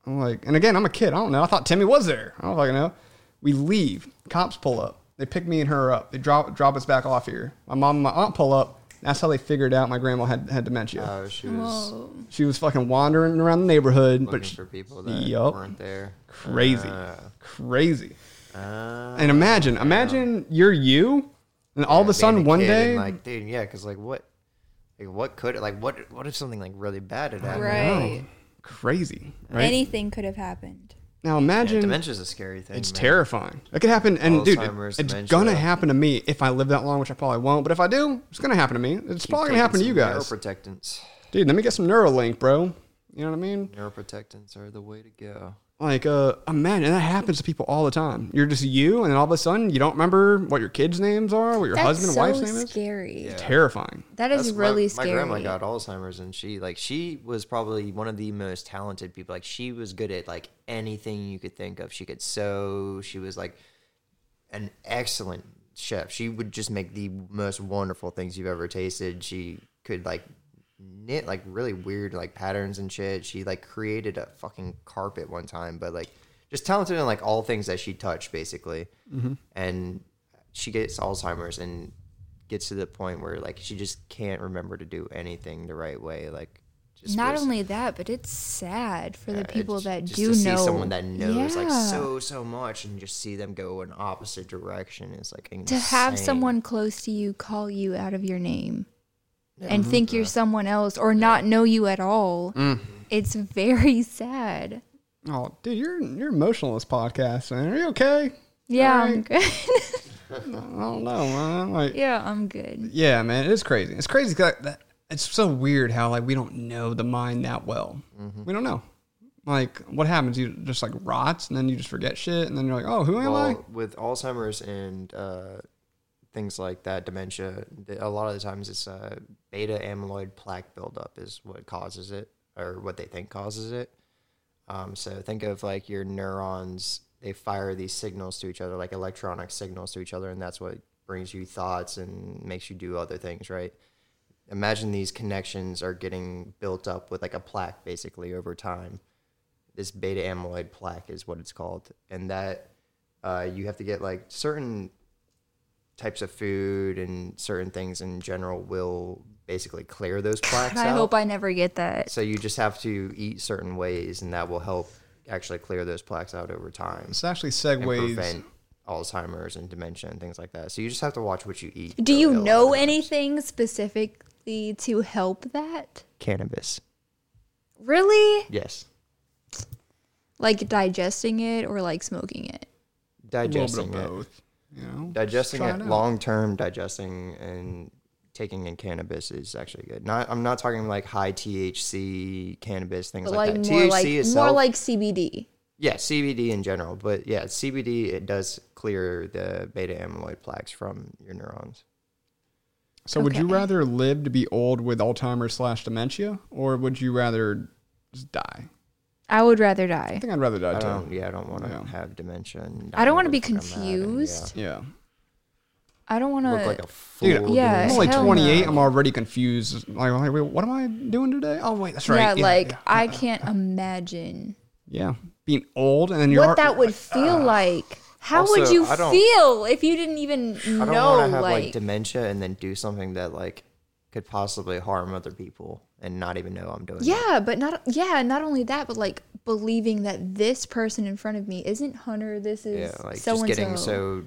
Speaker 1: I'm like, and again, I'm a kid. I don't know. I thought Timmy was there. I don't fucking know. We leave. Cops pull up. They pick me and her up. They drop drop us back off here. My mom and my aunt pull up. That's how they figured out my grandma had had dementia.
Speaker 3: Oh, she was
Speaker 1: she was fucking wandering around the neighborhood,
Speaker 3: looking
Speaker 1: but she-
Speaker 3: for people Uh. that
Speaker 1: Yup.
Speaker 3: weren't there.
Speaker 1: crazy, crazy.
Speaker 3: Uh,
Speaker 1: And imagine, imagine you're you, and all of a
Speaker 3: being
Speaker 1: sudden one
Speaker 3: kid and,
Speaker 1: day,
Speaker 3: like, dude, yeah, because like what, like what could like what what if something like really bad had happened?
Speaker 2: Right.
Speaker 1: oh, crazy. Right
Speaker 2: Anything could have happened.
Speaker 1: now,
Speaker 3: Yeah,
Speaker 1: imagine
Speaker 3: dementia's a scary thing.
Speaker 1: it's
Speaker 3: man.
Speaker 1: terrifying. It could happen, and
Speaker 3: Alzheimer's,
Speaker 1: dude, it- it's
Speaker 3: dementia.
Speaker 1: gonna happen to me if I live that long, which I probably won't. But if I do, it's gonna happen to me. It's
Speaker 3: Keep
Speaker 1: probably
Speaker 3: taking
Speaker 1: gonna happen to
Speaker 3: some
Speaker 1: you guys,
Speaker 3: Neuroprotectants.
Speaker 1: dude. Let me get some Neuralink, bro. You know what I mean?
Speaker 3: Neuroprotectants are the way to go.
Speaker 1: Like, uh, imagine that happens to people all the time. You're just you, and then all of a sudden, you don't remember what your kids' names are, what your
Speaker 4: that's
Speaker 1: husband and
Speaker 4: so
Speaker 1: wife's name is.
Speaker 4: scary.
Speaker 1: Terrifying.
Speaker 4: That is
Speaker 3: That's- my-
Speaker 4: really
Speaker 3: my,
Speaker 4: scary.
Speaker 3: grandma got Alzheimer's, and she like she was probably one of the most talented people. Like she was good at like anything you could think of. She could sew. She was like an excellent chef. She would just make the most wonderful things you've ever tasted. She could like knit like really weird like patterns and shit. She like created a fucking carpet one time, but like just talented in like all things that she touched basically. And she gets Alzheimer's and gets to the point where like she just can't remember to do anything the right way. Like just
Speaker 2: Not
Speaker 3: was-
Speaker 2: only that, but it's sad for the
Speaker 3: uh,
Speaker 2: people
Speaker 3: j-
Speaker 2: that
Speaker 3: just
Speaker 2: do
Speaker 3: to
Speaker 2: know.
Speaker 3: see someone that knows like
Speaker 2: Yeah.
Speaker 3: so so much and just see them go in opposite direction is like
Speaker 2: to
Speaker 3: insane.
Speaker 2: have someone close to you call you out of your name and think
Speaker 3: Mm-hmm.
Speaker 2: you're someone else or not know you at all
Speaker 3: Mm.
Speaker 2: it's very sad
Speaker 1: Oh, dude, you're you're emotional in this podcast, man. Are you okay?
Speaker 2: yeah
Speaker 1: All
Speaker 2: i'm good
Speaker 1: I don't know, man. Like,
Speaker 2: yeah i'm good
Speaker 1: yeah, man, it is crazy. It's crazy 'cause that, it's so weird how like we don't know the mind that well.
Speaker 3: Mm-hmm.
Speaker 1: We don't know. Like, what happens? You just like rots, and then you just forget shit, and then you're like, oh, who am I?
Speaker 3: well, with Alzheimer's and uh, things like that, dementia. th- A lot of the times, it's uh, beta amyloid plaque buildup is what causes it, or what they think causes it. Um, so think of like your neurons; they fire these signals to each other, like electronic signals to each other, and that's what brings you thoughts and makes you do other things, right? Imagine these connections are getting built up with like a plaque, basically over time this beta amyloid plaque is what it's called, and that uh, you have to get like certain types of food and certain things in general will basically clear those plaques
Speaker 2: i
Speaker 3: out.
Speaker 2: hope i never get that
Speaker 3: so you just have to eat certain ways, and that will help actually clear those plaques out over time
Speaker 1: This actually
Speaker 3: and
Speaker 1: segues.
Speaker 3: prevent Alzheimer's and dementia and things like that. So you just have to watch what you eat.
Speaker 2: Do
Speaker 3: for
Speaker 2: you
Speaker 3: ill
Speaker 2: know
Speaker 3: health.
Speaker 2: anything specifically to help that?
Speaker 3: cannabis?
Speaker 2: Really?
Speaker 3: Yes,
Speaker 2: Like digesting it or like smoking it?
Speaker 1: A little bit of
Speaker 3: digesting it,
Speaker 1: both. You know,
Speaker 3: digesting
Speaker 1: Try
Speaker 3: it,
Speaker 1: out.
Speaker 3: long term digesting and taking in cannabis is actually good. Not I'm not talking like high THC cannabis things
Speaker 2: But
Speaker 3: like,
Speaker 2: like
Speaker 3: that.
Speaker 2: more
Speaker 3: THC
Speaker 2: like
Speaker 3: itself,
Speaker 2: more like CBD.
Speaker 3: yeah, CBD in general, but yeah, CBD it does clear the beta amyloid plaques from your neurons.
Speaker 1: So, would you
Speaker 2: Okay.
Speaker 1: rather live to be old with Alzheimer's slash dementia, or would you rather just die?
Speaker 2: I would rather
Speaker 1: I
Speaker 2: die.
Speaker 1: think I'd rather die
Speaker 3: I
Speaker 1: too.
Speaker 3: don't, yeah, I don't want to
Speaker 1: Yeah.
Speaker 3: have dementia. And
Speaker 2: I don't wanna
Speaker 3: know
Speaker 2: be
Speaker 3: from that and, yeah,
Speaker 2: confused.
Speaker 1: Yeah,
Speaker 2: I don't want
Speaker 3: look
Speaker 2: to.
Speaker 3: like a fool.
Speaker 1: Dude,
Speaker 3: doing
Speaker 2: yeah,
Speaker 1: I'm
Speaker 3: this.
Speaker 1: only
Speaker 2: hell no.
Speaker 1: 28. I'm already confused. Like, like, wait, what am I doing today? Oh wait, that's right.
Speaker 2: yeah, like
Speaker 1: yeah,
Speaker 2: I can't imagine
Speaker 1: yeah. being old and then you're
Speaker 2: what that would feel like. How would
Speaker 3: Also,
Speaker 2: you
Speaker 3: I don't-
Speaker 2: feel if you didn't even
Speaker 3: I don't
Speaker 2: know?
Speaker 3: want to have like,
Speaker 2: like,
Speaker 3: dementia and then do something that like could possibly harm other people and not even know I'm doing. it.
Speaker 2: yeah, but not yeah, not only that, but like believing that this person in front of me isn't Hunter. This is
Speaker 3: yeah, like
Speaker 2: so
Speaker 3: just
Speaker 2: and
Speaker 3: getting
Speaker 2: so.
Speaker 3: so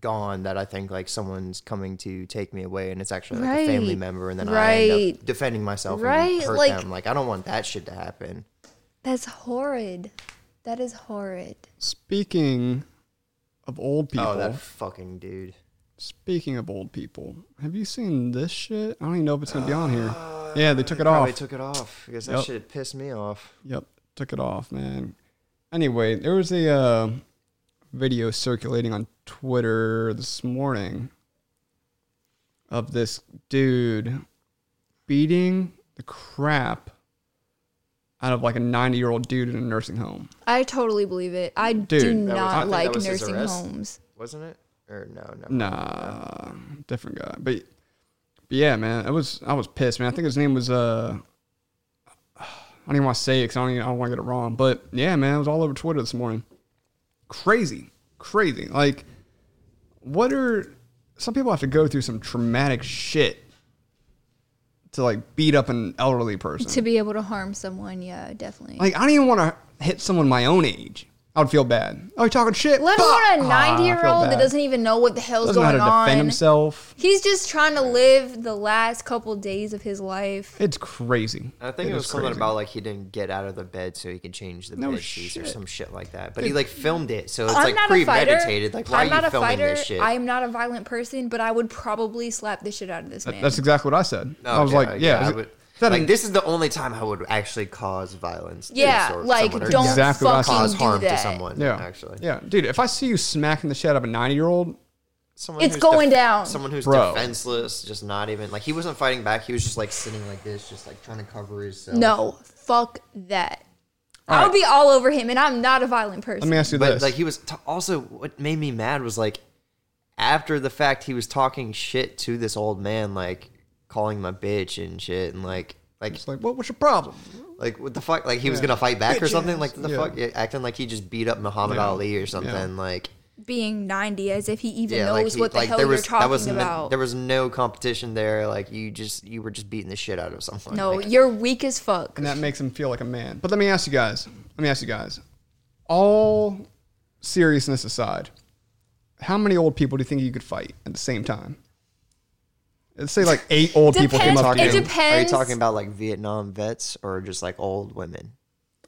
Speaker 3: gone that I think like someone's coming to take me away and it's actually like a family
Speaker 2: Right.
Speaker 3: member and then I end up
Speaker 2: Right.
Speaker 3: defending myself and
Speaker 2: Right,
Speaker 3: hurt
Speaker 2: like-
Speaker 3: them. Like I don't want that shit to happen.
Speaker 2: That's horrid. That is horrid.
Speaker 1: Speaking of old people,
Speaker 3: Oh, that fucking dude.
Speaker 1: speaking of old people, have you seen this shit? I don't even know if it's gonna be on here. Yeah, they took it
Speaker 3: Uh, Probably
Speaker 1: off.
Speaker 3: took it off because that
Speaker 1: Yep.
Speaker 3: shit pissed me off.
Speaker 1: Yep, took it off, man. Anyway, there was a uh, video circulating on Twitter this morning of this dude beating the crap out of like a 90 year old dude in a nursing home.
Speaker 2: I totally believe it. I do
Speaker 1: Dude,
Speaker 3: that was- I
Speaker 2: not
Speaker 3: think that
Speaker 2: like
Speaker 3: was his
Speaker 2: nursing
Speaker 3: arrest.
Speaker 2: homes.
Speaker 3: Wasn't it? Or no, no.
Speaker 1: Nah, different guy. But, but yeah, man, it was I was pissed, man. I think his name was uh, I don't even want to say it 'cause I don't even, I don't want to get it wrong. But yeah, man, it was all over Twitter this morning. Crazy, crazy. Like, what are some people have to go through some traumatic shit to like beat up an elderly person?
Speaker 2: To be able to harm someone, yeah, definitely.
Speaker 1: like, I don't even want to hit someone my own age. I would feel bad. Oh, you talking shit?
Speaker 2: Let alone a 90
Speaker 3: Ah,
Speaker 2: year old that
Speaker 1: doesn't.
Speaker 2: doesn't even know what the hell's
Speaker 1: doesn't know how
Speaker 2: going
Speaker 1: to defend
Speaker 2: on.
Speaker 1: himself.
Speaker 2: He's just trying to live the last couple days of his life.
Speaker 1: It's crazy.
Speaker 3: I think it,
Speaker 1: is
Speaker 3: was something
Speaker 1: crazy.
Speaker 3: about like he didn't get out of the bed so he could change the
Speaker 1: No
Speaker 3: bed sheets or
Speaker 1: shit.
Speaker 3: some shit like that. But he like filmed it, so it's
Speaker 2: I'm
Speaker 3: like
Speaker 2: not a fighter.
Speaker 3: premeditated. Like why
Speaker 2: I'm
Speaker 3: are you
Speaker 2: not a
Speaker 3: filming
Speaker 2: fighter.
Speaker 3: this shit?
Speaker 2: I am not a violent person, but I would probably slap the shit out of this man.
Speaker 1: That's exactly what I said.
Speaker 3: No,
Speaker 1: I was like, yeah,
Speaker 3: I
Speaker 1: is it-
Speaker 3: would-
Speaker 1: is that
Speaker 3: like
Speaker 1: an-
Speaker 3: this is the only time I would actually cause violence. to
Speaker 2: yeah,
Speaker 3: sort-
Speaker 2: like
Speaker 3: someone or
Speaker 2: don't
Speaker 1: exactly what I
Speaker 2: fucking
Speaker 1: said.
Speaker 3: cause
Speaker 2: do
Speaker 3: harm
Speaker 2: that.
Speaker 3: to someone.
Speaker 1: yeah,
Speaker 3: actually,
Speaker 1: yeah, dude. If I see you smacking the shit out of a ninety-year-old,
Speaker 3: Someone
Speaker 2: It's
Speaker 3: who's
Speaker 2: going down.
Speaker 3: Someone who's
Speaker 1: Bro.
Speaker 3: defenseless, just not even like he wasn't fighting back. He was just like sitting like this, just like trying to cover his.
Speaker 2: No, fuck that.
Speaker 1: All
Speaker 2: I
Speaker 1: right.
Speaker 2: would be all over him, and I'm not a violent person.
Speaker 1: let me ask you
Speaker 3: But
Speaker 1: this:
Speaker 3: like he was t- also what made me mad was like after the fact he was talking shit to this old man like calling him a bitch and shit and like like
Speaker 1: it's like, what, what's your problem?
Speaker 3: like what the fuck like he was gonna fight back or something like the
Speaker 1: Yeah.
Speaker 3: fuck yeah, acting like he just beat up Muhammad
Speaker 1: Yeah.
Speaker 3: Ali or something like
Speaker 2: Being 90 as if he even
Speaker 3: yeah
Speaker 2: knows
Speaker 3: like, he,
Speaker 2: what the
Speaker 3: like
Speaker 2: hell
Speaker 3: there
Speaker 2: you're
Speaker 3: was
Speaker 2: talking
Speaker 3: that was n-
Speaker 2: about.
Speaker 3: there was no competition there like you just you were just beating the shit out of someone
Speaker 2: no,
Speaker 3: like,
Speaker 2: you're weak as fuck.
Speaker 1: And that makes him feel like a man. But let me ask you guys. Let me ask you guys. All seriousness aside, how many old people do you think you could fight at the same time? Let's say like eight old people came
Speaker 2: Depends-
Speaker 1: up to
Speaker 2: it
Speaker 1: you.
Speaker 2: depends.
Speaker 3: are you talking about like Vietnam vets or just like old women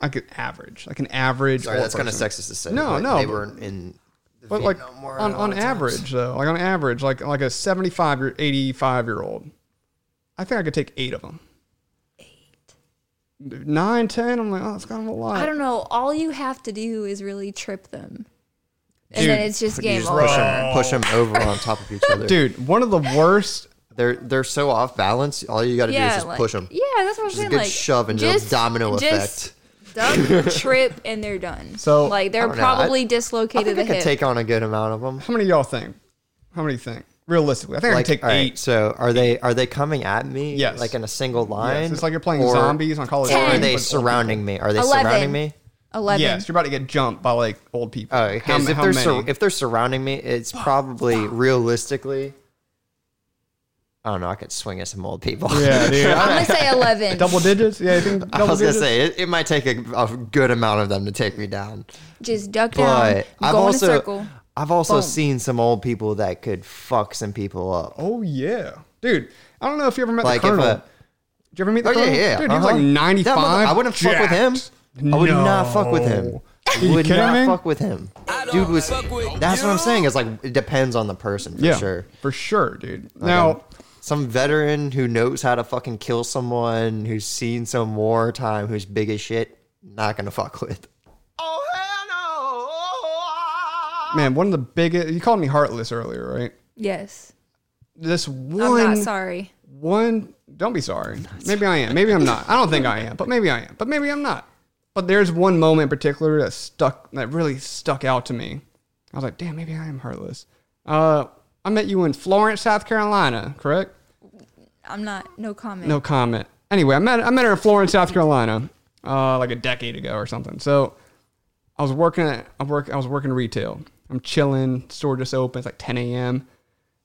Speaker 1: I could average, like an average.
Speaker 3: sorry
Speaker 1: old
Speaker 3: that's kind of
Speaker 1: person.
Speaker 3: sexist to say
Speaker 1: No,
Speaker 3: but
Speaker 1: no,
Speaker 3: they
Speaker 1: but-
Speaker 3: were in the
Speaker 1: But like
Speaker 3: Vietnam War a
Speaker 1: on,
Speaker 3: lot
Speaker 1: on
Speaker 3: of times.
Speaker 1: average though, like on average, like like a seventy five or eighty five year old, I think I could take eight of them. Eight, nine, ten. I'm like, oh, that's kind of a lot.
Speaker 2: I don't know. All you have to do is really trip them, and then
Speaker 1: Dude,
Speaker 2: it's just game
Speaker 3: push
Speaker 2: over.
Speaker 3: them, push them over on top of each other.
Speaker 1: dude. One of the worst.
Speaker 3: they're they're so off balance. All you got to do is just
Speaker 2: like,
Speaker 3: push them.
Speaker 2: Yeah, that's what I'm
Speaker 3: Just a
Speaker 2: saying.
Speaker 3: good
Speaker 2: like
Speaker 3: shove and a domino effect.
Speaker 2: Dump, trip, and they're done.
Speaker 1: So,
Speaker 2: like
Speaker 3: I
Speaker 2: they're
Speaker 3: don't know. I-
Speaker 2: probably
Speaker 3: I
Speaker 2: dislocated
Speaker 3: think
Speaker 2: the
Speaker 3: I could
Speaker 2: hip.
Speaker 3: take on a good amount of them.
Speaker 1: How many of y'all think? How many think realistically? I think I can take eight.
Speaker 3: So are they are they coming at me?
Speaker 1: Yes.
Speaker 3: Like in a single line.
Speaker 1: Yes, it's like you're playing
Speaker 3: Or-
Speaker 1: zombies on Call of
Speaker 3: Or
Speaker 1: Duty.
Speaker 3: are
Speaker 2: Ten.
Speaker 1: but
Speaker 3: they
Speaker 1: old
Speaker 3: surrounding me? Are they
Speaker 2: Eleven.
Speaker 3: surrounding me?
Speaker 1: people.
Speaker 2: Eleven.
Speaker 1: Yes, you're about to get jumped by like old people.
Speaker 3: Oh, okay.
Speaker 1: How
Speaker 3: so
Speaker 1: ma-
Speaker 3: if
Speaker 1: how
Speaker 3: they're
Speaker 1: many?
Speaker 3: sur- if they're surrounding me, it's probably realistically I don't know. I could swing at some old people.
Speaker 1: Yeah, dude.
Speaker 4: I'm gonna
Speaker 1: I-
Speaker 4: say 11.
Speaker 1: double digits? Yeah, you think
Speaker 3: I
Speaker 1: double
Speaker 3: was gonna
Speaker 1: digits?
Speaker 3: say it, it might take a, a good amount of them to take me down,
Speaker 2: Just duck down,
Speaker 3: but I've
Speaker 2: go in a
Speaker 3: also
Speaker 2: circle.
Speaker 3: I've also
Speaker 2: Boom.
Speaker 3: seen some old people that could fuck some people up.
Speaker 1: Oh yeah, dude. I don't know if you ever met
Speaker 3: Like
Speaker 1: the
Speaker 3: if
Speaker 1: colonel.
Speaker 3: a-
Speaker 1: Did you ever meet the
Speaker 3: Oh, yeah,
Speaker 1: colonel?
Speaker 3: yeah,
Speaker 1: Dude, he
Speaker 3: uh-huh.
Speaker 1: was like
Speaker 3: That mother-
Speaker 1: 95.
Speaker 3: I wouldn't fuck with him.
Speaker 1: jacked.
Speaker 3: I would not fuck with him.
Speaker 1: No.
Speaker 3: I
Speaker 1: Are you
Speaker 3: would
Speaker 1: kidding
Speaker 3: not
Speaker 1: me?
Speaker 3: fuck with him. Dude was that's what I'm saying. It's like it depends on the person for
Speaker 1: yeah,
Speaker 3: sure.
Speaker 1: for sure, dude. Now,
Speaker 3: Some veteran who knows how to fucking kill someone, who's seen some war time, who's big as shit, not gonna fuck with.
Speaker 1: man, one of the biggest. You called me heartless earlier, right?
Speaker 2: Yes.
Speaker 1: This
Speaker 2: I'm
Speaker 1: one.
Speaker 2: not sorry.
Speaker 1: One. Don't be sorry. Maybe I am. Maybe I'm not. I don't think I am, but maybe I am. But maybe I'm not. But there's one moment in particular that stuck. That really stuck out to me. I was like, damn, maybe I am heartless. Uh, I met you in Florence, South Carolina, correct?
Speaker 2: I'm not. No comment.
Speaker 1: No comment. Anyway, I met I met her in Florence, South Carolina, uh, like a decade ago or something. So I was working at I work I was working retail. I'm chilling, store just open, it's like 10 a.m.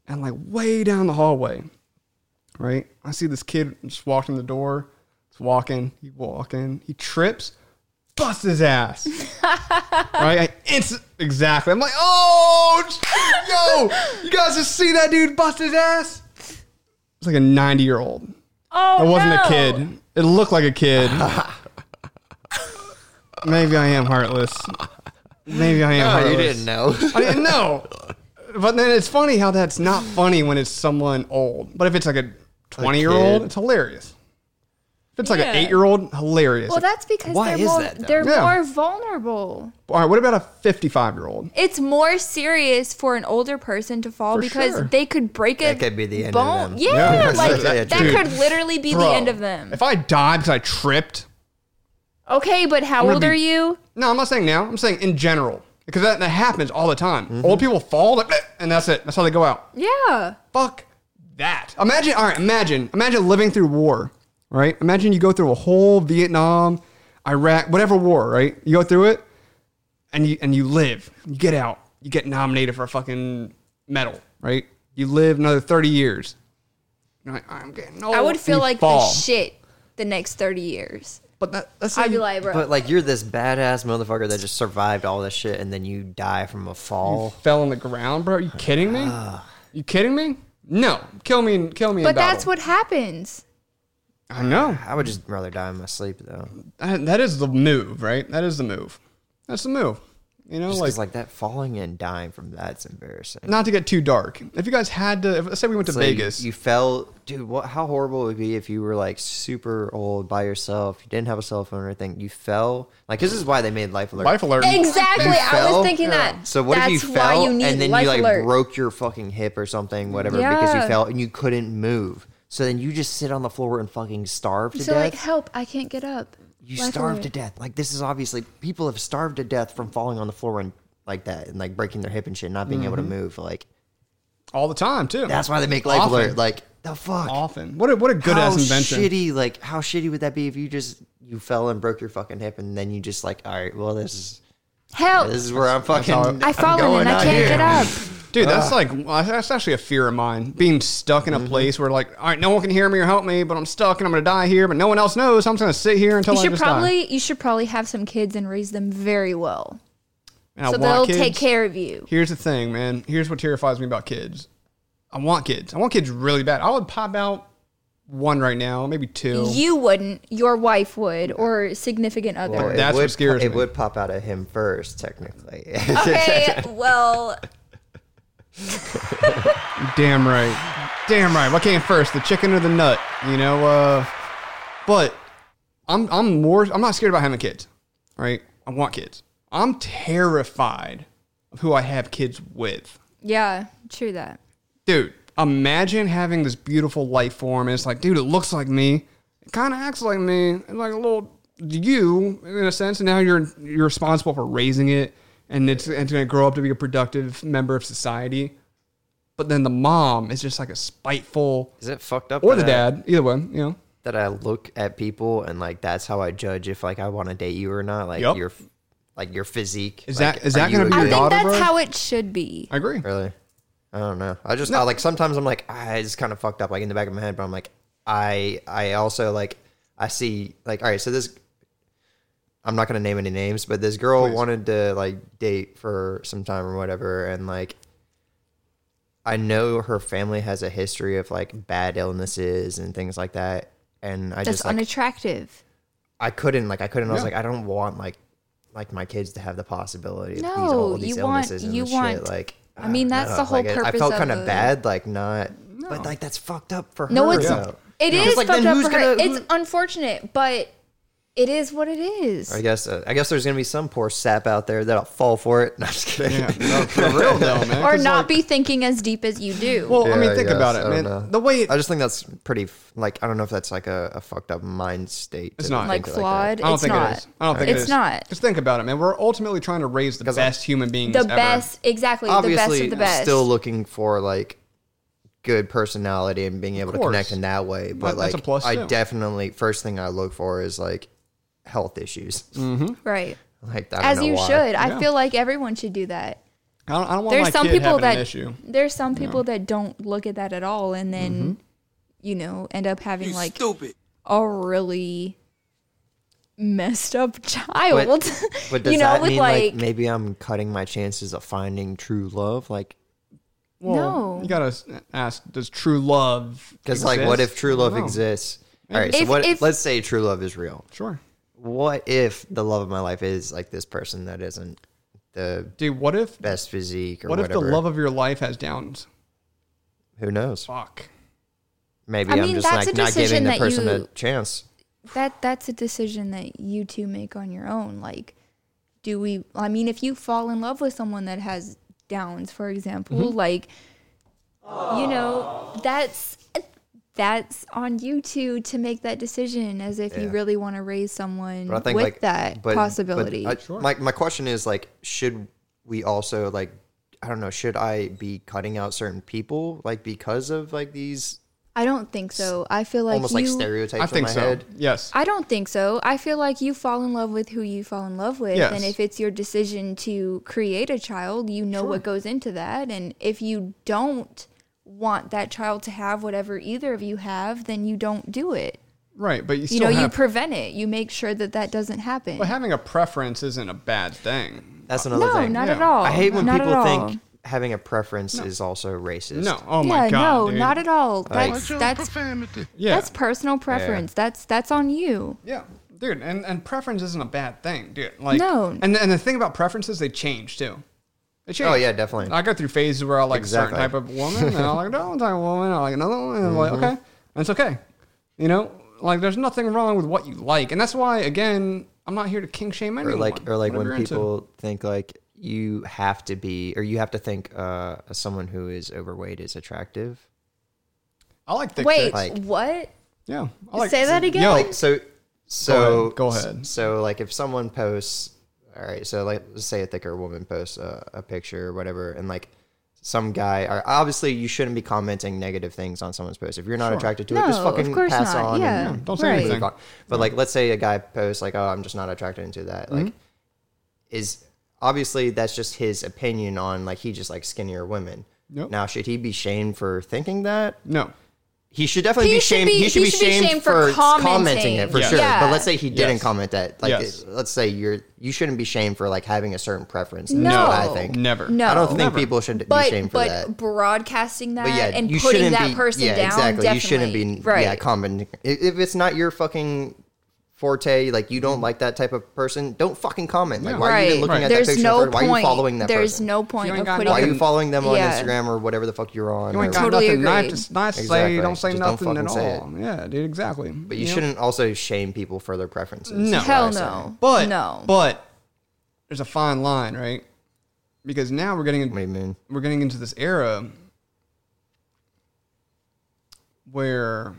Speaker 1: And like way down the hallway, right? I see this kid just walking the door. He's walking, he walking, he trips, busts his ass. right? I inst- exactly. I'm like, oh yo, you guys just see that dude bust his ass? It's like a 90 year old.
Speaker 2: Oh,
Speaker 1: It wasn't
Speaker 2: no.
Speaker 1: a kid. It looked like a kid. Maybe I am heartless. Maybe I am
Speaker 3: Oh,
Speaker 1: heartless.
Speaker 3: you didn't know.
Speaker 1: I didn't know. But then it's funny how that's not funny when it's someone old. But if it's like a 20 year old,
Speaker 3: kid.
Speaker 1: it's hilarious. If it's like an
Speaker 2: Yeah.
Speaker 1: 8 year old, hilarious.
Speaker 2: Well, that's because
Speaker 3: Why
Speaker 2: they're
Speaker 3: is
Speaker 2: more,
Speaker 3: that, though?
Speaker 2: they're
Speaker 1: Yeah.
Speaker 2: more vulnerable.
Speaker 1: All right, what about a 55 year old?
Speaker 2: It's more serious for an older person to fall
Speaker 1: For
Speaker 2: because
Speaker 1: sure.
Speaker 2: they could break a
Speaker 3: That could be the end of
Speaker 2: bone.
Speaker 3: them.
Speaker 1: Yeah,
Speaker 2: Yeah, like
Speaker 1: that's-
Speaker 2: that,
Speaker 1: dude.
Speaker 2: could literally be
Speaker 1: Bro,
Speaker 2: the end of them.
Speaker 1: If I died because I tripped,
Speaker 2: Okay, but how
Speaker 1: gonna
Speaker 2: old
Speaker 1: be-
Speaker 2: are you?
Speaker 1: no, I'm not saying now. I'm saying in general. Because that, that happens all the time.
Speaker 3: Mm-hmm.
Speaker 1: Old people fall, like, and that's it. That's how they go out.
Speaker 2: Yeah.
Speaker 1: fuck that. Imagine, all right, imagine, imagine living through war, right? Imagine you go through a whole Vietnam, Iraq, whatever war, right? You go through it, and you and you live. You get out. You get nominated for a fucking medal, right? You live another thirty years. You're like, I'm getting old.
Speaker 2: I
Speaker 3: Oh,
Speaker 2: would feel
Speaker 1: You
Speaker 2: like
Speaker 1: fall.
Speaker 2: the shit the next 30 years.
Speaker 1: But that, let's say
Speaker 2: I'd be
Speaker 1: you-
Speaker 2: like, bro.
Speaker 3: But like you're this badass motherfucker that just survived all this shit and then you die from a fall.
Speaker 1: fell on the ground, bro. Are you kidding me? you kidding me? No, kill me, kill me. in
Speaker 2: but that's
Speaker 1: battle.
Speaker 2: what happens.
Speaker 1: I know.
Speaker 3: I would just rather die in my sleep though.
Speaker 1: that that is the move, right? That is the move. That's the move. You know,
Speaker 3: Just
Speaker 1: like,
Speaker 3: 'cause, like that falling and dying from that's embarrassing.
Speaker 1: not to get too dark. If you guys had to, if, let's say we went to
Speaker 3: So you-
Speaker 1: Vegas.
Speaker 3: You, fell, dude. What? How horrible it would be if you were like super old by yourself. You didn't have a cell phone or anything. You fell. Like this is why they made life alert.
Speaker 1: life alert.
Speaker 2: Exactly.
Speaker 3: You
Speaker 2: I
Speaker 3: fell?
Speaker 2: was thinking that.
Speaker 3: So what
Speaker 2: that's
Speaker 3: if you fell
Speaker 2: why you need
Speaker 3: and then
Speaker 2: life
Speaker 3: you like
Speaker 2: alert.
Speaker 3: broke your fucking hip or something, whatever, because you
Speaker 2: Yeah.
Speaker 3: fell and you couldn't move. So then you just sit on the floor and fucking starve to
Speaker 2: so
Speaker 3: death.
Speaker 2: like, help! I can't get up.
Speaker 3: you
Speaker 2: Life
Speaker 3: starve
Speaker 2: alert.
Speaker 3: to death. Like this is obviously people have starved to death from falling on the floor and like that and like breaking their hip and shit, not being able to
Speaker 1: Mm-hmm.
Speaker 3: move. Like
Speaker 1: All the time, too.
Speaker 3: that's why they make life
Speaker 1: Often.
Speaker 3: alert. Like the fuck.
Speaker 1: Often. What a, what a good
Speaker 3: how
Speaker 1: ass invention.
Speaker 3: shitty, like how shitty would that be if you just you fell and broke your fucking hip and then you just like, all right, well this is
Speaker 2: Help!
Speaker 3: this is where I'm fucking.
Speaker 1: how it-
Speaker 3: I'm
Speaker 2: I've fallen
Speaker 3: going
Speaker 2: and Oh. I
Speaker 3: out
Speaker 2: can't
Speaker 3: here.
Speaker 2: get up.
Speaker 1: Dude, that's like, well, that's actually a fear of mine. Being stuck in
Speaker 3: Mm-hmm.
Speaker 1: a place where, like, all right, no one can hear me or help me, but I'm stuck and I'm going to die here, but no one else knows. So I'm just going to sit here until
Speaker 2: You
Speaker 1: I
Speaker 2: should
Speaker 1: just die.
Speaker 2: probably you should probably have some kids and raise them very well,
Speaker 1: And I
Speaker 2: so
Speaker 1: want
Speaker 2: they'll
Speaker 1: kids.
Speaker 2: take care of you.
Speaker 1: Here's the thing, man. Here's what terrifies me about kids. I want kids. I want kids really bad. I would pop out one right now, maybe two.
Speaker 2: You wouldn't. Your wife would, or significant other.
Speaker 3: Well, it
Speaker 1: That's what
Speaker 3: would,
Speaker 1: scares
Speaker 3: It
Speaker 1: me.
Speaker 3: would pop out of him first, technically.
Speaker 2: okay. Well,
Speaker 1: Damn right. Damn right. What came first, the chicken or the nut? You know, uh but I'm I'm more I'm not scared about having kids, right? I want kids. I'm terrified of who I have kids with.
Speaker 2: yeah, true that.
Speaker 1: Dude, imagine having this beautiful life form and it's like, dude, it looks like me. It kind of acts like me. It's like a little you in a sense and now you're you're responsible for raising it and it's it's going to grow up to be a productive member of society. But then the mom is just like a spiteful
Speaker 3: Is it fucked up?
Speaker 1: or the
Speaker 3: that I-
Speaker 1: dad, either one, you know.
Speaker 3: that I look at people and like that's how I judge if like I want to date you or not. Like
Speaker 1: Yup.
Speaker 3: your, like your physique.
Speaker 1: Is
Speaker 3: Like,
Speaker 1: that- is
Speaker 3: are
Speaker 1: that
Speaker 3: you
Speaker 1: gonna be
Speaker 3: a
Speaker 1: your
Speaker 2: I
Speaker 3: good-
Speaker 2: think
Speaker 1: daughter,
Speaker 2: that's
Speaker 1: bro?
Speaker 2: how it should be.
Speaker 1: I agree.
Speaker 3: Really? I don't know. I just
Speaker 1: No.
Speaker 3: I, like sometimes I'm like ah, it's kind of fucked up like in the back of my head, but I'm like I I also like I see like all right, so this I'm not gonna name any names, but this girl wanted to like date for some time or whatever, and like I know her family has a history of like bad illnesses and things like that, and I
Speaker 2: That's
Speaker 3: just like,
Speaker 2: unattractive.
Speaker 3: I couldn't like I couldn't. I was
Speaker 1: Yeah.
Speaker 3: like I don't want like like my kids to have the possibility of
Speaker 2: No,
Speaker 3: these all these
Speaker 2: you want-
Speaker 3: illnesses and
Speaker 2: you
Speaker 3: this
Speaker 2: want-
Speaker 3: shit. Like
Speaker 2: I mean,
Speaker 3: ah,
Speaker 2: that's the whole
Speaker 3: like, it- I
Speaker 2: purpose
Speaker 3: felt
Speaker 2: of
Speaker 3: kind
Speaker 2: the-
Speaker 3: of bad, like not,
Speaker 1: No.
Speaker 3: but like that's fucked up for
Speaker 2: No,
Speaker 3: her.
Speaker 2: it's
Speaker 3: though.
Speaker 2: it is
Speaker 3: Like,
Speaker 2: fucked
Speaker 3: then
Speaker 2: up
Speaker 3: who's
Speaker 2: for her.
Speaker 3: gonna-
Speaker 2: It's unfortunate, but it is what it is.
Speaker 3: I guess uh, I guess there's gonna be some poor sap out there that'll fall for it. No, I'm just kidding.
Speaker 1: Yeah, no, for real though, man.
Speaker 2: or
Speaker 1: 'cause,
Speaker 2: not
Speaker 1: like-
Speaker 2: be thinking as deep as you do.
Speaker 1: Well, I
Speaker 3: Yeah,
Speaker 1: mean, think about
Speaker 3: guess.
Speaker 1: it,
Speaker 3: I
Speaker 1: man.
Speaker 3: don't know.
Speaker 1: The way it,
Speaker 3: I just think that's pretty. f- Like I don't know if that's like a, a fucked up mind state.
Speaker 1: It's
Speaker 3: to
Speaker 1: not.
Speaker 2: like
Speaker 3: think
Speaker 2: flawed.
Speaker 1: I don't
Speaker 2: it's
Speaker 1: think
Speaker 2: not.
Speaker 1: it is. I don't think it
Speaker 2: it's
Speaker 1: is.
Speaker 2: not.
Speaker 1: Just think about it, man. We're ultimately trying to raise the
Speaker 3: Because, like,
Speaker 1: best human beings.
Speaker 2: The
Speaker 1: ever.
Speaker 2: best, exactly.
Speaker 3: Obviously,
Speaker 2: the best of the best.
Speaker 3: still looking for like good personality and being able to connect
Speaker 1: course.
Speaker 3: in that way.
Speaker 1: That-
Speaker 3: But
Speaker 1: that's
Speaker 3: like,
Speaker 1: a plus,
Speaker 3: I
Speaker 1: too.
Speaker 3: definitely first thing I look for is like health issues.
Speaker 1: Mm-hmm.
Speaker 2: right.
Speaker 3: Like I don't
Speaker 2: As
Speaker 3: know
Speaker 2: you
Speaker 3: why.
Speaker 2: should.
Speaker 1: Yeah.
Speaker 2: I feel like everyone should do that.
Speaker 1: I don't, I don't want
Speaker 2: There's
Speaker 1: my
Speaker 2: some
Speaker 1: kid
Speaker 2: people
Speaker 1: having
Speaker 2: that
Speaker 1: an issue.
Speaker 2: there's some people that don't look at that at all and then
Speaker 1: Mm-hmm.
Speaker 2: you know, end up having like a really messed up child.
Speaker 3: But does
Speaker 2: you know,
Speaker 3: that
Speaker 2: with
Speaker 3: mean like,
Speaker 2: like,
Speaker 3: maybe I'm cutting my chances of finding true love? Like
Speaker 1: Well,
Speaker 2: No.
Speaker 1: you gotta s- ask: Does true love?
Speaker 3: because like what if
Speaker 1: exist?
Speaker 3: true love
Speaker 1: I don't know.
Speaker 3: exists? All right, so
Speaker 2: If-
Speaker 3: what?
Speaker 2: if-
Speaker 3: let's say true love is real.
Speaker 1: Sure,
Speaker 3: What if the love of my life is like this person that isn't the
Speaker 1: dude. What if?
Speaker 3: best physique or
Speaker 1: What if
Speaker 3: whatever?
Speaker 1: the love of your life has downs?
Speaker 3: Who knows?
Speaker 1: Fuck.
Speaker 3: Maybe
Speaker 2: I
Speaker 3: I
Speaker 2: mean,
Speaker 3: am just
Speaker 2: that's
Speaker 3: like
Speaker 2: a
Speaker 3: not
Speaker 2: decision
Speaker 3: giving the
Speaker 2: that
Speaker 3: person a
Speaker 2: you-
Speaker 3: chance.
Speaker 2: that that's a decision that you two make on your own like do we i mean if you fall in love with someone that has downs for example like you know that's that's on you two to make that decision as if you
Speaker 3: Yeah.
Speaker 2: really want to raise someone
Speaker 3: But I think
Speaker 2: with
Speaker 3: like
Speaker 2: that
Speaker 3: but- but
Speaker 2: possibility
Speaker 3: I- My my question is like, should we also like, I don't know, should I be cutting out certain people like because of like these
Speaker 2: I, don't think so i feel like
Speaker 3: almost
Speaker 2: you,
Speaker 3: like stereotypes
Speaker 1: I think
Speaker 3: in my
Speaker 1: so.
Speaker 3: head?
Speaker 1: Yes.
Speaker 2: I don't think so. I feel like you fall in love with who you fall in love with.
Speaker 1: Yes.
Speaker 2: And if it's your decision to create a child, you know what goes into that. And if you don't want that child to have whatever either of you have, then you don't do it.
Speaker 1: Right, but you
Speaker 2: You
Speaker 1: still
Speaker 2: know, you
Speaker 1: have.
Speaker 2: prevent it. You make sure that that doesn't happen.
Speaker 1: but having a preference isn't a bad thing.
Speaker 3: That's another
Speaker 2: no,
Speaker 3: thing.
Speaker 2: not
Speaker 1: Yeah.
Speaker 2: at all.
Speaker 3: I hate when
Speaker 2: Not
Speaker 3: people
Speaker 2: at all.
Speaker 3: think having a preference is also racist.
Speaker 1: No. Oh
Speaker 2: yeah,
Speaker 1: my god.
Speaker 2: no,
Speaker 1: dude.
Speaker 2: not at all.
Speaker 3: Like-
Speaker 2: That's that's
Speaker 1: Yeah.
Speaker 2: that's personal preference. That's that's on you.
Speaker 1: Yeah, dude, and and preference isn't a bad thing, dude. Like,
Speaker 2: No.
Speaker 1: and and the thing about preferences, they change too. They change.
Speaker 3: Oh, yeah, definitely.
Speaker 1: I go through phases where I like
Speaker 3: Exactly.
Speaker 1: a
Speaker 3: Mm-hmm.
Speaker 1: certain type of woman, and I like another type of woman, I like another one, and I'm like, okay, and it's okay. You know, like there's nothing wrong with what you like, and that's why, again, I'm not here to king shame
Speaker 3: Or
Speaker 1: anyone.
Speaker 3: like, or like
Speaker 1: Whatever
Speaker 3: when
Speaker 1: you're into.
Speaker 3: people think like you have to be, or you have to think uh, someone who is overweight is attractive.
Speaker 1: I like thick
Speaker 2: Wait,
Speaker 1: chicks.
Speaker 3: Like-
Speaker 2: what?
Speaker 1: yeah, I like
Speaker 2: Say that again?
Speaker 1: Yo,
Speaker 3: like so so
Speaker 1: Go ahead, go ahead.
Speaker 3: so like if someone posts all right so like let's say a thicker woman posts a, a picture or whatever and like some guy or obviously you shouldn't be commenting negative things on someone's post if you're not attracted to it just
Speaker 2: No, of
Speaker 3: fucking
Speaker 2: course
Speaker 3: pass
Speaker 2: not.
Speaker 3: on
Speaker 2: Yeah.
Speaker 1: Yeah,
Speaker 3: and
Speaker 1: Mm, don't say
Speaker 2: Right.
Speaker 1: anything.
Speaker 3: move on. but like let's say a guy posts like oh i'm just not attracted into that like
Speaker 1: Mm-hmm.
Speaker 3: is obviously that's just his opinion on like he just like skinnier women
Speaker 1: Yep.
Speaker 3: now should he be shamed for thinking that
Speaker 1: No,
Speaker 3: he should definitely
Speaker 2: He
Speaker 3: be
Speaker 2: should
Speaker 3: shamed.
Speaker 2: be-
Speaker 3: he should be shamed, for, commenting. it for
Speaker 1: Yes.
Speaker 3: sure.
Speaker 2: Yeah.
Speaker 3: But let's say he didn't
Speaker 1: Yes.
Speaker 3: comment that. Like,
Speaker 1: Yes.
Speaker 3: it- let's say you're you shouldn't be shamed for like having a certain preference. That's
Speaker 2: No.
Speaker 3: what I think.
Speaker 1: never.
Speaker 2: No.
Speaker 3: I don't think
Speaker 1: Never.
Speaker 3: people should be
Speaker 2: but
Speaker 3: shamed
Speaker 2: but
Speaker 3: for that.
Speaker 2: broadcasting that
Speaker 3: But yeah,
Speaker 2: and
Speaker 3: you
Speaker 2: putting
Speaker 3: shouldn't
Speaker 2: that
Speaker 3: be,
Speaker 2: person
Speaker 3: yeah,
Speaker 2: down
Speaker 3: Exactly.
Speaker 2: definitely
Speaker 3: You shouldn't be
Speaker 2: right
Speaker 3: yeah commenting. If if it's not your fucking forte, like you don't like that type of person, don't fucking comment. Like why are you even looking at
Speaker 2: There's
Speaker 3: that picture?
Speaker 2: no
Speaker 3: first? Why
Speaker 2: point.
Speaker 3: are you following that
Speaker 2: There's
Speaker 3: person?
Speaker 2: no point
Speaker 1: You ain't
Speaker 2: of
Speaker 1: got
Speaker 2: putting.
Speaker 3: Why are you
Speaker 2: them-
Speaker 3: following them on
Speaker 2: Yeah.
Speaker 3: Instagram or whatever the fuck you're on?
Speaker 1: you ain't
Speaker 3: or-
Speaker 1: got
Speaker 2: Totally
Speaker 1: nothing nice
Speaker 2: agree.
Speaker 1: to- nice to say.
Speaker 3: Exactly.
Speaker 1: Don't say
Speaker 3: Just don't
Speaker 1: nothing
Speaker 3: fucking say
Speaker 1: at all. Yeah, dude, exactly.
Speaker 3: But you
Speaker 1: know?
Speaker 3: shouldn't also shame people for their preferences.
Speaker 1: No.
Speaker 3: is what I
Speaker 2: Hell
Speaker 3: say.
Speaker 2: no.
Speaker 1: But
Speaker 2: no.
Speaker 1: but there's a fine line, right? Because now we're getting
Speaker 3: What do you mean?
Speaker 1: we're getting into this era where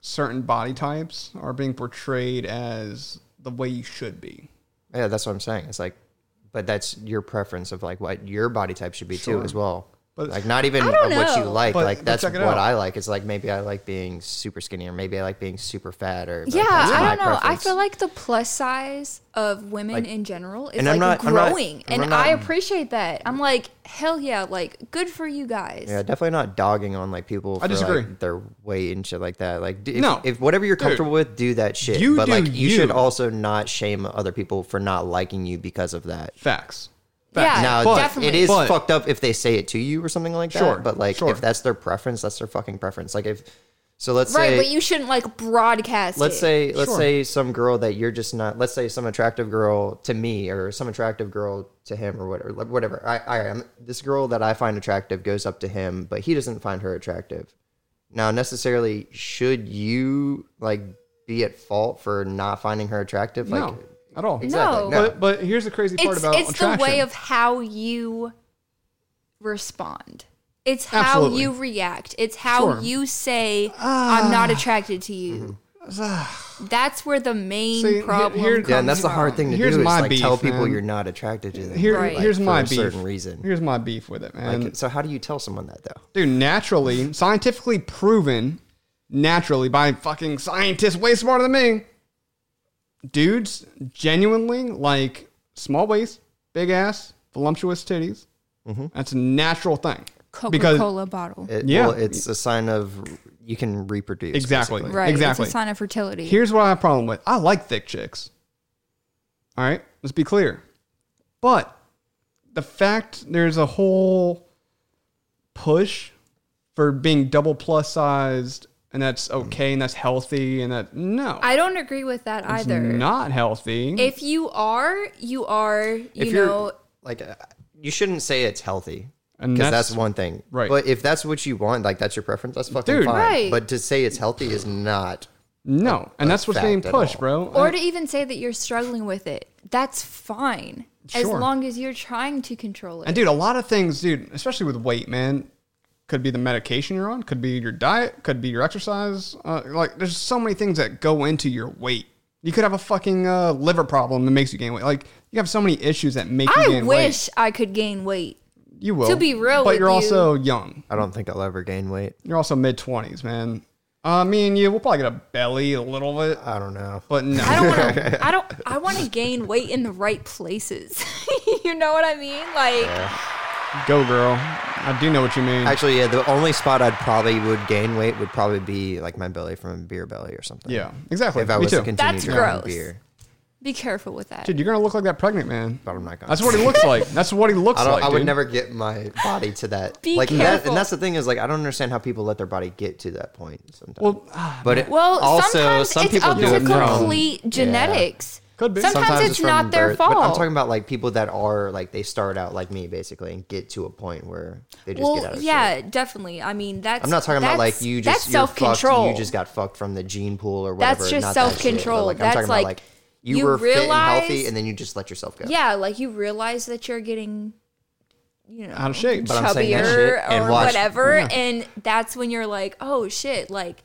Speaker 1: certain body types are being portrayed as the way you should be.
Speaker 3: Yeah, that's what I'm saying. It's like, but that's your preference of like what your body type should be too as well.
Speaker 1: But
Speaker 3: Like not even
Speaker 2: I don't
Speaker 3: what you
Speaker 2: know.
Speaker 3: like.
Speaker 1: But-
Speaker 3: like
Speaker 1: but
Speaker 3: that's
Speaker 1: check
Speaker 3: what
Speaker 1: it out.
Speaker 3: I like. It's like maybe I like being super skinny, or maybe I like being super fat, or like,
Speaker 2: yeah,
Speaker 3: that's my
Speaker 2: I don't know.
Speaker 3: preference.
Speaker 2: I feel like the plus size of women
Speaker 3: Like-
Speaker 2: in general is
Speaker 3: and I'm
Speaker 2: like
Speaker 3: not- I'm not-
Speaker 2: growing,
Speaker 3: I'm
Speaker 2: and
Speaker 3: not-
Speaker 2: I appreciate that. I'm like, hell yeah, like good for you guys.
Speaker 3: Yeah, definitely not dogging on like people. For,
Speaker 1: I disagree.
Speaker 3: Like, their weight and shit like that. Like, d- if,
Speaker 1: No.
Speaker 3: if whatever you're comfortable with, do that shit.
Speaker 1: you
Speaker 3: but
Speaker 1: do
Speaker 3: like, you, should
Speaker 1: you.
Speaker 3: also not shame other people for not liking you because of that.
Speaker 1: facts.
Speaker 2: Yeah,
Speaker 1: Facts.
Speaker 3: Now,
Speaker 1: But-
Speaker 2: definitely.
Speaker 3: it is
Speaker 1: But-
Speaker 3: fucked up if they say it to you or something like that.
Speaker 1: Sure,
Speaker 3: but like,
Speaker 1: sure.
Speaker 3: if that's their preference, that's their fucking preference. Like, if so, let's
Speaker 2: right,
Speaker 3: say
Speaker 2: but you shouldn't like broadcast.
Speaker 3: let's
Speaker 2: it.
Speaker 3: say let's
Speaker 1: Sure.
Speaker 3: say some girl that you're just not let's say some attractive girl to me or some attractive girl to him or whatever like, whatever i i am this girl that i find attractive goes up to him but he doesn't find her attractive now necessarily should you like be at fault for not finding her attractive like
Speaker 1: no, at all.
Speaker 3: exactly
Speaker 2: No.
Speaker 3: no.
Speaker 1: But but here's the crazy part
Speaker 2: it's,
Speaker 1: about
Speaker 2: it's the
Speaker 1: attraction.
Speaker 2: way of how you respond. It's how
Speaker 1: Absolutely.
Speaker 2: you react. It's how
Speaker 1: Sure. Ah. Mm-hmm.
Speaker 2: you say I'm not attracted to you. That's where the main
Speaker 1: See, he-
Speaker 2: problem
Speaker 1: here-
Speaker 2: comes
Speaker 3: yeah, and that's the hard
Speaker 2: from.
Speaker 3: thing to
Speaker 1: Here's
Speaker 3: do is
Speaker 1: my
Speaker 3: like tell
Speaker 1: beef,
Speaker 3: people
Speaker 1: man.
Speaker 3: you're not attracted to them.
Speaker 1: Here,
Speaker 2: Right.
Speaker 1: here's
Speaker 3: for
Speaker 1: my
Speaker 3: a
Speaker 1: beef.
Speaker 3: certain reason.
Speaker 1: Here's my beef with it, man.
Speaker 3: Like, so how do you tell someone that though?
Speaker 1: Dude, naturally, scientifically proven, naturally by fucking scientists way smarter than me, dudes genuinely like small waist, big ass, voluptuous titties. That's a natural thing.
Speaker 2: Coca
Speaker 1: Because-
Speaker 2: Cola bottle.
Speaker 3: It,
Speaker 1: Yeah.
Speaker 3: well, it's a sign of you can reproduce.
Speaker 1: Exactly.
Speaker 3: basically.
Speaker 2: right.
Speaker 1: exactly.
Speaker 2: It's a sign of fertility.
Speaker 1: Here's what I have a problem with. I like thick chicks. All right, let's be clear. But the fact there's a whole push for being double plus sized and that's okay and that's healthy and that no.
Speaker 2: I don't agree with that
Speaker 1: it's
Speaker 2: either.
Speaker 1: not healthy.
Speaker 2: if you are, you are, you
Speaker 3: if you are
Speaker 2: know,
Speaker 3: like uh, you shouldn't say it's healthy
Speaker 1: And
Speaker 3: because
Speaker 1: that's-
Speaker 3: that's, one thing
Speaker 1: right.
Speaker 3: but if that's what you want like that's your preference that's fucking
Speaker 1: Dude.
Speaker 3: fine
Speaker 2: Right.
Speaker 3: but to say it's healthy is not
Speaker 1: no, and
Speaker 3: a
Speaker 1: that's what's
Speaker 3: fact
Speaker 1: being
Speaker 3: at
Speaker 1: pushed,
Speaker 3: all.
Speaker 1: bro.
Speaker 2: or
Speaker 1: I-
Speaker 2: to even say that you're struggling with it. That's fine. As
Speaker 1: Sure.
Speaker 2: long as you're trying to control it.
Speaker 1: And dude, a lot of things, dude, especially with weight, man, could be the medication you're on, could be your diet, could be your exercise. Uh, like, there's so many things that go into your weight. You could have a fucking uh, liver problem that makes you gain weight. Like, you have so many issues that make you
Speaker 2: I
Speaker 1: gain weight.
Speaker 2: wish I could gain weight.
Speaker 1: You will.
Speaker 2: to be real
Speaker 1: but
Speaker 2: with
Speaker 1: you're
Speaker 2: you-
Speaker 1: also young.
Speaker 3: i don't think i'll ever gain weight
Speaker 1: You're also mid twenties, man. Uh, me and you, we'll probably get a belly a little bit,
Speaker 3: i don't know
Speaker 1: but no.
Speaker 2: I don't want to. I don't. I want to gain weight in the right places. you know what I mean? Like,
Speaker 1: Go, girl. I do know what you mean.
Speaker 3: actually yeah the only spot i'd probably would gain weight would probably be like my belly from a beer belly or something
Speaker 1: yeah, exactly.
Speaker 3: if i
Speaker 1: me
Speaker 3: was
Speaker 1: too.
Speaker 3: to continue
Speaker 2: That's
Speaker 3: drinking
Speaker 2: gross.
Speaker 3: beer
Speaker 2: be careful with that.
Speaker 1: dude, you're gonna look like that pregnant man.
Speaker 3: but i'm not gonna
Speaker 1: That's what he looks like. That's what he looks
Speaker 3: I, don't,
Speaker 1: like.
Speaker 3: I would
Speaker 1: dude.
Speaker 3: never get my body to that.
Speaker 2: Be
Speaker 3: like that,
Speaker 2: careful.
Speaker 3: and that's the thing is like I don't understand how people let their body get to that point sometimes.
Speaker 1: Well,
Speaker 3: but it,
Speaker 2: Well,
Speaker 3: also
Speaker 2: sometimes
Speaker 3: some
Speaker 2: it's
Speaker 3: people
Speaker 2: up
Speaker 3: do
Speaker 2: to
Speaker 3: it from-
Speaker 2: complete genetics.
Speaker 1: Could be.
Speaker 2: Sometimes, it's,
Speaker 3: from
Speaker 2: not their
Speaker 3: birth,
Speaker 2: fault.
Speaker 3: But I'm talking about like people that are like they start out like me basically and get to a point where they just get out
Speaker 2: well,
Speaker 3: of
Speaker 2: yeah,
Speaker 3: shape.
Speaker 2: definitely. I mean, that's.
Speaker 3: I'm not talking about like
Speaker 2: that's-
Speaker 3: you
Speaker 2: That's
Speaker 3: just you're
Speaker 2: self control.
Speaker 3: fucked, you just got fucked from the gene pool or whatever.
Speaker 2: That's just
Speaker 3: not that shit, but,
Speaker 2: self-control.
Speaker 3: Like, I'm
Speaker 2: That's
Speaker 3: talking
Speaker 2: like,
Speaker 3: about like you,
Speaker 2: you
Speaker 3: were fit and healthy
Speaker 2: realize-
Speaker 3: and then you just let yourself go.
Speaker 2: Yeah, like you realize that you're getting, you know,
Speaker 1: out of shape.
Speaker 3: But I'm saying that
Speaker 2: chubbier
Speaker 3: shit and
Speaker 2: or
Speaker 3: watch-
Speaker 2: whatever, and that's when you're like, oh shit, like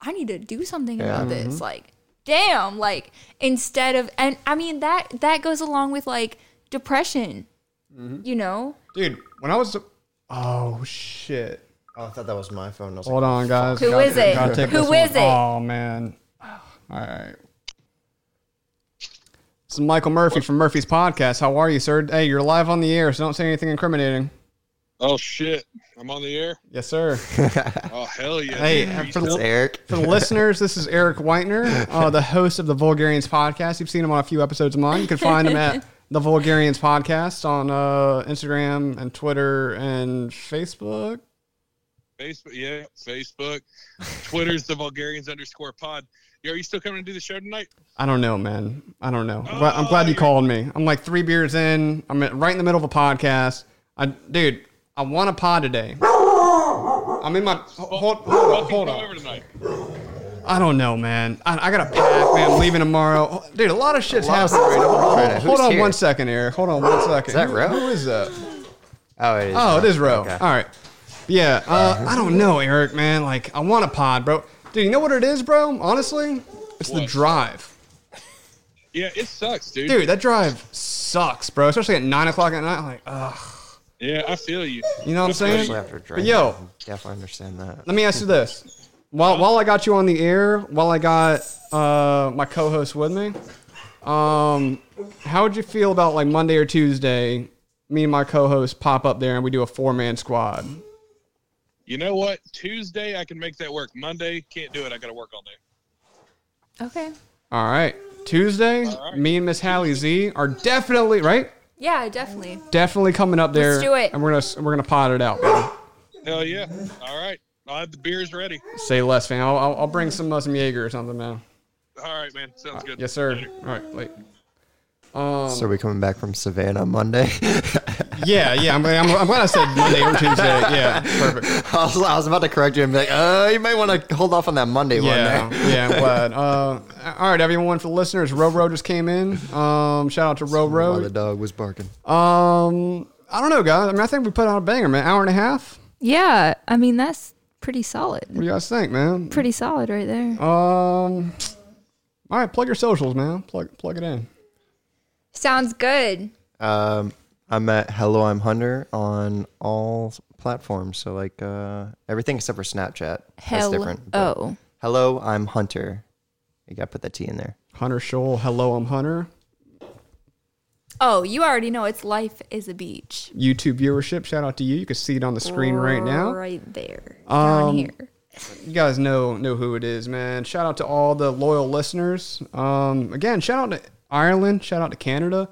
Speaker 2: I need to do something about
Speaker 3: Mm-hmm.
Speaker 2: this. Like, damn, like instead of and I mean that that goes along with like depression,
Speaker 3: Mm-hmm.
Speaker 2: you know.
Speaker 1: Dude, when I was. Oh, shit.
Speaker 3: Oh, I thought that was my phone. I was
Speaker 1: Hold
Speaker 3: like,
Speaker 1: on, guys.
Speaker 2: Who
Speaker 1: Gotta-
Speaker 2: is it?
Speaker 1: gotta take
Speaker 2: Who
Speaker 1: this one.
Speaker 2: is it?
Speaker 1: Oh, man. All right. This is Michael Murphy from Murphy's Podcast. How are you, sir? Hey, you're live on the air, so don't say anything incriminating.
Speaker 8: Oh shit! I'm on the air.
Speaker 1: Yes, sir.
Speaker 8: Oh hell yeah!
Speaker 1: Hey,
Speaker 8: dude.
Speaker 1: and
Speaker 8: You
Speaker 1: for the-
Speaker 8: still-
Speaker 3: It's Eric.
Speaker 1: For the listeners, this is Eric Whitener, uh, the host of the Vulgarians Podcast. You've seen him on a few episodes of mine. You can find him at the Vulgarians Podcast on uh, Instagram and Twitter and Facebook.
Speaker 8: Facebook, yeah, Facebook, Twitter's the Vulgarians underscore pod. Yeah, Are you still coming to do the show tonight?
Speaker 1: I don't know, man. I don't know. But I'm
Speaker 8: Oh,
Speaker 1: glad you
Speaker 8: you're-
Speaker 1: called me. I'm like three beers in. I'm at- right in the middle of a podcast. I, dude, I want a pod today. I'm in my hold. Hold on.
Speaker 8: Fucking
Speaker 1: Hold
Speaker 8: come
Speaker 1: on.
Speaker 8: Over tonight.
Speaker 1: I don't know, man. I, I got to pack, man. I'm leaving tomorrow. Dude, a lot of shit's
Speaker 3: lot of
Speaker 1: happening.
Speaker 3: stuff.
Speaker 1: Hold
Speaker 3: Alright,
Speaker 1: on, hold
Speaker 3: who's
Speaker 1: on
Speaker 3: here?
Speaker 1: one second, Eric. Hold on one second. Is
Speaker 3: that Ro?
Speaker 1: Who is that?
Speaker 3: Oh, it is.
Speaker 1: Oh, it is Ro.
Speaker 3: Okay.
Speaker 1: All right. Yeah. Uh, I don't know, Eric, man. Like, I want a pod, bro. Dude, you know what it is, bro? Honestly, it's the
Speaker 8: What?
Speaker 1: drive.
Speaker 8: Yeah, it sucks, dude.
Speaker 1: Dude, that drive sucks, bro. Especially at nine o'clock at night. I'm like, ugh.
Speaker 8: Yeah, I feel you.
Speaker 1: You know what I'm saying?
Speaker 3: Especially after
Speaker 1: But
Speaker 3: drinking.
Speaker 1: yo,
Speaker 3: definitely understand that.
Speaker 1: let me ask you this. While, while I got you on the air, while I got uh, my co-host with me, um, how would you feel about like Monday or Tuesday? Me and my co-host pop up there and we do a four-man squad.
Speaker 8: You know what? Tuesday I can make that work. Monday can't do it. I got to work all day.
Speaker 2: Okay.
Speaker 1: All right, Tuesday,
Speaker 8: All right.
Speaker 1: me and Miss Hallie Z are definitely right.
Speaker 2: Yeah, definitely.
Speaker 1: Definitely coming up there.
Speaker 2: do it.
Speaker 1: And we're gonna we're gonna pot it out. man.
Speaker 8: Hell yeah! All right, I'll have the beers ready.
Speaker 1: Say less, fam. I'll, I'll I'll bring some uh, some Jaeger or something, man.
Speaker 8: All right, man. Sounds good.
Speaker 1: Uh, Yes, sir. All right, wait. Um,
Speaker 3: So we coming back from Savannah Monday.
Speaker 1: yeah, yeah. I'm, I'm, I'm glad I said Monday or Tuesday. Yeah, perfect.
Speaker 3: I was, I was about to correct you and be like, uh, you may want to hold off on that Monday
Speaker 1: Yeah,
Speaker 3: one. There.
Speaker 1: yeah, I'm glad. Uh, all right, everyone, for the listeners, Robro just came in. Um, shout out to
Speaker 3: While the
Speaker 1: Robro.
Speaker 3: dog was barking.
Speaker 1: Um, I don't know, guys. I mean, I think we put out a banger, man. Hour and a half.
Speaker 2: Yeah, I mean that's pretty solid.
Speaker 1: What do you guys think, man?
Speaker 2: Pretty solid right there.
Speaker 1: Um, all right, plug your socials, man. Plug plug it in.
Speaker 2: Sounds good.
Speaker 3: Um, I'm at Hello I'm Hunter on all platforms. So like uh, everything except for Snapchat.
Speaker 2: Hell.
Speaker 3: That's different. but
Speaker 2: oh.
Speaker 3: Hello I'm Hunter. You got to put that T in there.
Speaker 1: Hunter Scholl. Hello, I'm Hunter.
Speaker 2: Oh, you already know it's life is a beach.
Speaker 1: YouTube viewership. Shout out to you. You can see it on the screen right now. Um,
Speaker 2: Right there. down here.
Speaker 1: you guys know know who it is, man. Shout out to all the loyal listeners. Um, again, shout out to Ireland. Shout out to Canada.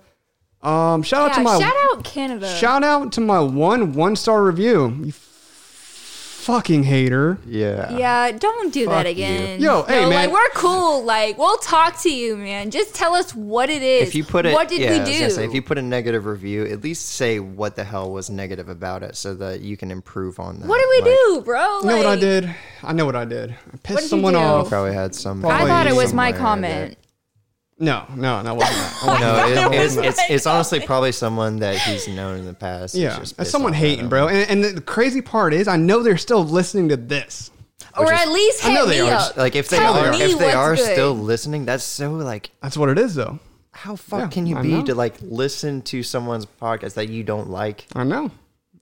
Speaker 1: Um, shout out
Speaker 2: Yeah,
Speaker 1: to my
Speaker 2: shout out Canada.
Speaker 1: shout out to my one one star review. You f- fucking hater.
Speaker 3: Yeah.
Speaker 2: yeah, don't do that
Speaker 3: you.
Speaker 2: again.
Speaker 1: Yo, hey, man.
Speaker 2: No, Like we're cool. Like we'll talk to you, man. Just tell us what it is.
Speaker 3: If you put it,
Speaker 2: what did
Speaker 3: yeah, I
Speaker 2: we
Speaker 3: was
Speaker 2: do?
Speaker 3: gonna say, if you put a negative review, at least say what the hell was negative about it, so that you can improve on that.
Speaker 2: what did we
Speaker 3: Like,
Speaker 2: do, bro?
Speaker 1: You know what I
Speaker 2: Like,
Speaker 1: did? I know what I did. I pissed
Speaker 2: did you
Speaker 1: someone
Speaker 2: do?
Speaker 1: off.
Speaker 3: Probably had some.
Speaker 2: I
Speaker 1: Probably
Speaker 2: thought it was my
Speaker 3: somewhere
Speaker 2: comment.
Speaker 1: No, no, no. it wasn't that. I
Speaker 3: that-
Speaker 1: wasn't that.
Speaker 3: No, it,
Speaker 2: it
Speaker 3: it's,
Speaker 2: was
Speaker 3: it's,
Speaker 2: my
Speaker 3: it's honestly probably someone that he's known in the past. that's
Speaker 1: Yeah, that's
Speaker 3: just pissed
Speaker 1: someone
Speaker 3: off at
Speaker 1: hating,
Speaker 3: him.
Speaker 1: bro. And, and the crazy part is, I know they're still listening to this.
Speaker 2: or at least
Speaker 1: I
Speaker 2: hit
Speaker 1: know they
Speaker 2: me
Speaker 1: are.
Speaker 2: up.
Speaker 3: Like if they
Speaker 2: Tell
Speaker 3: are,
Speaker 2: me
Speaker 3: if they
Speaker 2: what's
Speaker 3: are
Speaker 2: good.
Speaker 3: still listening, that's so like
Speaker 1: That's what it is, though.
Speaker 3: how fuck
Speaker 1: Yeah,
Speaker 3: can you
Speaker 1: I
Speaker 3: be
Speaker 1: know.
Speaker 3: to like listen to someone's podcast that you don't like?
Speaker 1: I know.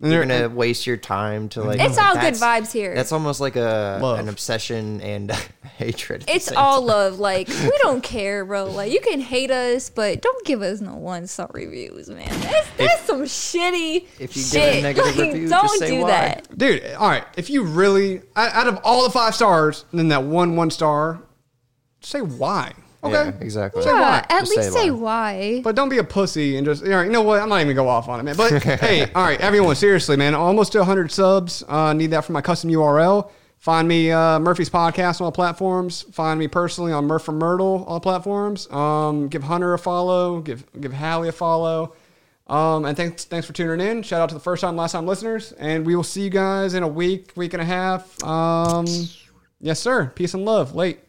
Speaker 1: And
Speaker 3: You're
Speaker 1: they're-
Speaker 3: gonna waste your time to like.
Speaker 2: It's all good
Speaker 3: that's-
Speaker 2: vibes here.
Speaker 3: That's almost like a
Speaker 1: Love.
Speaker 3: an obsession and hatred. at the
Speaker 2: It's
Speaker 3: same
Speaker 2: all
Speaker 3: time.
Speaker 2: love. Like we don't care, bro. Like you can hate us, but don't give us no one star reviews, man. That's, that's some shitty.
Speaker 3: If you give a
Speaker 2: shit. Like,
Speaker 3: negative review,
Speaker 2: don't
Speaker 3: just say
Speaker 2: do
Speaker 3: why.
Speaker 2: that.
Speaker 1: dude all right if you really out out of all the five stars and then that one one star say why okay
Speaker 3: Yeah, exactly.
Speaker 1: Say why.
Speaker 2: Uh, At
Speaker 3: Just
Speaker 2: least
Speaker 3: say
Speaker 2: say
Speaker 3: why.
Speaker 2: why.
Speaker 1: but don't be a pussy and just all right, you know what i'm not even gonna go off on it man but hey all right everyone seriously man almost to 100 subs uh, need that for my custom url find me uh, murphy's podcast on all platforms find me personally on murph from myrtle all platforms um, give hunter a follow give give hallie a follow um, and thanks thanks for tuning in shout out to the first time last time listeners and we will see you guys in a week week and a half um, yes sir peace and love late